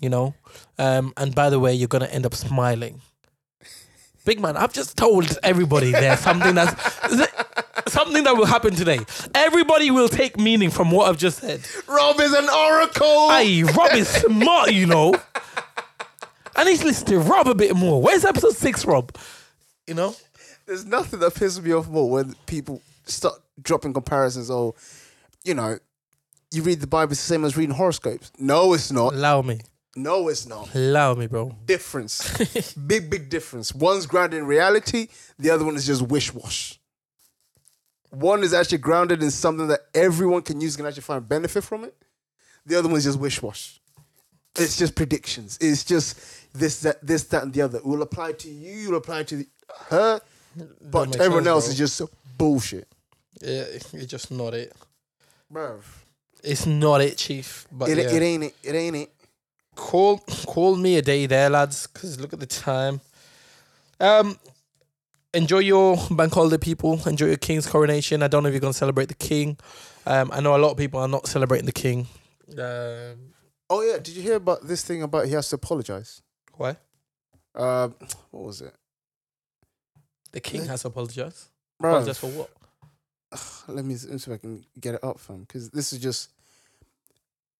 Speaker 1: You know? Um, and by the way, you're gonna end up smiling. Big man, I've just told everybody there something that's something that will happen today. Everybody will take meaning from what I've just said.
Speaker 4: Rob is an oracle.
Speaker 1: Hey, Rob is smart, you know. I need to listen to Rob a bit more. Where's episode six, Rob? You know?
Speaker 4: There's nothing that pisses me off more when people start dropping comparisons. Or, you know, you read the Bible, it's the same as reading horoscopes. No, it's not.
Speaker 1: Allow me.
Speaker 4: No, it's not.
Speaker 1: Allow me, bro.
Speaker 4: difference. big, big difference. One's grounded in reality, the other one is just wish wash. One is actually grounded in something that everyone can use and actually find benefit from it. The other one is just wish wash. It's just predictions. It's just this, that, this, that, and the other. It will apply to you, you'll apply to the, her, but
Speaker 1: make
Speaker 4: to everyone
Speaker 1: sense,
Speaker 4: else
Speaker 1: bro.
Speaker 4: is just bullshit.
Speaker 1: Yeah, it's just not it.
Speaker 4: Bruv.
Speaker 1: It's not it, Chief. But
Speaker 4: It,
Speaker 1: yeah.
Speaker 4: it ain't it. It ain't it.
Speaker 1: call call me a day there, lads, because look at the time. Um, enjoy your bank holiday, people. Enjoy your king's coronation. I don't know if you're gonna celebrate the king. Um, I know a lot of people are not celebrating the king. Um,
Speaker 4: Oh, yeah. Did you hear about this thing about he has to apologize?
Speaker 1: why?
Speaker 4: Uh, what was it?
Speaker 1: The king has apologized.
Speaker 4: Bruv.
Speaker 1: Apologized for what?
Speaker 4: let me see if I can get it up, fam. Because this is just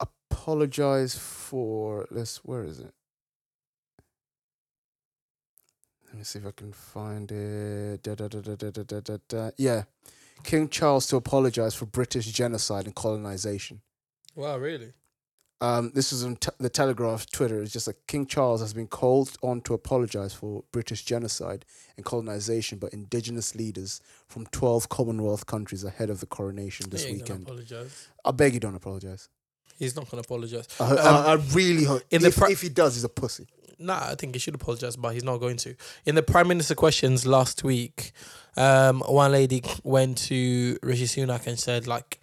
Speaker 4: apologize for. Let's. Where is it? Let me see if I can find it. Da, da, da, da, da, da, da, da, da. Yeah, King Charles to apologize for British genocide and colonization.
Speaker 1: Wow, really?
Speaker 4: Um, this is on t- the Telegraph Twitter. It's just like King Charles has been called on to apologize for British genocide and colonization by indigenous leaders from 12 Commonwealth countries ahead of the coronation this weekend.
Speaker 1: apologize.
Speaker 4: I beg you don't apologize.
Speaker 1: He's not gonna apologize.
Speaker 4: I, ho-
Speaker 1: Um,
Speaker 4: I, I really hope.
Speaker 1: in the
Speaker 4: if,
Speaker 1: pra-
Speaker 4: if he does, he's a pussy.
Speaker 1: Nah, I think he should apologize, but he's not going to. In the Prime Minister questions last week, um, one lady went to Rishi Sunak and said, like,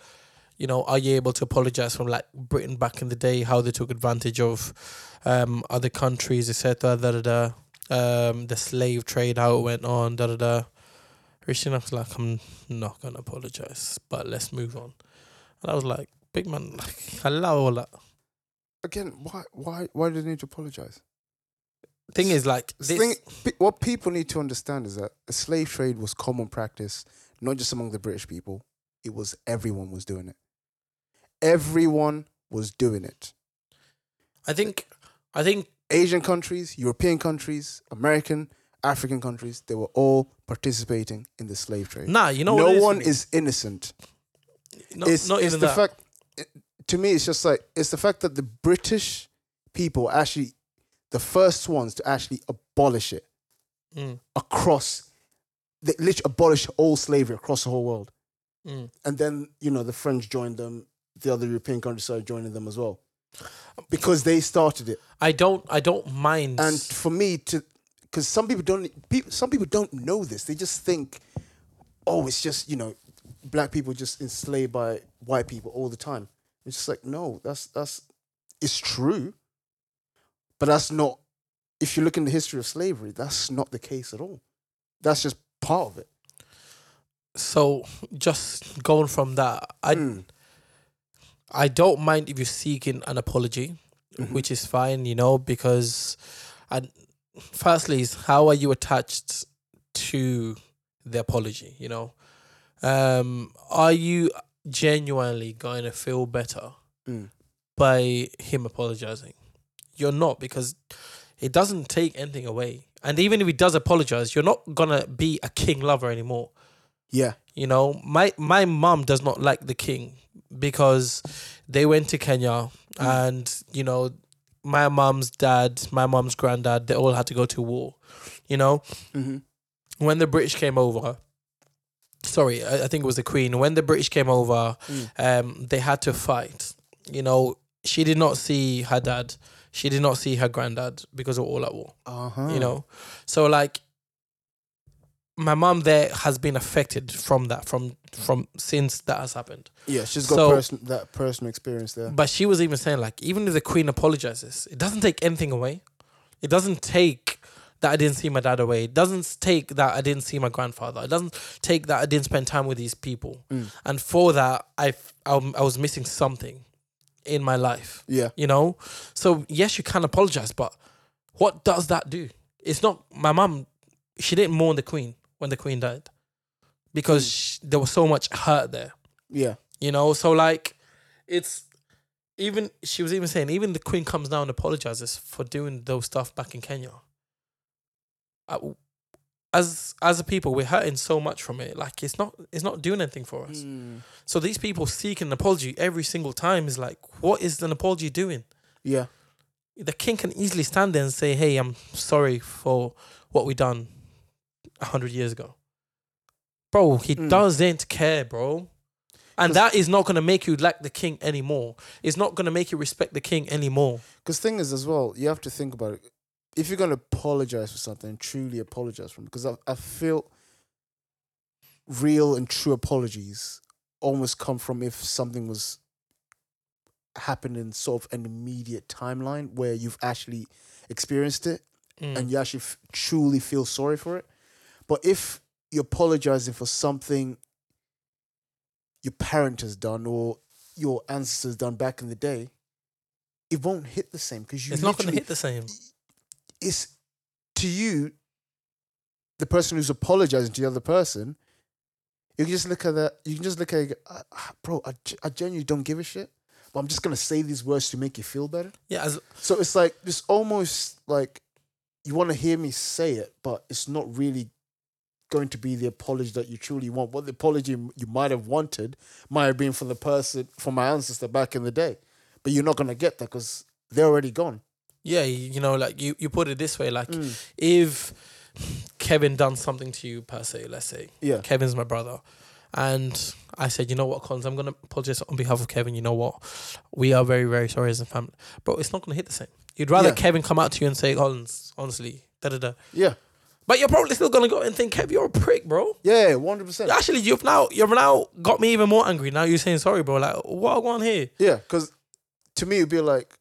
Speaker 1: you know, are you able to apologize from like Britain back in the day, how they took advantage of um, other countries, etc. Da da da. Um, the slave trade, how it went on, da da da. Rishi Sunak's like, I'm not gonna apologize, but let's move on. And I was like, big man, like, allow all that.
Speaker 4: Again, why, why, why do they need to apologize?
Speaker 1: Thing is, like, this,
Speaker 4: Thing, pe- what people need to understand is that the slave trade was common practice, not just among the British people. It was everyone was doing it. Everyone was doing it.
Speaker 1: I think, I think
Speaker 4: Asian countries, European countries, American, African countries, they were all participating in the slave trade.
Speaker 1: Nah, you know
Speaker 4: no
Speaker 1: what it is?
Speaker 4: one is innocent.
Speaker 1: No,
Speaker 4: it's
Speaker 1: not
Speaker 4: it's
Speaker 1: even
Speaker 4: the
Speaker 1: that.
Speaker 4: fact. it- to me, it's just like it's the fact that the British people actually the first ones to actually abolish it
Speaker 1: Mm.
Speaker 4: across. They literally abolished all slavery across the whole world,
Speaker 1: Mm.
Speaker 4: and then you know the French joined them. The other European countries started joining them as well because they started it.
Speaker 1: I don't. I don't mind.
Speaker 4: And for me to, because some people don't, people, some people don't know this. They just think, oh, it's just you know, black people just enslaved by white people all the time. It's just like no, that's that's, it's true. But that's not. If you look in the history of slavery, that's not the case at all. That's just part of it.
Speaker 1: so, just going from that, I
Speaker 4: Mm.
Speaker 1: I don't mind if you're seeking an apology, which is fine, you know, because, and firstly, is how are you attached to the apology? You know, um, are you genuinely going to feel better
Speaker 4: Mm.
Speaker 1: by him apologizing. You're not because it doesn't take anything away. And even if he does apologize, you're not gonna be a king lover anymore.
Speaker 4: Yeah.
Speaker 1: You know, my my mum does not like the king because they went to Kenya
Speaker 4: Hmm. Mm.
Speaker 1: and you know my mum's dad, my mum's granddad, they all had to go to war. You know,
Speaker 4: Mm-hmm.
Speaker 1: when the British came over, sorry, I, I think it was the Queen. When the British came over, um, they had to fight. You know, she did not see her dad. She did not see her granddad because they were all at war
Speaker 4: Uh huh.
Speaker 1: you know so like my mom there has been affected from that from from since that has happened
Speaker 4: Yeah, she's got
Speaker 1: So- Mm.
Speaker 4: person, that personal experience there.
Speaker 1: but she was even saying like even if the queen apologizes it doesn't take anything away it doesn't take that i didn't see my dad away it doesn't take that i didn't see my grandfather it doesn't take that i didn't spend time with these people and for that i f- I w- I was missing something in my life
Speaker 4: Yeah.
Speaker 1: you know so yes you can apologize but what does that do it's not my mum she didn't mourn the queen when the queen died because sh there was so much hurt there
Speaker 4: Yeah.
Speaker 1: you know so like it's even she was even saying even the queen comes down and apologizes for doing those stuff back in kenya I- as as a people we're hurting so much from it like it's not it's not doing anything for us
Speaker 4: Hmm. Mm.
Speaker 1: so these people seeking an apology every single time is like what is an apology doing
Speaker 4: Yeah.
Speaker 1: the king can easily stand there and say, "Hey, I'm sorry for what we done a hundred years ago." Bro, he
Speaker 4: Mm.
Speaker 1: doesn't care, bro. And that is not gonna make you like the king anymore. It's not gonna make you respect the king anymore.
Speaker 4: Because thing is, as well, you have to think about it. If you're gonna apologize for something, truly apologize for it. Because I, I feel real and true apologies almost come from if something was happened in sort of an immediate timeline where you've actually experienced it
Speaker 1: Mm.
Speaker 4: and you actually f- truly feel sorry for it. But if you're apologizing for something your parent has done or your ancestors done back in the day, it won't hit the same because you
Speaker 1: It's not gonna
Speaker 4: literally-
Speaker 1: hit the same.
Speaker 4: it's to you, the person who's apologizing to the other person. You can just look at that. You can just look at, it, and go, "Ah, ah, bro. I, ge- I genuinely don't give a shit, but I'm just gonna say these words to make you feel better.
Speaker 1: Yeah, as
Speaker 4: So it's like it's almost like you want to hear me say it, but it's not really going to be the apology that you truly want. What the apology you might have wanted might have been from the person, from my ancestor back in the day, but you're not gonna get that because they're already gone.
Speaker 1: yeah, you, you know, like you, you put it this way, like if Kevin done something to you per se, let's say.
Speaker 4: Yeah.
Speaker 1: Kevin's my brother. And I said, you know what, Collins, I'm gonna apologize on behalf of Kevin. You know what? We are very, very sorry as a family. But it's not gonna hit the same. You'd rather
Speaker 4: Yeah.
Speaker 1: Kevin come out to you and say, Collins, honestly, da da da.
Speaker 4: Yeah,
Speaker 1: But you're probably still gonna go and think, Kev, you're a prick, bro.
Speaker 4: yeah, one hundred percent.
Speaker 1: Actually, you've now you've now got me even more angry. Now you're saying sorry, bro. Like, what going on here?
Speaker 4: Yeah, because to me it'd be like,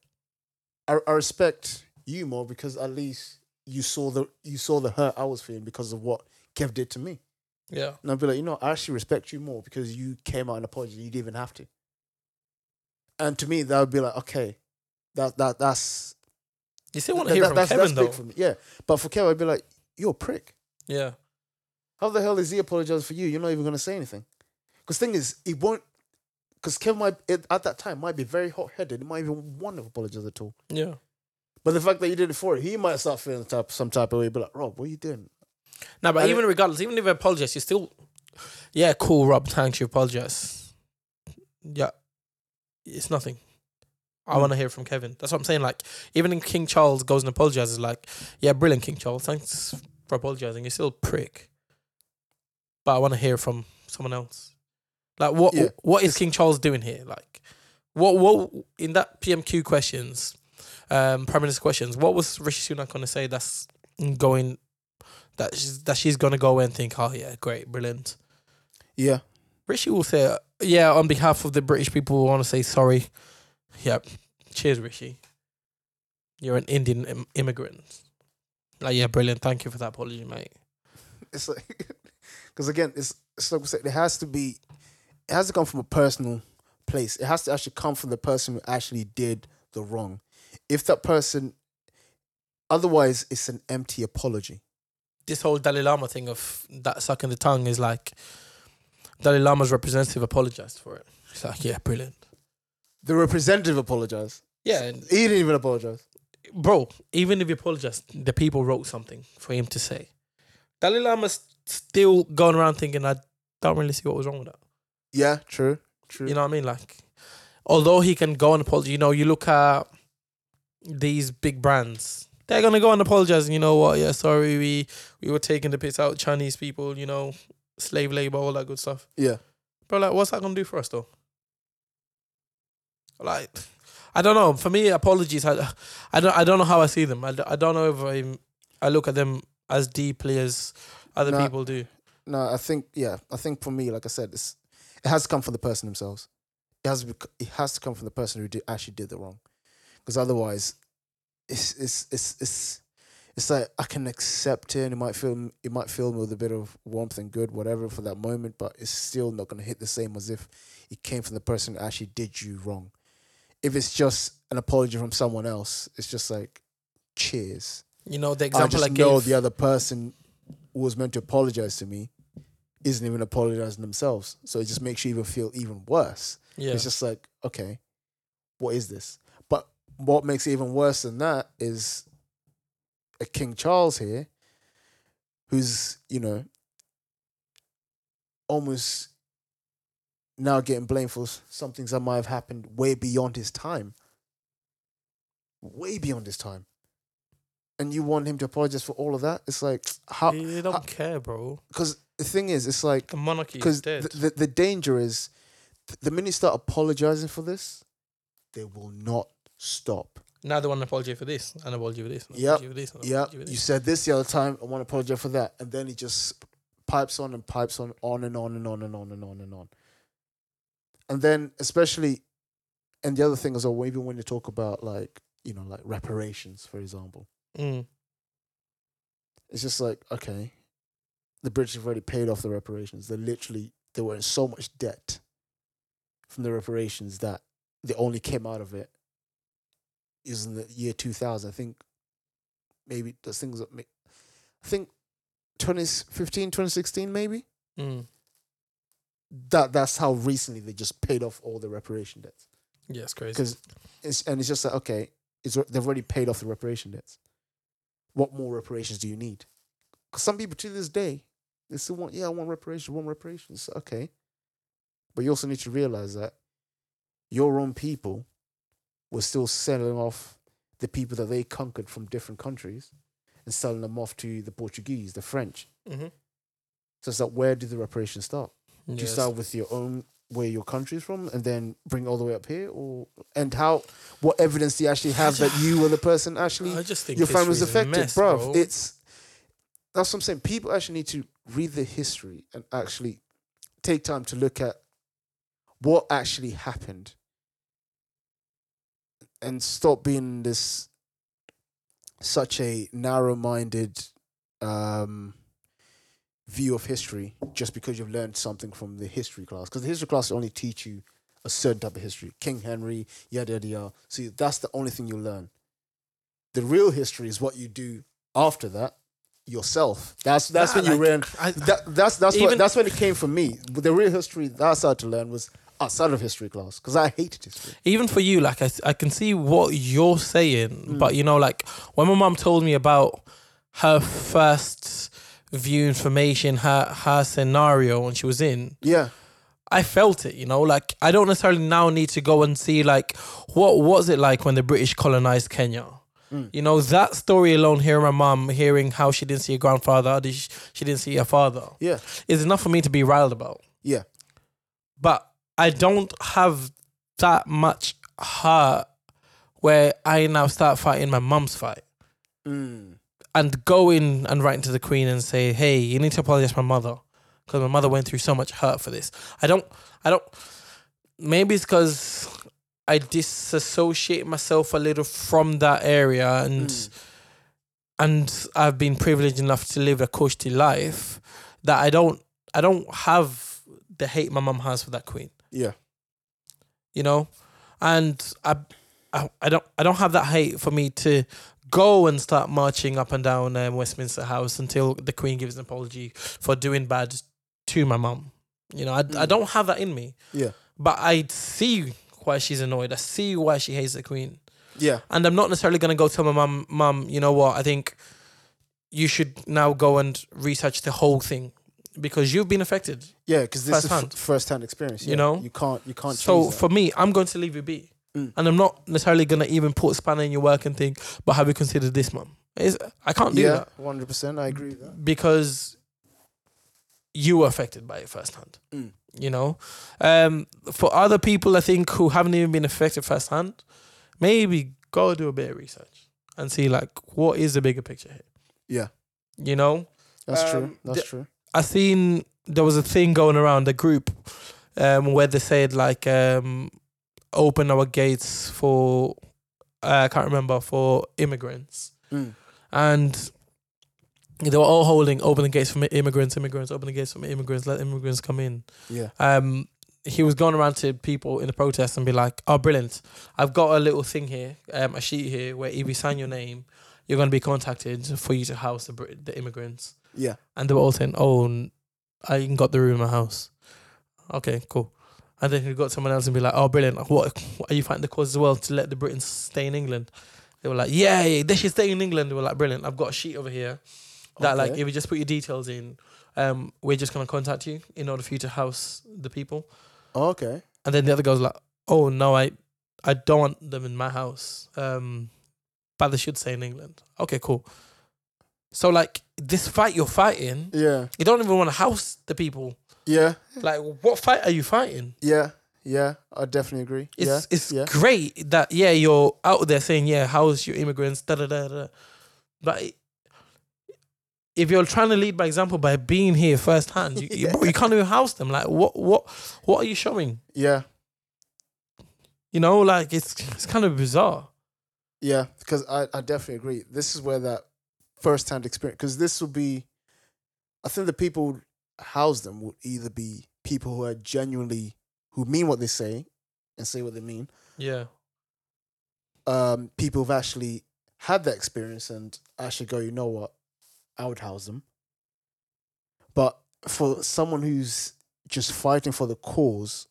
Speaker 4: I, I respect you more because at least you saw the you saw the hurt I was feeling because of what Kev did to me,
Speaker 1: Yeah.
Speaker 4: and I'd be like, you know, I actually respect you more because you came out and apologized. You didn't even have to. And to me, that would be like, okay, that that that's
Speaker 1: You still want to
Speaker 4: that-
Speaker 1: hear
Speaker 4: that-
Speaker 1: from
Speaker 4: that's,
Speaker 1: Kevin
Speaker 4: that's big
Speaker 1: though.
Speaker 4: for me. Yeah, but for Kev, I'd be like, you're a prick.
Speaker 1: yeah.
Speaker 4: How the hell is he apologizing for you? You're not even gonna say anything. Because thing is, he won't. Because Kev might at at that time might be very hot headed. He might even want to apologize at all.
Speaker 1: Yeah.
Speaker 4: But the fact that you did it for it, he might start feeling type, some type of way. Be like, Rob, what are you doing?
Speaker 1: No, but
Speaker 4: And
Speaker 1: even regardless, even if I apologize, you still, yeah, cool, Rob. Thanks, you apologize. Yeah, it's nothing. I want to hear from Kevin. That's what I'm saying. Like, even in King Charles goes and apologizes, like, yeah, brilliant, King Charles. Thanks for apologizing. You're still a prick. But I want to hear from someone else. Like, what
Speaker 4: Yeah.
Speaker 1: what is King Charles doing here? Like, what what in that PMQ questions, um, Prime Minister questions, what was Rishi Sunak gonna say? That's going that she's, that she's gonna go and think, oh yeah, great, brilliant.
Speaker 4: Yeah,
Speaker 1: Rishi will say, yeah, on behalf of the British people, we want to say sorry. Yep, cheers, Rishi. You're an Indian Im- immigrant. Like, yeah, brilliant. Thank you for that apology, mate.
Speaker 4: it's like because again, it's, it's like we said, it has to be, it has to come from a personal place. It has to actually come from the person who actually did the wrong. If that person, otherwise, it's an empty apology.
Speaker 1: This whole Dalai Lama thing of that sucking the tongue is like Dalai Lama's representative apologized for it. It's like, yeah, brilliant.
Speaker 4: The representative apologized.
Speaker 1: Yeah, and- e,
Speaker 4: He didn't even apologize.
Speaker 1: bro. Even if you apologize, the people wrote something for him to say. Dalai Lama's still going around thinking I don't really see what was wrong with that.
Speaker 4: Yeah, true, true.
Speaker 1: You know what I mean? Like, although he can go and apologize, you know, you look at these big brands, they're gonna go and apologize. And you know what? Yeah, sorry, we we were taking the piss out Chinese people. You know, slave labor, all that good stuff.
Speaker 4: yeah,
Speaker 1: Bro, like, what's that gonna do for us though? Like, I don't know. For me, apologies. I, I don't. I don't know how I see them. I, d- I don't know if I'm, I look at them as deeply as other
Speaker 4: Nah.
Speaker 1: people do.
Speaker 4: no, I think yeah, I think for me, like I said, it's, it has to come from the person themselves. It has to bec- it has to come from the person who did, actually did the wrong, because otherwise, it's it's it's it's it's like I can accept it. And it might feel it might feel with a bit of warmth and good, whatever, for that moment, but it's still not going to hit the same as if it came from the person who actually did you wrong. If it's just an apology from someone else, it's just like, cheers.
Speaker 1: You know, the
Speaker 4: I
Speaker 1: example I,
Speaker 4: just
Speaker 1: gave.
Speaker 4: know the other person who was meant to apologize to me isn't even apologizing themselves. So it just makes you even feel even worse.
Speaker 1: yeah.
Speaker 4: It's just like, okay, what is this? But what makes it even worse than that is a King Charles here who's, you know, almost now getting blamed for s- some things that might have happened way beyond his time. Way beyond his time. And you want him to apologize for all of that? It's like, how?
Speaker 1: you don't care, bro.
Speaker 4: Because the thing is, it's like,
Speaker 1: The monarchy is
Speaker 4: because
Speaker 1: dead.
Speaker 4: the, the, the danger is th- the minute you start apologizing for this, they will not stop.
Speaker 1: now they want an apology for this, an apology for this, an
Speaker 4: Yep,
Speaker 1: apology for this, an
Speaker 4: Yeah,
Speaker 1: apology for
Speaker 4: you
Speaker 1: this.
Speaker 4: said this the other time. I want to apologize for that, and then he just pipes on and pipes on, on and on and on and on and on and on. And then, especially, and the other thing is, oh, even when you talk about like you know, like reparations, for example,
Speaker 1: Mm.
Speaker 4: it's just like okay, the British have already paid off the reparations. They literally they were in so much debt from the reparations that they only came out of it is in the year two thousand. I think maybe those things that ma- I think 2015, 2016 maybe
Speaker 1: Mm.
Speaker 4: that that's how recently they just paid off all the reparation debts.
Speaker 1: Yeah, it's crazy.
Speaker 4: Because it's and it's just like okay, it's al- they've already paid off the reparation debts. What more reparations do you need? 'Cause some people to this day they still want yeah I want reparations, I want reparations. Okay, but you also need to realize that your own people were still selling off the people that they conquered from different countries and selling them off to the Portuguese, the French.
Speaker 1: Mm-hmm.
Speaker 4: So it's like where do the reparations start? Do you
Speaker 1: Yes.
Speaker 4: start with your own where your country's from and then bring all the way up here or and how what evidence do you actually have that you were the person actually
Speaker 1: I just think
Speaker 4: your
Speaker 1: history is
Speaker 4: family's
Speaker 1: a
Speaker 4: affected,
Speaker 1: mess,
Speaker 4: bruv.
Speaker 1: bro.
Speaker 4: It's that's what I'm saying. People actually need to read the history and actually take time to look at what actually happened and stop being this such a narrow-minded um, view of history just because you've learned something from the history class because the history class only teach you a certain type of history king henry yada yada yada so that's the only thing you learn the real history is what you do after that yourself that's that's
Speaker 1: Nah,
Speaker 4: when you
Speaker 1: like,
Speaker 4: learn
Speaker 1: I-
Speaker 4: that, that's that's what,
Speaker 1: Even-
Speaker 4: that's when it came from me But the real history that i started to learn was outside of history class because i hated history
Speaker 1: even for you, like I, s- I can see what you're saying,
Speaker 4: Mm.
Speaker 1: but you know, like when my mom told me about her first view information, her her scenario when she was in,
Speaker 4: yeah
Speaker 1: I felt it, you know, like I don't necessarily now need to go and see like what was it like when the British colonized Kenya. You know that story alone. Hearing my mom, hearing how she didn't see her grandfather, how did she, she didn't see her father,
Speaker 4: yeah
Speaker 1: is enough for me to be riled about.
Speaker 4: yeah
Speaker 1: But I don't have that much heart where I now start fighting my mum's fight
Speaker 4: Mm,
Speaker 1: and go in and writing to the queen and say, "Hey, you need to apologize to my mother because my mother went through so much hurt for this." I don't, I don't. Maybe it's because I disassociate myself a little from that area, and and I've been privileged enough to live a cushy life that I don't, I don't have the hate my mum has for that queen
Speaker 4: yeah
Speaker 1: you know and I, I i don't i don't have that hate for me to go and start marching up and down um, westminster house until the queen gives an apology for doing bad
Speaker 4: Hmm.
Speaker 1: to my mum you know I, I don't have that in me
Speaker 4: Yeah.
Speaker 1: but i see why she's annoyed. I see why she hates the queen.
Speaker 4: Yeah.
Speaker 1: And I'm not necessarily gonna go tell my mum, mum, you know what? I think you should now go and research the whole thing because you've been affected.
Speaker 4: Yeah, because this is
Speaker 1: Firsthand.
Speaker 4: f- first-hand experience.
Speaker 1: You
Speaker 4: yeah.
Speaker 1: know?
Speaker 4: you can't, you can't.
Speaker 1: So
Speaker 4: change that.
Speaker 1: for me, I'm going to leave you be,
Speaker 4: Mm.
Speaker 1: and I'm not necessarily gonna even put a spanner in your work and think, but have you considered this, mum? It's- I can't do
Speaker 4: yeah,
Speaker 1: that
Speaker 4: one hundred percent, I agree with that.
Speaker 1: because you were affected by it firsthand.
Speaker 4: Mm.
Speaker 1: You know, um, for other people, I think who haven't even been affected firsthand, maybe go do a bit of research and see like what is the bigger picture here.
Speaker 4: Yeah.
Speaker 1: you know,
Speaker 4: That's
Speaker 1: Um,
Speaker 4: true. That's
Speaker 1: the-
Speaker 4: true.
Speaker 1: I seen there was a thing going around the group um, where they said like um, open our gates for uh, I can't remember for immigrants
Speaker 4: Mm.
Speaker 1: and they were all holding open the gates for immigrants, immigrants, open the gates for immigrants, let immigrants come in.
Speaker 4: Yeah.
Speaker 1: Um, he was going around to people in the protest and be like, "Oh, brilliant! I've got a little thing here, um, a sheet here where if you sign your name, you're going to be contacted for you to house the Brit- the immigrants."
Speaker 4: Yeah.
Speaker 1: and they were all saying, "Oh, n- I ain't got the room in my house." Okay, cool. And then he got someone else and be like, "Oh, brilliant! Like, What, what are you fighting the cause as well to let the Britons stay in England?" They were like, "Yay! They should stay in England." They were like, "Brilliant! I've got a sheet over here that, like,
Speaker 4: Okay.
Speaker 1: if you just put your details in, um, we're just gonna contact you in order for you to house the people."
Speaker 4: Oh, Okay.
Speaker 1: And then the other girl's like, "Oh no, I, I don't want them in my house. Um, but they should stay in England." Okay, cool. So like this fight you're fighting,
Speaker 4: Yeah.
Speaker 1: you don't even want to house the people.
Speaker 4: Yeah.
Speaker 1: Like, what fight are you fighting?
Speaker 4: Yeah. Yeah. I definitely agree.
Speaker 1: It's
Speaker 4: yeah.
Speaker 1: it's
Speaker 4: yeah.
Speaker 1: great that yeah you're out there saying yeah how's your immigrants da da da da, but it- if you're trying to lead by example by being here firsthand, you, you, bro, you can't even house them. Like what what what are you showing?
Speaker 4: yeah.
Speaker 1: You know, like it's it's kind of bizarre.
Speaker 4: Yeah, because I, I definitely agree. This is where that first hand experience, because this will be, I think the people who house them will either be people who are genuinely, who mean what they say and say what they mean,
Speaker 1: Yeah,
Speaker 4: um, people who've actually had that experience and actually go, you know what, I would house them. But for someone who's just fighting for the cause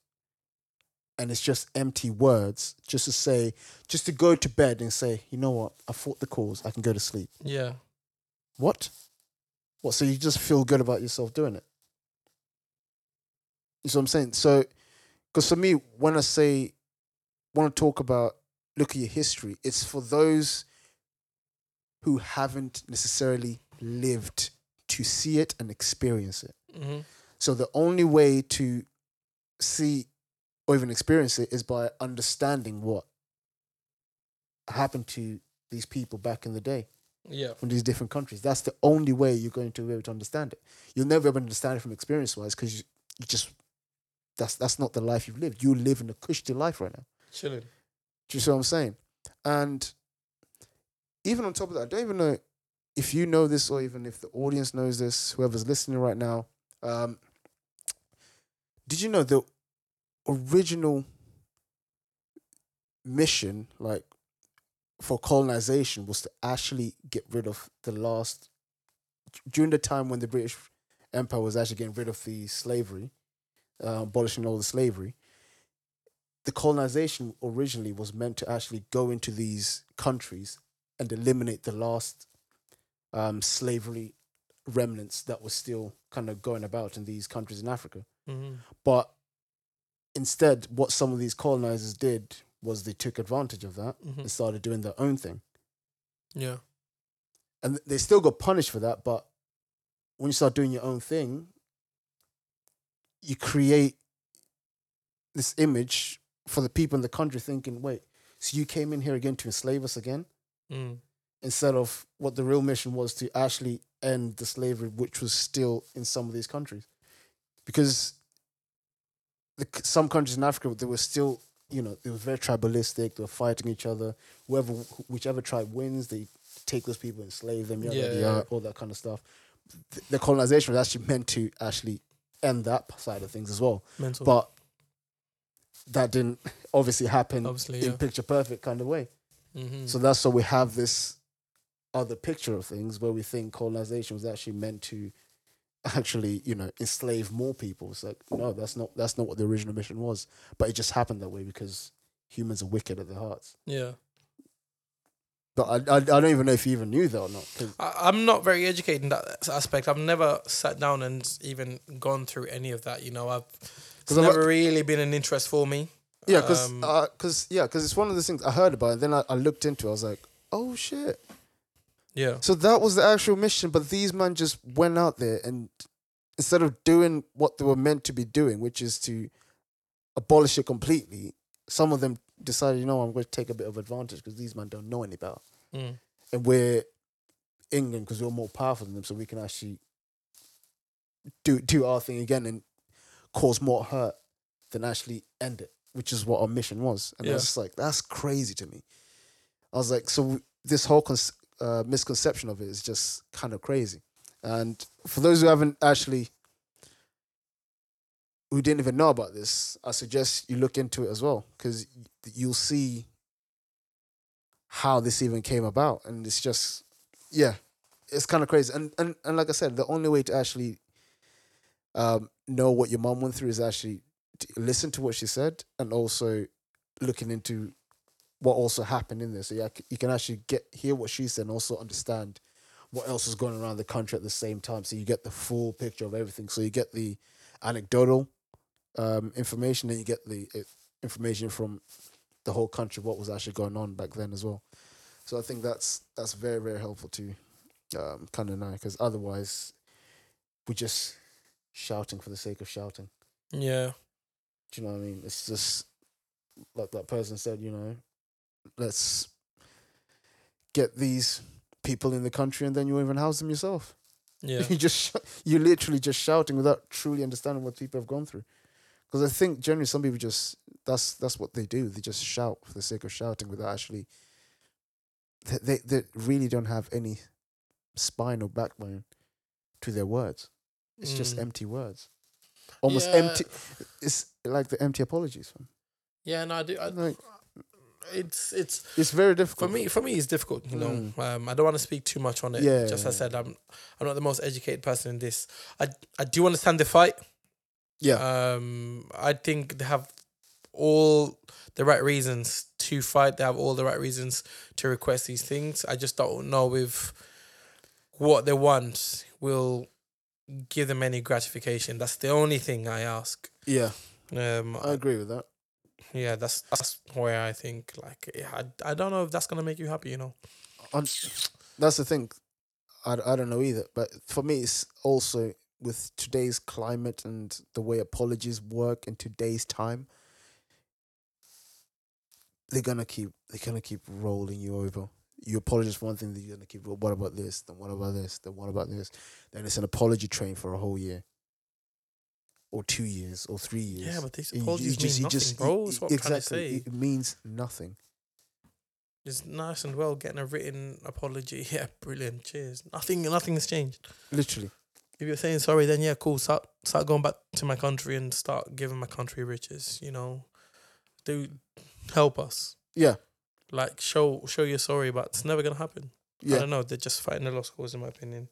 Speaker 4: and it's just empty words, just to say, just to go to bed and say, you know what, I fought the cause, I can go to sleep.
Speaker 1: yeah,
Speaker 4: What? What? So you just feel good about yourself doing it? You see what I'm saying? So, because for me, when I say, want to talk about, look at your history, it's for those who haven't necessarily lived to see it and experience it.
Speaker 1: hmm
Speaker 4: So the only way to see or even experience it is by understanding what happened to these people back in the day
Speaker 1: yeah,
Speaker 4: from these different countries. That's the only way you're going to be able to understand it. You'll never ever understand it from experience wise because you, you just that's that's not the life you've lived. You live in a cushy life right now.
Speaker 1: chilling.
Speaker 4: Do you see what I'm saying? And even on top of that, I don't even know if you know this or even if the audience knows this, whoever's listening right now. Um, did you know the original mission, like for colonization, was to actually get rid of the last during the time when the British Empire was actually getting rid of the slavery, uh, abolishing all the slavery the colonization originally was meant to actually go into these countries and eliminate the last um, slavery remnants that were still kind of going about in these countries in Africa.
Speaker 1: hmm
Speaker 4: But instead, what some of these colonizers did was they took advantage of that
Speaker 1: hmm
Speaker 4: and started doing their own thing.
Speaker 1: Yeah,
Speaker 4: And they still got punished for that. But when you start doing your own thing, you create this image for the people in the country thinking, wait, so you came in here again to enslave us again?
Speaker 1: mm.
Speaker 4: instead of what the real mission was to actually end the slavery, which was still in some of these countries, because the, c- some countries in Africa they were still, you know, they were very tribalistic. They were fighting each other. Whoever, whichever tribe wins, they take those people, enslave them, yada, yada,
Speaker 1: Yeah.
Speaker 4: yada, all that kind of stuff. Th- The colonization was actually meant to actually end that side of things as well,
Speaker 1: mental.
Speaker 4: but that didn't obviously happen
Speaker 1: obviously,
Speaker 4: in
Speaker 1: yeah.
Speaker 4: picture perfect kind of way.
Speaker 1: hmm
Speaker 4: So that's why we have this other picture of things where we think colonization was actually meant to actually, you know, enslave more people. It's like, no, that's not that's not what the original mission was. But it just happened that way because humans are wicked at their hearts.
Speaker 1: Yeah.
Speaker 4: But I, I, I don't even know if you even knew that or not. 'cause
Speaker 1: I, I'm not very educated in that s- aspect. I've never sat down and even gone through any of that. You know, I've it's
Speaker 4: 'Cause I've-
Speaker 1: never really been an interest for me.
Speaker 4: Yeah, because
Speaker 1: Um,
Speaker 4: yeah, because it's one of those things I heard about. And then I, I looked into. it. I was like, oh shit!
Speaker 1: Yeah,
Speaker 4: So that was the actual mission, but these men just went out there and instead of doing what they were meant to be doing, which is to abolish it completely, some of them decided, you know, I'm going to take a bit of advantage because these men don't know any better,
Speaker 1: Mm.
Speaker 4: and we're England because we're more powerful than them, so we can actually do do our thing again and cause more hurt than actually end it, which is what our mission was. And I
Speaker 1: Yeah.
Speaker 4: was just like, that's crazy to me. I was like, so this whole cons- uh, misconception of it is just kind of crazy. And for those who haven't actually, who didn't even know about this, I suggest you look into it as well because you'll see how this even came about. And it's just, yeah, it's kind of crazy. And, and, and like I said, the only way to actually um, know what your mom went through is actually to listen to what she said and also looking into what also happened in there. So yeah, you can actually get hear what she said and also understand what else was going around the country at the same time. So you get the full picture of everything. So you get the anecdotal um, information, then you get the uh, information from the whole country what was actually going on back then as well. So I think that's that's very very helpful to um, kind of know because otherwise we're just shouting for the sake of shouting.
Speaker 1: yeah,
Speaker 4: Do you know what I mean? It's just like that person said, you know, let's get these people in the country and then you even house them yourself.
Speaker 1: yeah,
Speaker 4: You just sh- you're literally just shouting without truly understanding what people have gone through. Because I think generally some people just that's that's what they do. They just shout for the sake of shouting without actually they they, they really don't have any spine or backbone to their words. It's just
Speaker 1: Mm.
Speaker 4: empty words. Almost
Speaker 1: Yeah.
Speaker 4: empty it's like the empty apologies. man.
Speaker 1: Yeah, no, I do. I,
Speaker 4: Like
Speaker 1: it's it's
Speaker 4: it's very
Speaker 1: Uh, for
Speaker 4: difficult.
Speaker 1: me. For me, it's difficult. You know, um, I don't want to speak too much on it.
Speaker 4: Mm. Yeah.
Speaker 1: just as I said, I'm I'm not the most educated person in this. I I do understand the fight.
Speaker 4: Yeah.
Speaker 1: Um, I think they have all the right reasons to fight. They have all the right reasons to request these things. I just don't know if what they want will give them any gratification. That's the only thing I ask.
Speaker 4: yeah,
Speaker 1: Um,
Speaker 4: I agree with that.
Speaker 1: yeah, that's that's where I think like yeah, I I don't know if that's gonna make you happy. You know.
Speaker 4: i that's the thing. I, I don't know either. But for me, it's also with today's climate and the way apologies work in today's time. They're gonna keep they're gonna keep rolling you over. You apologize for one thing, then you're gonna keep. Well, what about this? Then what about this? Then what about this? Then it's an apology train for a whole year, or two years, or three years.
Speaker 1: Yeah, but these
Speaker 4: And you- you
Speaker 1: apologies
Speaker 4: just-
Speaker 1: mean
Speaker 4: you
Speaker 1: nothing,
Speaker 4: just-
Speaker 1: bro.
Speaker 4: you-
Speaker 1: That's what I'm trying
Speaker 4: exactly,
Speaker 1: to say.
Speaker 4: It means nothing.
Speaker 1: It's nice and well getting a written apology. Yeah, brilliant. Cheers. Nothing, nothing's changed.
Speaker 4: Literally.
Speaker 1: If you're saying sorry, then yeah, cool. Start, start going back to my country and start giving my country riches. You know, do help us.
Speaker 4: Yeah.
Speaker 1: Like show, show you're sorry, but it's never gonna happen. I
Speaker 4: Yeah.
Speaker 1: don't know. They're just fighting a lost cause, in my opinion.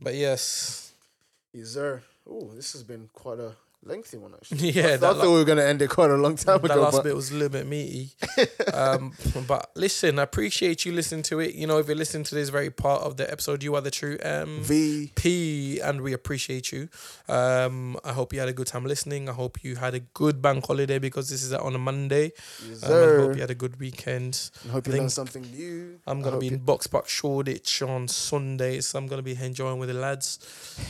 Speaker 1: But yes,
Speaker 4: Yes, sir. Oh, this has been quite a lengthy one, actually.
Speaker 1: yeah.
Speaker 4: I thought we were going to end it quite a long time
Speaker 1: that
Speaker 4: ago.
Speaker 1: last
Speaker 4: but
Speaker 1: bit was a little bit meaty. um, but listen, I appreciate you listening to it. You know, if you're listening to this very part of the episode, you are the true M
Speaker 4: V.
Speaker 1: P, and we appreciate you. Um, I hope you had a good time listening. I hope you had a good bank holiday because this is out on a Monday.
Speaker 4: Yes,
Speaker 1: Um, I
Speaker 4: sir.
Speaker 1: hope you had a good weekend.
Speaker 4: I hope you
Speaker 1: think-
Speaker 4: learned something new.
Speaker 1: I'm
Speaker 4: I
Speaker 1: gonna
Speaker 4: hope
Speaker 1: be in Box Park Shoreditch on Sunday, so I'm gonna be enjoying with the lads.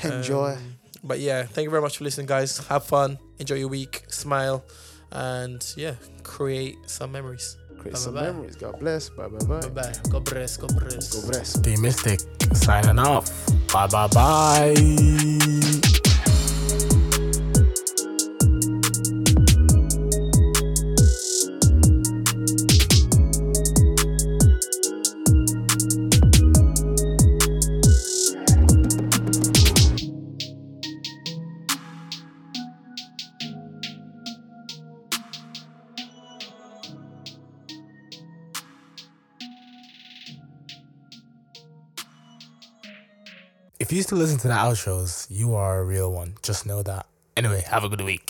Speaker 4: you enjoy.
Speaker 1: Um, but yeah, thank you very much for listening, guys. Have fun, enjoy your week, smile, and yeah, create some memories.
Speaker 4: Create some
Speaker 1: bye-bye.
Speaker 4: memories. God bless. Bye bye bye. God
Speaker 1: Bye. God bless. God bless.
Speaker 4: bless.
Speaker 3: The Mystic signing off. Bye bye bye. If you still listen to the outros, you are a real one. Just know that. Anyway, have a good week.